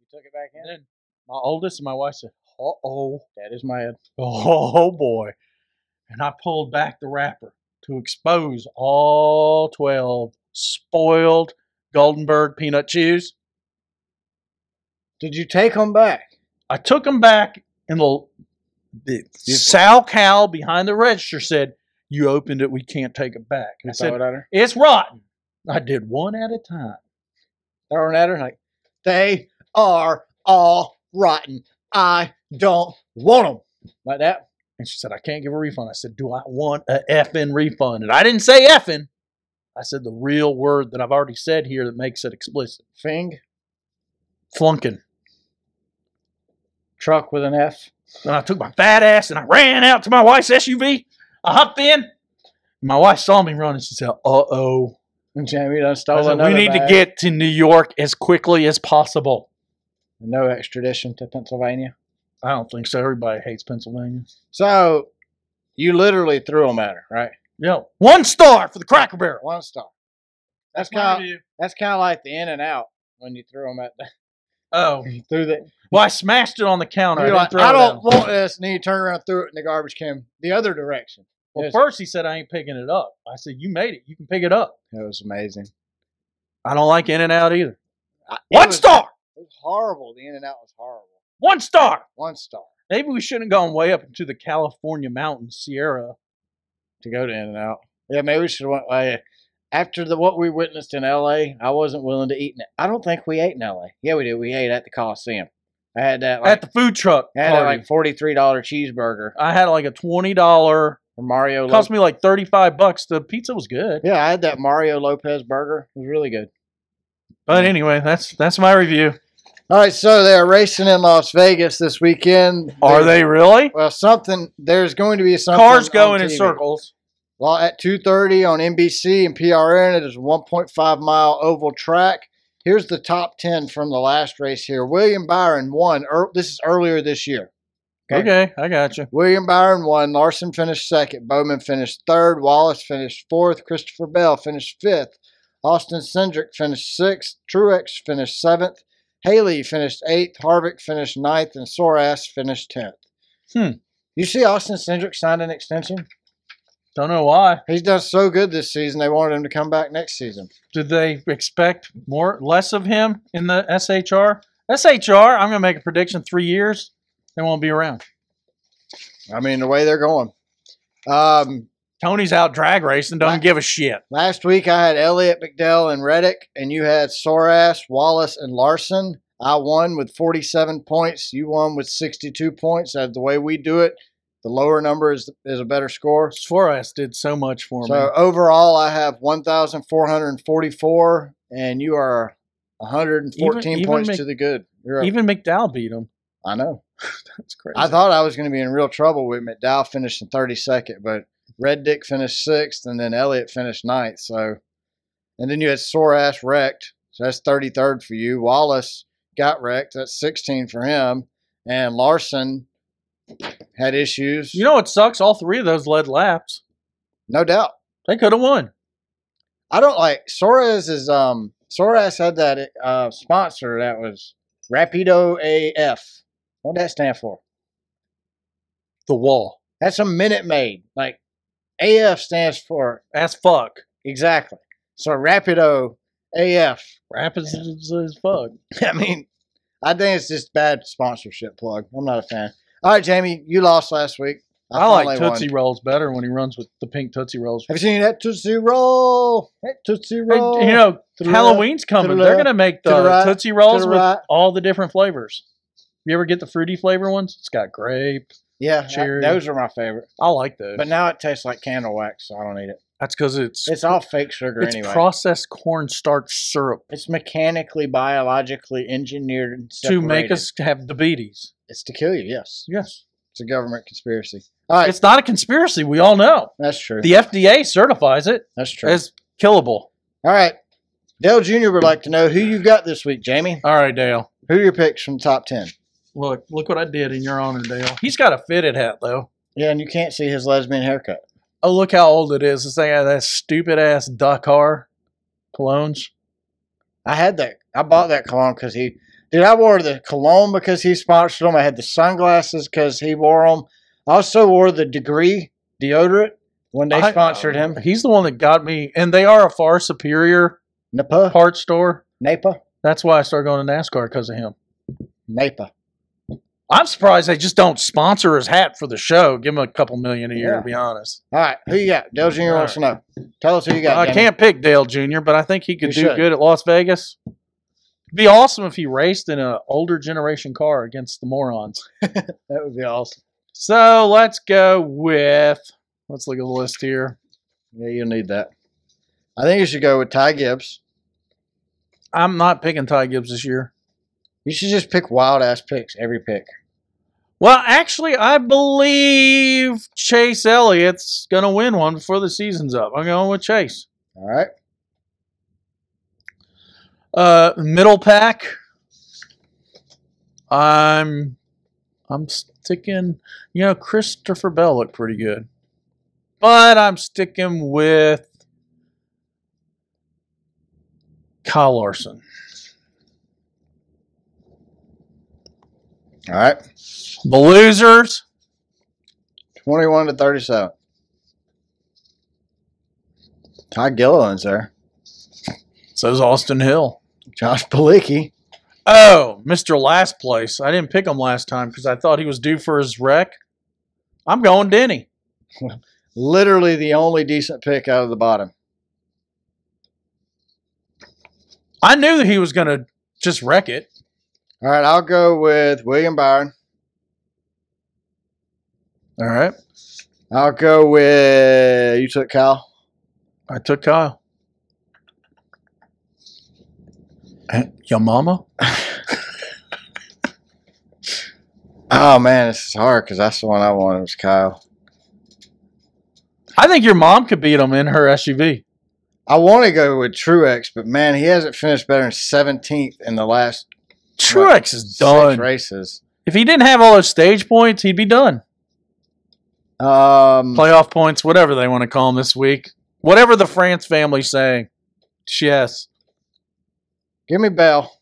Speaker 3: you took it back
Speaker 1: And
Speaker 3: in.
Speaker 1: then my oldest and my wife said, uh oh.
Speaker 3: That is my.
Speaker 1: Oh boy. And I pulled back the wrapper to expose all 12 spoiled Goldenberg peanut chews.
Speaker 3: Did you take them back?
Speaker 1: I took them back, and the, the
Speaker 3: You-
Speaker 1: Sal Cal behind the register said, You opened it, we can't take it back. And I
Speaker 3: You throw
Speaker 1: said,
Speaker 3: it at her.
Speaker 1: It's rotten. I did one at a time.
Speaker 3: Throw it at her. Like they are all rotten. I don't want them like that.
Speaker 1: And she said, I can't give a refund. I said, Do I want a effing refund? And I didn't say effing. I said the real word that I've already said here that makes it explicit
Speaker 3: Fing
Speaker 1: flunking.
Speaker 3: truck with an F.
Speaker 1: And I took my fat ass and I ran out to my wife's SUV. I hopped in. My wife saw me running. She said, "Uh oh,
Speaker 3: And Jamie done
Speaker 1: I
Speaker 3: stole
Speaker 1: said,
Speaker 3: another.
Speaker 1: we need to
Speaker 3: bag.
Speaker 1: get to New York as quickly as possible."
Speaker 3: no extradition to Pennsylvania.
Speaker 1: I don't think so. Everybody hates Pennsylvania.
Speaker 3: So you literally threw them at her, right?
Speaker 1: Yeah, one star for the Cracker Barrel.
Speaker 3: One star. That's kind. Of, that's kind of like the in and out when you threw them at the,
Speaker 1: Oh,
Speaker 3: you threw the
Speaker 1: well, I smashed it on the counter. I
Speaker 3: You're
Speaker 1: didn't
Speaker 3: like,
Speaker 1: throw
Speaker 3: I
Speaker 1: it
Speaker 3: don't
Speaker 1: out.
Speaker 3: want this. And then you turn around and threw it in the garbage can the other direction.
Speaker 1: Well,
Speaker 3: Yes.
Speaker 1: first he said I ain't picking it up. I said, "You made it. You can pick it up."
Speaker 3: That was amazing.
Speaker 1: I don't like In and Out either.
Speaker 3: I- it
Speaker 1: One
Speaker 3: was-
Speaker 1: star.
Speaker 3: It was horrible. The in and out was horrible.
Speaker 1: One star.
Speaker 3: One star
Speaker 1: Maybe we shouldn't have gone way up into the California mountains, Sierra.
Speaker 3: to go to in and out. Yeah, maybe we should have went like after the what we witnessed in LA, I wasn't willing to eat in it. I don't think we ate in LA. Yeah, we did. We ate at the Coliseum. I had that like,
Speaker 1: at the food truck.
Speaker 3: I had that
Speaker 1: party.
Speaker 3: like forty three dollar cheeseburger
Speaker 1: I had like a twenty dollar.
Speaker 3: from Mario
Speaker 1: Cost
Speaker 3: Lopez.
Speaker 1: me like thirty five bucks. The pizza was good.
Speaker 3: Yeah, I had that Mario Lopez burger. It was really good.
Speaker 1: But anyway, that's that's my review.
Speaker 3: All right, so they're racing in Las Vegas this weekend.
Speaker 1: Are they really?
Speaker 3: Well, something there's going to be something.
Speaker 1: Cars
Speaker 3: on
Speaker 1: going in
Speaker 3: TV.
Speaker 1: circles.
Speaker 3: Well, at 2:30 on NBC and PRN, it is a 1.5 mile oval track. Here's the top 10 from the last race here. William Byron won. ear- this is earlier this year.
Speaker 1: Okay,
Speaker 3: Okay.
Speaker 1: I got you.
Speaker 3: William Byron won. Larson finished second. Bowman finished third. Wallace finished fourth. Christopher Bell finished fifth. Austin Cindric finished sixth. Truex finished seventh. Haley finished eighth. Harvick finished ninth. And Soras finished tenth.
Speaker 1: Hmm.
Speaker 3: You see, Austin Cindric signed an extension.
Speaker 1: Don't know why.
Speaker 3: He's done so good this season. They wanted him to come back next season.
Speaker 1: Did they expect more less of him in the SHR? SHR, I'm gonna make a prediction three years, they won't be around.
Speaker 3: I mean, the way they're going. Um,
Speaker 1: Tony's out drag racing,
Speaker 3: Right.
Speaker 1: don't give a shit.
Speaker 3: last week I had Elliott, McDowell, and Reddick, and you had Soras, Wallace, and Larson. I won with 47 points. You won with 62 points. That's the way we do it. The lower number is is a better score.
Speaker 1: Suarez did so much for me.
Speaker 3: So overall, I have 1,444, and you are 114
Speaker 1: Even- even
Speaker 3: points
Speaker 1: Mc-
Speaker 3: to the good. You're up.
Speaker 1: Even McDowell beat him.
Speaker 3: I know.
Speaker 1: That's crazy.
Speaker 3: uh, I thought I was going to be in real trouble with McDowell finishing 32nd, but Red Dick finished sixth, and then Elliott finished ninth. So, and then you had sore ass wrecked. So that's 33rd for you. Wallace got wrecked. That's 16 for him. And Larson had issues.
Speaker 1: you know what sucks? All three of those led laps.
Speaker 3: no doubt.
Speaker 1: They could have won.
Speaker 3: I don't like Soros is um Soros had that uh sponsor that was Rapido AF. What'd that stand for?
Speaker 1: The wall.
Speaker 3: That's a minute made. Like AF stands for
Speaker 1: As fuck.
Speaker 3: exactly. So Rapido AF.
Speaker 1: Rapids is as fuck.
Speaker 3: I mean, I think it's just bad sponsorship plug. I'm not a fan. All right, Jamie, you lost last week.
Speaker 1: I, like
Speaker 3: finally won.
Speaker 1: Tootsie Rolls better when he runs with the pink Tootsie Rolls.
Speaker 3: Have you seen that Tootsie Roll? That Tootsie
Speaker 1: Hey,
Speaker 3: Roll.
Speaker 1: you know,
Speaker 3: To the
Speaker 1: Halloween's coming. They're
Speaker 3: left,
Speaker 1: gonna make
Speaker 3: to the
Speaker 1: the
Speaker 3: right,
Speaker 1: Tootsie Rolls
Speaker 3: to the
Speaker 1: with
Speaker 3: right.
Speaker 1: all the different flavors. You ever get the fruity flavor ones? It's got grape.
Speaker 3: yeah, I-
Speaker 1: Cherry.
Speaker 3: those are my favorite.
Speaker 1: I like those.
Speaker 3: But now it tastes like candle wax, so I don't eat it.
Speaker 1: That's because it's it's,
Speaker 3: It's all fake sugar anyway.
Speaker 1: processed cornstarch syrup
Speaker 3: It's mechanically, biologically engineered and
Speaker 1: to make
Speaker 3: separated.
Speaker 1: us have diabetes.
Speaker 3: It's to kill you. Yes,
Speaker 1: Yes,
Speaker 3: it's a government conspiracy. All right,
Speaker 1: it's not a conspiracy. We all know
Speaker 3: that's true.
Speaker 1: the FDA certifies it
Speaker 3: that's true.
Speaker 1: as killable.
Speaker 3: All right, Dale Jr. would like to know who you've got this week, Jamie.
Speaker 1: All right, Dale.
Speaker 3: Who are your picks from top ten?
Speaker 1: Look, look what I did in your honor, Dale. He's got a fitted hat though.
Speaker 3: Yeah, and you can't see his lesbian haircut.
Speaker 1: Oh, look how old it is. This thing had that stupid ass Dakar colognes.
Speaker 3: I had that. I bought that cologne because he. Dude, I wore the cologne because he sponsored them. I had the sunglasses because he wore them. I also wore the degree deodorant when they
Speaker 1: I-
Speaker 3: sponsored him.
Speaker 1: He's the one that got me, and they are a far superior
Speaker 3: Napa,
Speaker 1: part store.
Speaker 3: Napa,
Speaker 1: That's why I started going to NASCAR because of him.
Speaker 3: Napa.
Speaker 1: I'm surprised they just don't sponsor his hat for the show. Give him a couple million a year,
Speaker 3: Yeah.
Speaker 1: to be honest.
Speaker 3: All right, who you got? Dale Jr. wants to know. Tell us who you got.
Speaker 1: I
Speaker 3: Jamie.
Speaker 1: can't pick Dale Jr., but I think he could
Speaker 3: You
Speaker 1: do
Speaker 3: should.
Speaker 1: good at Las Vegas. It'd be awesome if he raced in an older generation car against the morons.
Speaker 3: That would be awesome.
Speaker 1: So let's go with. Let's look at the list here.
Speaker 3: Yeah, you'll need that. I think you should go with Ty Gibbs.
Speaker 1: I'm not picking Ty Gibbs this year.
Speaker 3: You should just pick wild ass picks every pick.
Speaker 1: Well, actually, I believe Chase Elliott's going to win one before the season's up. I'm going with Chase.
Speaker 3: All right.
Speaker 1: Uh, middle pack. I'm, I'm sticking. You know, Christopher Bell looked pretty good, but I'm sticking with Kyle Larson.
Speaker 3: All right.
Speaker 1: The losers.
Speaker 3: 21 to 37. Ty Gilliland's there.
Speaker 1: So's Austin Hill.
Speaker 3: Josh Palicki.
Speaker 1: Oh, Mr. Last Place. I didn't pick him last time because I thought he was due for his wreck. I'm going Denny.
Speaker 3: Literally the only decent pick out of the bottom.
Speaker 1: I knew that he was going to just wreck it.
Speaker 3: All right. I'll go with William Byron.
Speaker 1: All right.
Speaker 3: I'll go with. You took Kyle.
Speaker 1: I took Kyle. Eh, Your mama?
Speaker 3: Oh, man. This is hard because that's the one I wanted was Kyle.
Speaker 1: I think your mom could beat him in her SUV.
Speaker 3: I want to go with Truex, but man, he hasn't finished better than 17th in the last
Speaker 1: Truex is
Speaker 3: six
Speaker 1: done.
Speaker 3: races.
Speaker 1: If he didn't have all those stage points, he'd be done.
Speaker 3: Um,
Speaker 1: Playoff points, whatever they want to call him this week. Whatever the France family's saying. Yes.
Speaker 3: give me Bell.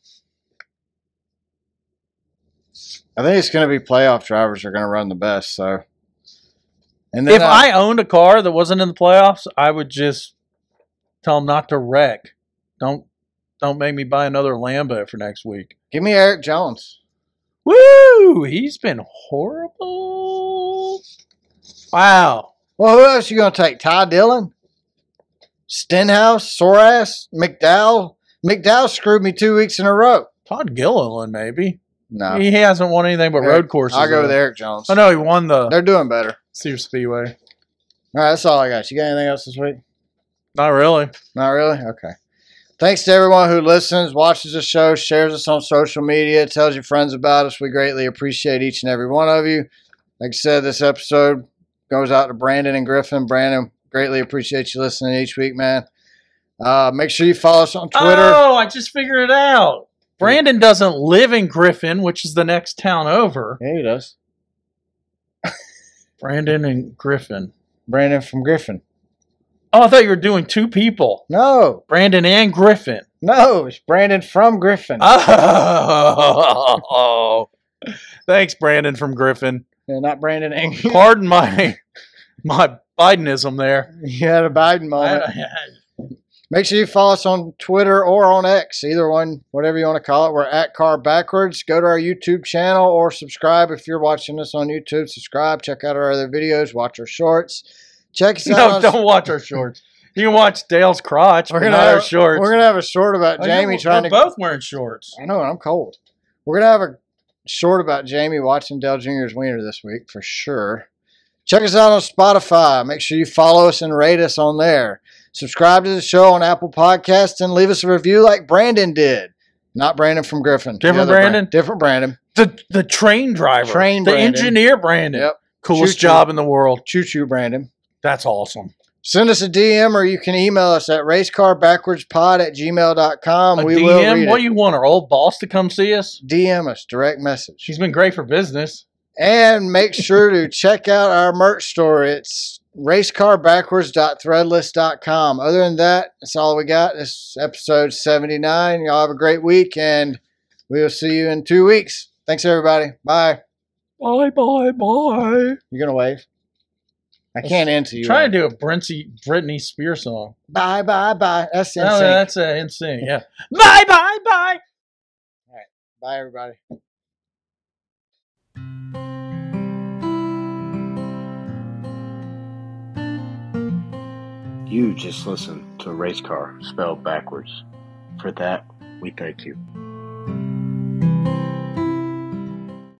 Speaker 3: I think it's going to be playoff drivers are going to run the best. So And then uh,
Speaker 1: If I owned a car that wasn't in the playoffs, I would just tell them not to wreck. Don't don't make me buy another Lambo for next week.
Speaker 3: give me Eric Jones.
Speaker 1: Woo! He's been horrible. Wow.
Speaker 3: Well, who else you gonna take? Ty Dillon, Stenhouse, Soras, McDowell. McDowell screwed me two weeks in a row.
Speaker 1: Todd Gilliland, maybe.
Speaker 3: No,
Speaker 1: He hasn't won anything but
Speaker 3: Eric-
Speaker 1: road courses.
Speaker 3: I'll go
Speaker 1: though.
Speaker 3: with Eric Jones.
Speaker 1: I know he won the
Speaker 3: They're doing better.
Speaker 1: Super Speedway.
Speaker 3: All right, that's all I got. You got anything else this week?
Speaker 1: Not really.
Speaker 3: Not really? Okay. Thanks to everyone who listens, watches the show, shares us on social media, tells your friends about us. We greatly appreciate each and every one of you. Like I said, this episode goes out to Brandon and Griffin. Brandon, greatly appreciate you listening each week, man. Uh, make sure you follow us on Twitter.
Speaker 1: Oh, I just figured it out. Brandon doesn't live in Griffin, which is the next town over.
Speaker 3: Yeah, he does.
Speaker 1: Brandon and Griffin.
Speaker 3: Brandon from Griffin.
Speaker 1: Oh, I thought you were doing two people.
Speaker 3: No,
Speaker 1: Brandon and Griffin.
Speaker 3: no, it's Brandon from Griffin.
Speaker 1: Oh. Thanks, Brandon from Griffin.
Speaker 3: Yeah, not Brandon Eng.
Speaker 1: Pardon my my Bidenism there.
Speaker 3: you had a Biden moment.
Speaker 1: That's
Speaker 3: Make sure you follow us on Twitter or on X, either one, whatever you want to call it. We're at Car Backwards. Go to our YouTube channel or subscribe if you're watching us on YouTube. Subscribe, check out our other videos, watch our shorts. Check us
Speaker 1: no,
Speaker 3: out. on-
Speaker 1: don't watch our shorts. You can watch Dale's crotch,
Speaker 3: We're
Speaker 1: but
Speaker 3: gonna
Speaker 1: not
Speaker 3: have-
Speaker 1: our shorts.
Speaker 3: We're gonna have a short about
Speaker 1: Oh,
Speaker 3: Jamie
Speaker 1: you're-
Speaker 3: trying to.
Speaker 1: we're both wearing shorts.
Speaker 3: I know I'm cold. We're gonna have a short about Jamie watching Dell Jr.'s wiener this week for sure. Check us out on Spotify. Make sure you follow us and rate us on there. Subscribe to the show on Apple Podcasts and leave us a review like Brandon did. Not Brandon from Griffin. The
Speaker 1: Different
Speaker 3: other Bran-
Speaker 1: Brandon?
Speaker 3: different Brandon.
Speaker 1: The the train driver,
Speaker 3: Train
Speaker 1: the
Speaker 3: Brandon.
Speaker 1: engineer, Brandon.
Speaker 3: Yep.
Speaker 1: Coolest
Speaker 3: Choo-choo.
Speaker 1: job in the world.
Speaker 3: Choo choo Brandon.
Speaker 1: That's awesome.
Speaker 3: Send us a DM or you can email us at racecarbackwardspod at gmail.com.
Speaker 1: A
Speaker 3: Um, we
Speaker 1: DM,
Speaker 3: will read
Speaker 1: what do
Speaker 3: it.
Speaker 1: you want? Our old boss to come see us?
Speaker 3: DM us, direct message.
Speaker 1: She's been great for business.
Speaker 3: And make sure to check out our merch store. It's racecarbackwards.threadless.com. Other than that, that's all we got. This is episode 79. Y'all have a great week, and we will see you in two weeks. Thanks, everybody. Bye.
Speaker 1: Bye, bye, bye.
Speaker 3: You're going to wave? I can't answer you.
Speaker 1: Try and do a Brincy, Britney Spears song.
Speaker 3: Bye, bye, bye. That's
Speaker 1: No,
Speaker 3: insane.
Speaker 1: that's uh, insane. Yeah. bye, bye, bye.
Speaker 3: Bye, everybody.
Speaker 2: You just listened to Race Car spelled backwards. For that, we thank you.